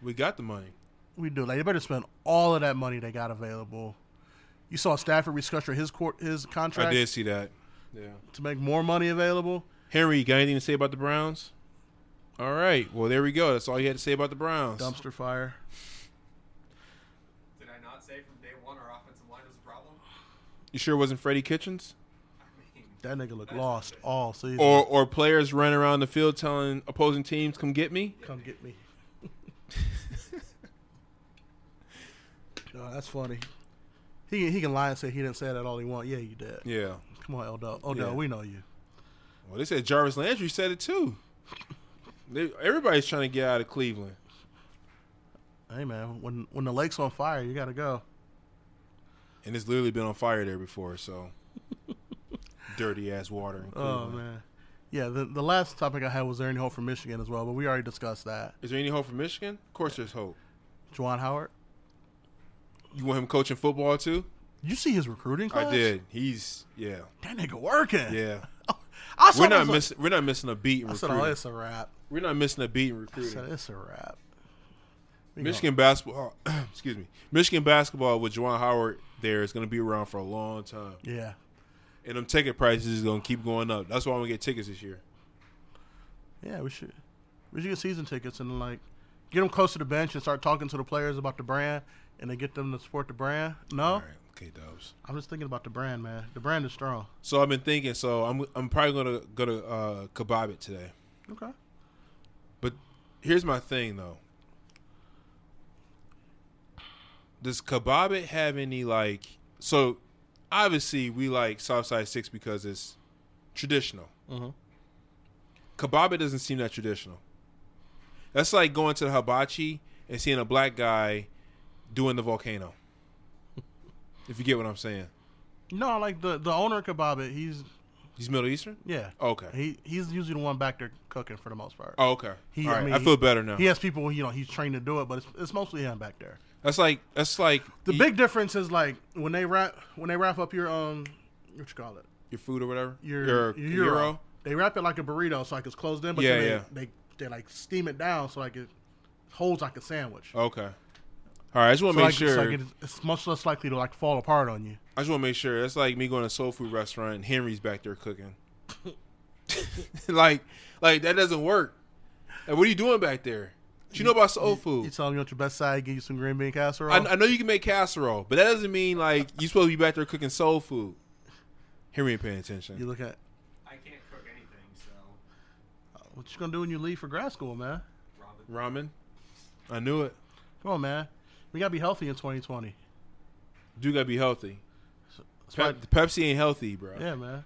Speaker 4: we got the money.
Speaker 3: We do. Like they better spend all of that money they got available. You saw Stafford restructure his court his contract
Speaker 4: I did see that. Yeah.
Speaker 3: to make more money available.
Speaker 4: Henry, you got anything to say about the Browns? All right. Well, there we go. That's all you had to say about the Browns.
Speaker 3: Dumpster fire.
Speaker 6: Did I not say from day one our offensive line was a problem?
Speaker 4: You sure it wasn't Freddie Kitchens?
Speaker 3: That nigga looked lost all season.
Speaker 4: Or or players running around the field telling opposing teams, come get me?
Speaker 3: Come get me. Oh, that's funny. He he can lie and say he didn't say that all he want. Yeah, you did.
Speaker 4: Yeah.
Speaker 3: Come on, Odell. Odell,
Speaker 4: Yeah.
Speaker 3: we know you.
Speaker 4: Well, they said Jarvis Landry said it too. They, everybody's trying to get out of Cleveland.
Speaker 3: Hey man, when when the lake's on fire, you gotta go.
Speaker 4: And it's literally been on fire there before, so dirty ass water. In
Speaker 3: Oh
Speaker 4: Cleveland.
Speaker 3: man, Yeah, the, the last topic I had was there any hope for Michigan as well, but we already discussed that.
Speaker 4: Is there any hope for Michigan? Of course, there's hope.
Speaker 3: Juwan Howard.
Speaker 4: You want him coaching football too?
Speaker 3: You see his recruiting class?
Speaker 4: I did. He's yeah.
Speaker 3: That nigga working.
Speaker 4: Yeah.
Speaker 3: I saw
Speaker 4: we're not
Speaker 3: those-
Speaker 4: missing. We're not missing a beat. In
Speaker 3: I said,
Speaker 4: recruiting.
Speaker 3: "Oh, it's a wrap."
Speaker 4: We're not missing a beat in
Speaker 3: I
Speaker 4: recruiting.
Speaker 3: said, "It's a wrap." We
Speaker 4: Michigan basketball. uh, excuse me. Michigan basketball with Juwan Howard there is going to be around for a long time.
Speaker 3: Yeah.
Speaker 4: And them ticket prices is going to keep going up. That's why I'm going to get tickets this year.
Speaker 3: Yeah, we should. We should get season tickets and like get them close to the bench and start talking to the players about the brand and then get them to support the brand. No,
Speaker 4: okay, Dubs.
Speaker 3: I'm just thinking about the brand, man. The brand is strong.
Speaker 4: So I've been thinking. So I'm I'm probably going to go to uh, kebab it today.
Speaker 3: Okay.
Speaker 4: But here's my thing though. Does kebab it have any like? So obviously we like Southside Six because it's traditional.
Speaker 3: Mm-hmm.
Speaker 4: Kebab doesn't seem that traditional. That's like going to the hibachi and seeing a black guy doing the volcano. if you get what I'm saying,
Speaker 3: No, like the the owner of Kebab, It, he's
Speaker 4: he's Middle Eastern.
Speaker 3: yeah.
Speaker 4: Okay.
Speaker 3: He he's usually the one back there cooking for the most part.
Speaker 4: Oh, okay. All right. I feel better now.
Speaker 3: He has people, you know, he's trained to do it, but it's, it's mostly him back there.
Speaker 4: That's like that's like
Speaker 3: The big difference is like when they wrap when they wrap up your um what you call it
Speaker 4: your food or whatever.
Speaker 3: your
Speaker 4: Your-
Speaker 3: your
Speaker 4: your
Speaker 3: euro.
Speaker 4: euro?
Speaker 3: They wrap it like a burrito, so like it's closed in. But
Speaker 4: Yeah,
Speaker 3: then they,
Speaker 4: yeah.
Speaker 3: they they like steam it down, so like it holds like a sandwich.
Speaker 4: Okay. All right. I just want to
Speaker 3: So,
Speaker 4: make
Speaker 3: like,
Speaker 4: sure.
Speaker 3: it's like it- it's much less likely to like fall apart on you.
Speaker 4: I just want to make sure. That's like me going to a soul food restaurant and Henry's back there cooking. like, like that doesn't work. Like, what are you doing back there? What you know about soul food?
Speaker 3: You tell them you want your best side, give you some green bean casserole.
Speaker 4: I, I know you can make casserole, but that doesn't mean like you're supposed to be back there cooking soul food. Henry ain't paying attention.
Speaker 3: You look at
Speaker 6: I can't cook anything, so
Speaker 3: what you gonna do when you leave for grad school, man.
Speaker 4: Ramen. I knew it.
Speaker 3: Come on, man. We gotta be healthy in 2020.
Speaker 4: Do gotta be healthy.
Speaker 3: why-
Speaker 4: Pep- Pepsi ain't healthy, bro.
Speaker 3: Yeah, man.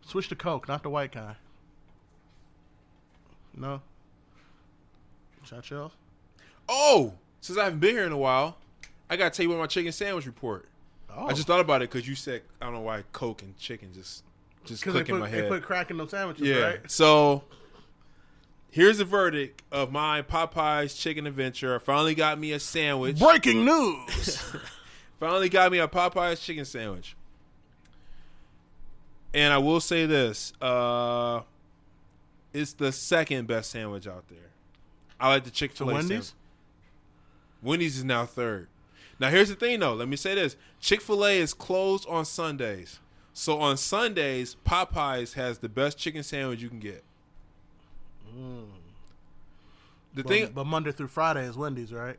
Speaker 3: Switch to Coke, not the white kind. No. Chachel.
Speaker 4: Oh, since I haven't been here in a while, I gotta tell you about my chicken sandwich report.
Speaker 3: Oh.
Speaker 4: I just thought about it because you said I don't know why Coke and chicken just just
Speaker 3: Because
Speaker 4: click
Speaker 3: they,
Speaker 4: in
Speaker 3: put-
Speaker 4: my
Speaker 3: they
Speaker 4: head.
Speaker 3: put crack in them sandwiches,
Speaker 4: yeah.
Speaker 3: right?
Speaker 4: So here's the verdict of my Popeye's chicken adventure. I finally got me a sandwich.
Speaker 3: Breaking news.
Speaker 4: finally got me a Popeye's chicken sandwich. And I will say this: uh, it's the second best sandwich out there. I like the Chick Fil A.
Speaker 3: Wendy's?
Speaker 4: Wendy's is now third. Now here's the thing, though. Let me say this: Chick Fil A is closed on Sundays, so on Sundays, Popeyes has the best chicken sandwich you can get. The
Speaker 3: but,
Speaker 4: thing,
Speaker 3: but Monday through Friday is Wendy's, right?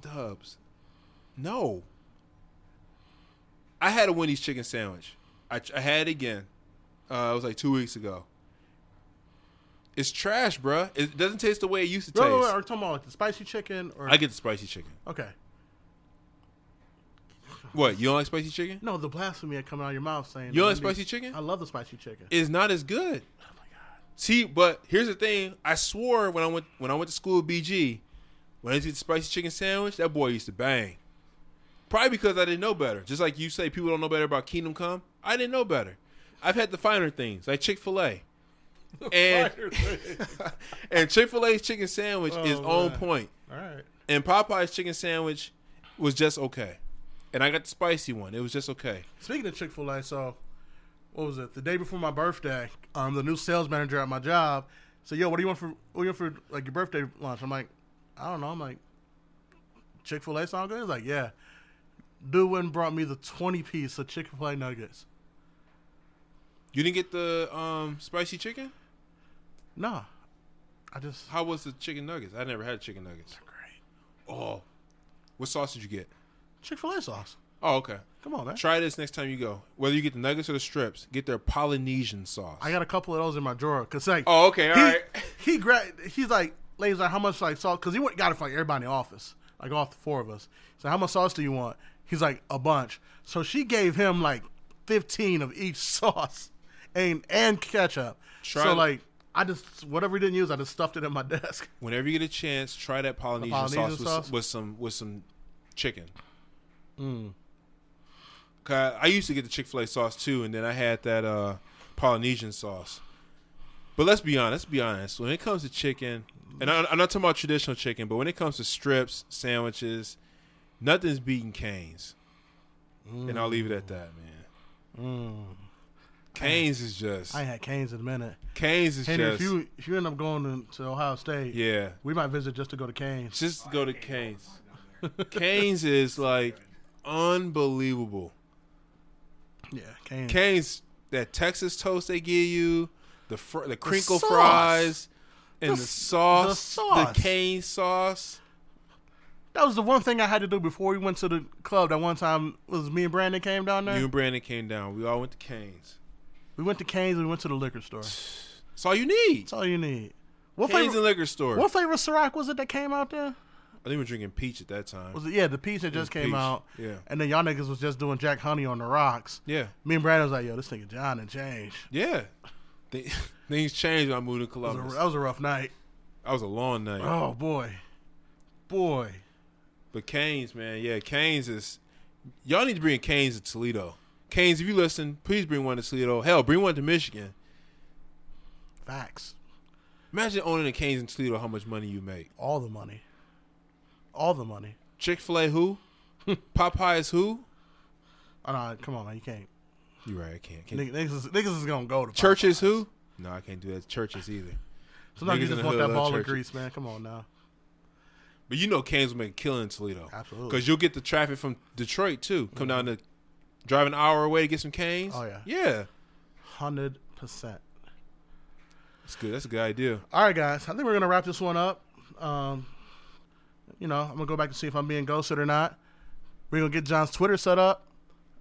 Speaker 4: Dubs. No. I had a Wendy's chicken sandwich. I, I had it again. Uh, it was like two weeks ago. It's trash, bruh. It doesn't taste the way it used to
Speaker 3: No,
Speaker 4: taste.
Speaker 3: no, no. Are we talking about like the spicy chicken or
Speaker 4: I get the spicy chicken.
Speaker 3: okay?
Speaker 4: What? You don't like spicy chicken?
Speaker 3: No, the blasphemy had coming out of your mouth saying
Speaker 4: You
Speaker 3: that
Speaker 4: like
Speaker 3: Wendy's-
Speaker 4: spicy chicken?
Speaker 3: I love the spicy chicken.
Speaker 4: It's not as good. Oh my god. See, but here's the thing. I swore when I went when I went to school at BG, when I did the spicy chicken sandwich, that boy used to bang. Probably because I didn't know better. Just like you say, people don't know better about Kingdom Come. I didn't know better. I've had the finer things like Chick Fil A, and and Chick Fil A's chicken sandwich is
Speaker 3: Oh,
Speaker 4: on
Speaker 3: man.
Speaker 4: point.
Speaker 3: All right.
Speaker 4: And Popeye's chicken sandwich was just okay, and I got the spicy one. It was just okay.
Speaker 3: Speaking of Chick Fil A, so what was it? The day before my birthday, um, the new sales manager at my job said, "Yo, what do you want for what do you want for like your birthday lunch?" I'm like, "I don't know." I'm like, "Chick Fil A sound good?" He's like, "Yeah." Dude went and brought me the twenty piece of Chick Fil A nuggets.
Speaker 4: You didn't get the um, spicy chicken.
Speaker 3: Nah, I just
Speaker 4: How was the chicken nuggets? I never had chicken nuggets. great. Oh, what sauce did you get?
Speaker 3: Chick Fil A sauce.
Speaker 4: Oh, okay.
Speaker 3: Come on, man.
Speaker 4: Try this next time you go. Whether you get the nuggets or the strips, get their Polynesian sauce.
Speaker 3: I got a couple of those in my drawer. Cause like,
Speaker 4: Oh, okay, all
Speaker 3: he,
Speaker 4: right.
Speaker 3: He gra- He's like, ladies, like, how much like salt? Cause he went, got it for like everybody in the office, like off the four of us. So how much sauce do you want? He's like a bunch. So she gave him like fifteen of each sauce, and and ketchup.
Speaker 4: Try
Speaker 3: so
Speaker 4: it.
Speaker 3: like, I just whatever he didn't use, I just stuffed it in my desk.
Speaker 4: Whenever you get a chance, try that Polynesian,
Speaker 3: Polynesian
Speaker 4: sauce, with-
Speaker 3: sauce?
Speaker 4: With, some with some chicken. Cause I used to get the Chick Fil A sauce too, and then I had that uh, Polynesian sauce. But let's be honest. Be honest. When it comes to chicken, and I, I'm not talking about traditional chicken, but when it comes to strips, sandwiches, nothing's beating Canes. And I'll leave it at that, man. Canes is just.
Speaker 3: Mm. I ain't had Canes in a minute.
Speaker 4: Canes is
Speaker 3: Henry,
Speaker 4: just.
Speaker 3: If you if you end up going to, to Ohio State,
Speaker 4: Yeah.
Speaker 3: we might visit just to go to Canes.
Speaker 4: Just go to Canes. Canes is like unbelievable.
Speaker 3: Yeah, Canes.
Speaker 4: Canes that Texas toast they give you, the fr- the crinkle
Speaker 3: sauce.
Speaker 4: fries, and
Speaker 3: The
Speaker 4: the,
Speaker 3: s-
Speaker 4: sauce,
Speaker 3: the sauce.
Speaker 4: the cane sauce.
Speaker 3: That was the one thing I had to do before we went to the club. That one time it was me and Brandon came down there.
Speaker 4: You and Brandon came down. We all went to Canes.
Speaker 3: we went to Canes. We went to the liquor store.
Speaker 4: That's all you need. That's
Speaker 3: all you need.
Speaker 4: Canes and liquor store.
Speaker 3: What flavor Ciroc was it that came out there?
Speaker 4: I think we were drinking peach at that time.
Speaker 3: Was it yeah the piece that
Speaker 4: It was
Speaker 3: just came
Speaker 4: peach.
Speaker 3: out?
Speaker 4: Yeah.
Speaker 3: And then y'all niggas was just doing Jack Honey on the rocks.
Speaker 4: Yeah.
Speaker 3: Me and Brandon was like, yo, this nigga John and change.
Speaker 4: Yeah. Thi- Things changed when I moved to
Speaker 3: That was,
Speaker 4: Columbus.
Speaker 3: a, that was a rough night.
Speaker 4: That was a long night.
Speaker 3: Oh boy, boy.
Speaker 4: But Canes, man, yeah, Canes is. Y'all need to bring Canes to Toledo. Canes, if you listen, please bring one to Toledo. Hell, bring one to Michigan.
Speaker 3: Facts.
Speaker 4: Imagine owning a Canes in Toledo. How much money you make?
Speaker 3: All the money. All the money.
Speaker 4: Chick Fil A who? Popeyes who?
Speaker 3: Oh, no, come on, man, you can't.
Speaker 4: You right? I can't. can't.
Speaker 3: Niggas, niggas, is, niggas is gonna go to
Speaker 4: Churches who? No, I can't do that. Churches either.
Speaker 3: Sometimes
Speaker 4: Niggas
Speaker 3: you
Speaker 4: in
Speaker 3: just
Speaker 4: the
Speaker 3: want
Speaker 4: hood
Speaker 3: that
Speaker 4: love
Speaker 3: ball of
Speaker 4: churches.
Speaker 3: grease, man. Come on now.
Speaker 4: But you know, Canes will make a killing in Toledo.
Speaker 3: Absolutely.
Speaker 4: Because you'll get the traffic from Detroit too. Come down to drive an hour away to get some Canes.
Speaker 3: Oh, yeah.
Speaker 4: Yeah.
Speaker 3: Hundred percent.
Speaker 4: That's good. That's a good idea.
Speaker 3: All right, guys. I think we're gonna wrap this one up. Um, you know, I'm gonna go back and see if I'm being ghosted or not. We're gonna get John's Twitter set up.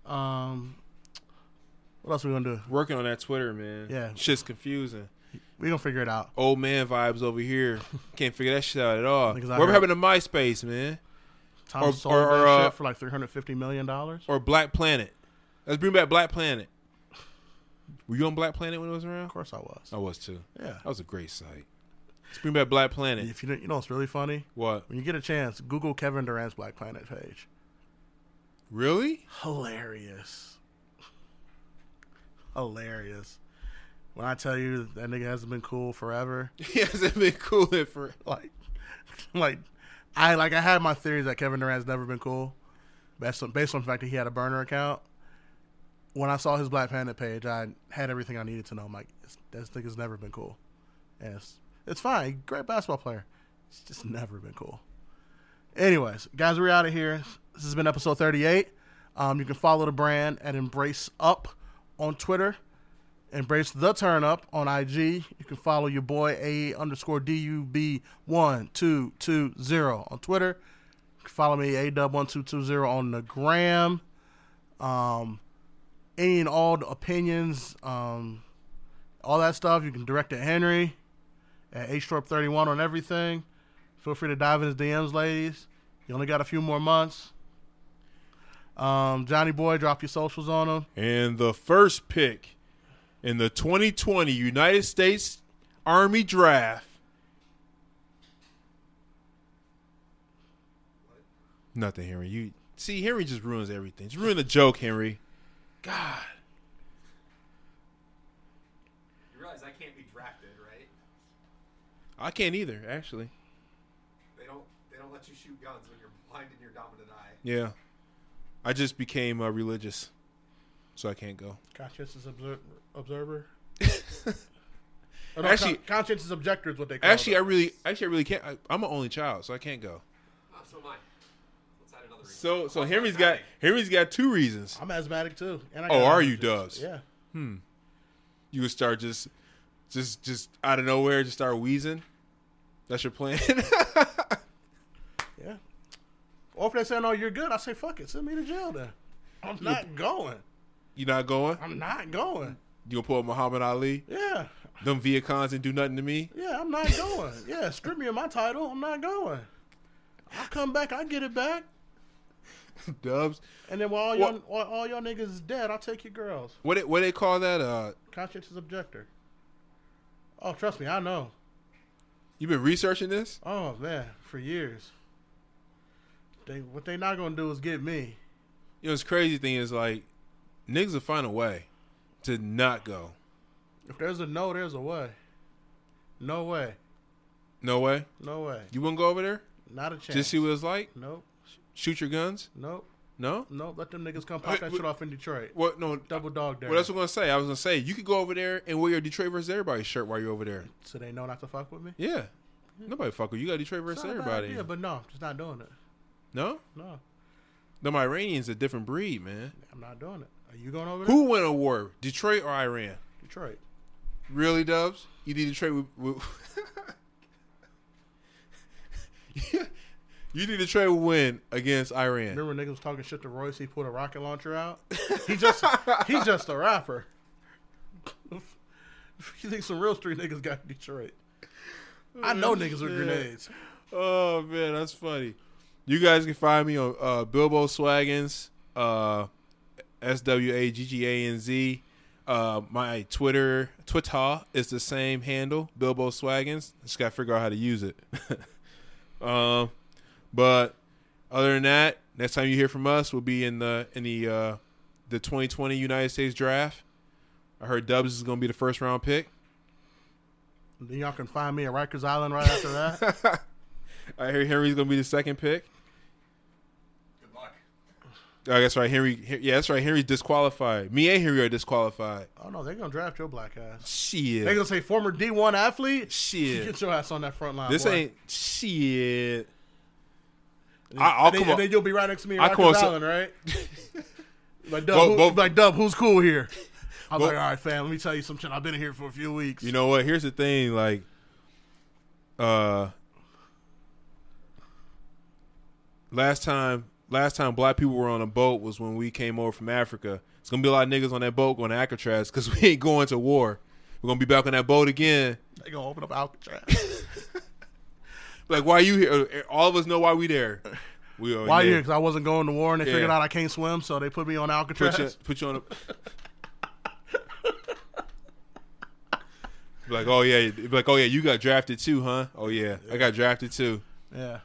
Speaker 3: Um, what else we gonna do?
Speaker 4: Working on that Twitter, man.
Speaker 3: Yeah.
Speaker 4: Shit's confusing.
Speaker 3: We gonna figure it out.
Speaker 4: Old man vibes over here. Can't figure that shit out at all.
Speaker 3: Niggas out
Speaker 4: Whatever
Speaker 3: here-
Speaker 4: happened to MySpace, man?
Speaker 3: Tom
Speaker 4: or,
Speaker 3: sold
Speaker 4: or,
Speaker 3: that
Speaker 4: or, uh,
Speaker 3: shit for like 350 million dollars.
Speaker 4: or Black Planet. Let's bring back Black Planet. Were you on Black Planet when it was around? Of
Speaker 3: course I was.
Speaker 4: I was too.
Speaker 3: Yeah.
Speaker 4: That was a great site. Let's bring back Black Planet.
Speaker 3: If you don't- you know, it's really funny.
Speaker 4: What?
Speaker 3: When you get a chance, Google Kevin Durant's Black Planet page.
Speaker 4: Really?
Speaker 3: Hilarious. Hilarious. When I tell you that nigga hasn't been cool forever.
Speaker 4: He hasn't been cool for
Speaker 3: like like I like I had my theories that Kevin Durant's never been cool. Based on based on the fact that he had a burner account. When I saw his Black Panda page, I had everything I needed to know. I'm like, this, this nigga's never been cool. And it's, it's fine. Great basketball player. It's just never been cool. Anyways, guys, we're out of here. This has been episode 38. Um, you can follow the brand at Embrace Up on Twitter, Embrace the Turn Up on IG. You can follow your boy A E underscore DUB1220 on Twitter. You can follow me A E Dub1220 on the gram. Um, any and all the opinions, um, all that stuff, you can direct at Henry at HTorp31 on everything. Feel free to dive in his DMs, ladies. You only got a few more months. Um, Johnny Boy, drop your socials on him.
Speaker 4: And the first pick in the 2020 United States Army Draft. Nothing, Henry. You see, Henry just ruins everything. Just ruin a joke, Henry. God.
Speaker 6: You realize I can't be drafted, right?
Speaker 4: I can't either, actually.
Speaker 6: They don't. They don't let you shoot guns when you're blind in your dominant eye.
Speaker 4: Yeah. I just became uh, religious, so I can't go.
Speaker 3: Conscientious obser- observer.
Speaker 4: Actually-
Speaker 3: actually, conscientious objector is what they call
Speaker 4: Actually, I
Speaker 3: it.
Speaker 4: really, actually, I really can't. I, I'm an only child, so I can't go.
Speaker 6: Oh, so am I. Let's add another. reason.
Speaker 4: So, so Henry's got Henry's got two reasons.
Speaker 3: I'm asthmatic too. And I
Speaker 4: Oh,
Speaker 3: got
Speaker 4: are you
Speaker 3: allergies.
Speaker 4: Dubs?
Speaker 3: Yeah.
Speaker 4: Hmm. You would start just, just, just out of nowhere, just start wheezing. That's your plan.
Speaker 3: Yeah. Or if they say, no, you're good, I say, fuck it, send me to jail then. I'm not going.
Speaker 4: you not going?
Speaker 3: I'm not going.
Speaker 4: You gonna pull up Muhammad Ali?
Speaker 3: Yeah.
Speaker 4: Them Viet Cons and do nothing to me.
Speaker 3: Yeah, I'm not going. yeah, strip me of my title. I'm not going. I come back, I get it back.
Speaker 4: Dubs.
Speaker 3: And then while all y'all, while all y'all niggas is dead, I'll take your girls.
Speaker 4: What they, what they call that? Uh,
Speaker 3: Conscientious objector. Oh, trust me, I know.
Speaker 4: you been researching this?
Speaker 3: Oh man, for years. They what they not gonna do is get me.
Speaker 4: You know, it's crazy thing is like, niggas will find a way to not go.
Speaker 3: If there's a no, there's a way. No way.
Speaker 4: No way.
Speaker 3: No way.
Speaker 4: You wouldn't go over there?
Speaker 3: Not a chance.
Speaker 4: Just see what it's like?
Speaker 3: Nope.
Speaker 4: Shoot your guns?
Speaker 3: Nope.
Speaker 4: No?
Speaker 3: Nope. Let them niggas come pop that shit off in Detroit.
Speaker 4: What? No.
Speaker 3: Double dog dare.
Speaker 4: Well, that's what I'm gonna say. I was gonna say you could go over there and wear your Detroit versus everybody shirt while you're over there.
Speaker 3: so they know not to fuck with me.
Speaker 4: Yeah, nobody fuck with you. You Got Detroit
Speaker 3: It's
Speaker 4: versus
Speaker 3: not a bad
Speaker 4: everybody.
Speaker 3: idea, but no, I'm just not doing it.
Speaker 4: No,
Speaker 3: No,
Speaker 4: the Iranians a different breed, man.
Speaker 3: I'm not doing it. Are you going over there?
Speaker 4: Who won a war, Detroit or Iran?
Speaker 3: Detroit.
Speaker 4: Really, Dubs? You need Detroit with. with you need Detroit to win against Iran.
Speaker 3: Remember, niggas was talking shit to Royce. He pulled a rocket launcher out. He just, he's just a rapper. you think some real street niggas got in Detroit? I know niggas with
Speaker 4: Yeah.
Speaker 3: grenades.
Speaker 4: Oh man, that's funny. You guys can find me on uh, Bilbo Swaggins, uh, S W A G G A N Z. Uh, my Twitter Twitter is the same handle, Bilbo Swaggins. Just gotta figure out how to use it. um, but other than that, next time you hear from us, we'll be in the in the uh, the 2020 United States Draft. I heard Dubs is gonna be the first round pick.
Speaker 3: Then y'all can find me at Rikers Island right after that.
Speaker 4: I hear Henry's gonna be the second pick. Good luck. Oh, that's right, Henry. Hen- Yeah, that's right. Henry's disqualified. Me and Henry are disqualified.
Speaker 3: Oh no, they're gonna draft your black ass.
Speaker 4: Shit.
Speaker 3: They gonna say former D one athlete.
Speaker 4: Shit.
Speaker 3: get your ass on that front line.
Speaker 4: this
Speaker 3: boy.
Speaker 4: ain't shit.
Speaker 3: And,
Speaker 4: I, will
Speaker 3: then,
Speaker 4: come
Speaker 3: and
Speaker 4: up.
Speaker 3: then you'll be right next to me, in
Speaker 4: I'll come
Speaker 3: Rikers
Speaker 4: on some-
Speaker 3: Island, right? like Dub,
Speaker 4: Bo-
Speaker 3: who-
Speaker 4: Bo-
Speaker 3: like Dub, who's cool here? I'm
Speaker 4: Bo-
Speaker 3: like, all right, fam. Let me tell you some shit. I've been here for a few weeks.
Speaker 4: You know what? Here's the thing. Like, uh, last time, last time black people were on a boat was when we came over from Africa. It's gonna be a lot of niggas on that boat going to Alcatraz because we ain't going to war. We're gonna be back on that boat again.
Speaker 3: They gonna open up Alcatraz.
Speaker 4: Like, why you here? All of us know why we there. We are
Speaker 3: Why
Speaker 4: Oh, yeah.
Speaker 3: yeah? Because I wasn't going to war, and they
Speaker 4: Yeah.
Speaker 3: figured out I can't swim, so they put me on Alcatraz.
Speaker 4: Put you, put you on a. Be like, oh yeah, be like, oh yeah, you got drafted too, huh? Oh yeah, I got drafted too.
Speaker 3: yeah,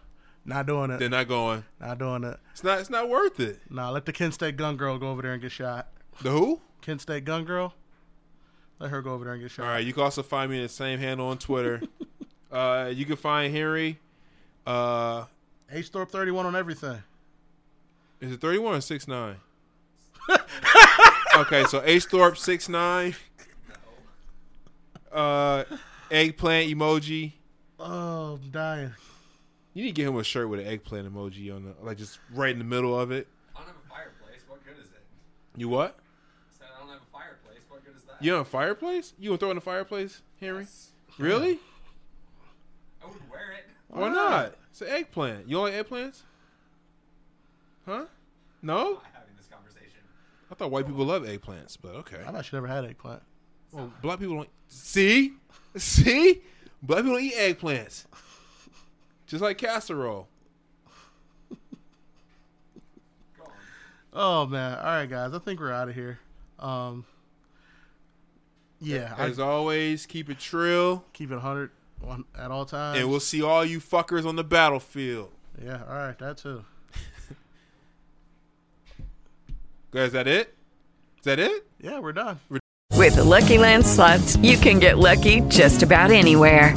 Speaker 3: not doing it.
Speaker 4: They're not going.
Speaker 3: Not doing it.
Speaker 4: It's not. It's not worth it.
Speaker 3: Nah, let the Kent State gun girl go over there and get shot.
Speaker 4: The who?
Speaker 3: Kent State gun girl. Let her go over there and get shot.
Speaker 4: All right, you can also find me in the same handle on Twitter. uh, you can find Henry. Uh,
Speaker 3: H Thorpe thirty one on everything.
Speaker 4: is it thirty one or six nine? okay, so H Thorpe six nine. Uh, eggplant emoji.
Speaker 3: Oh, I'm dying.
Speaker 4: You need to get him a shirt with an eggplant emoji on the like just right in the middle of it.
Speaker 6: I don't have a fireplace. What good is it?
Speaker 4: You what?
Speaker 6: I said I don't have a fireplace. What good is that?
Speaker 4: You on a fireplace? You gonna throw in a fireplace, Henry? Really?
Speaker 6: I would wear it.
Speaker 4: Why not? It's an eggplant. You don't like eggplants? Huh? No?
Speaker 6: Having this conversation.
Speaker 4: I thought white people love eggplants, but okay.
Speaker 3: I should never had eggplant.
Speaker 4: Well, black people don't. See, see, black people don't eat eggplants. Just like casserole.
Speaker 3: Oh man. All right, guys. I think we're out of here. Um. Yeah. I
Speaker 4: As always, keep it trill,
Speaker 3: keep it hundred one at all times.
Speaker 4: and we'll see all you fuckers on the battlefield.
Speaker 3: Yeah. All right. That too.
Speaker 4: Guys, is that it? Is that it?
Speaker 3: Yeah, we're done.
Speaker 14: With the Lucky Land slots, you can get lucky just about anywhere.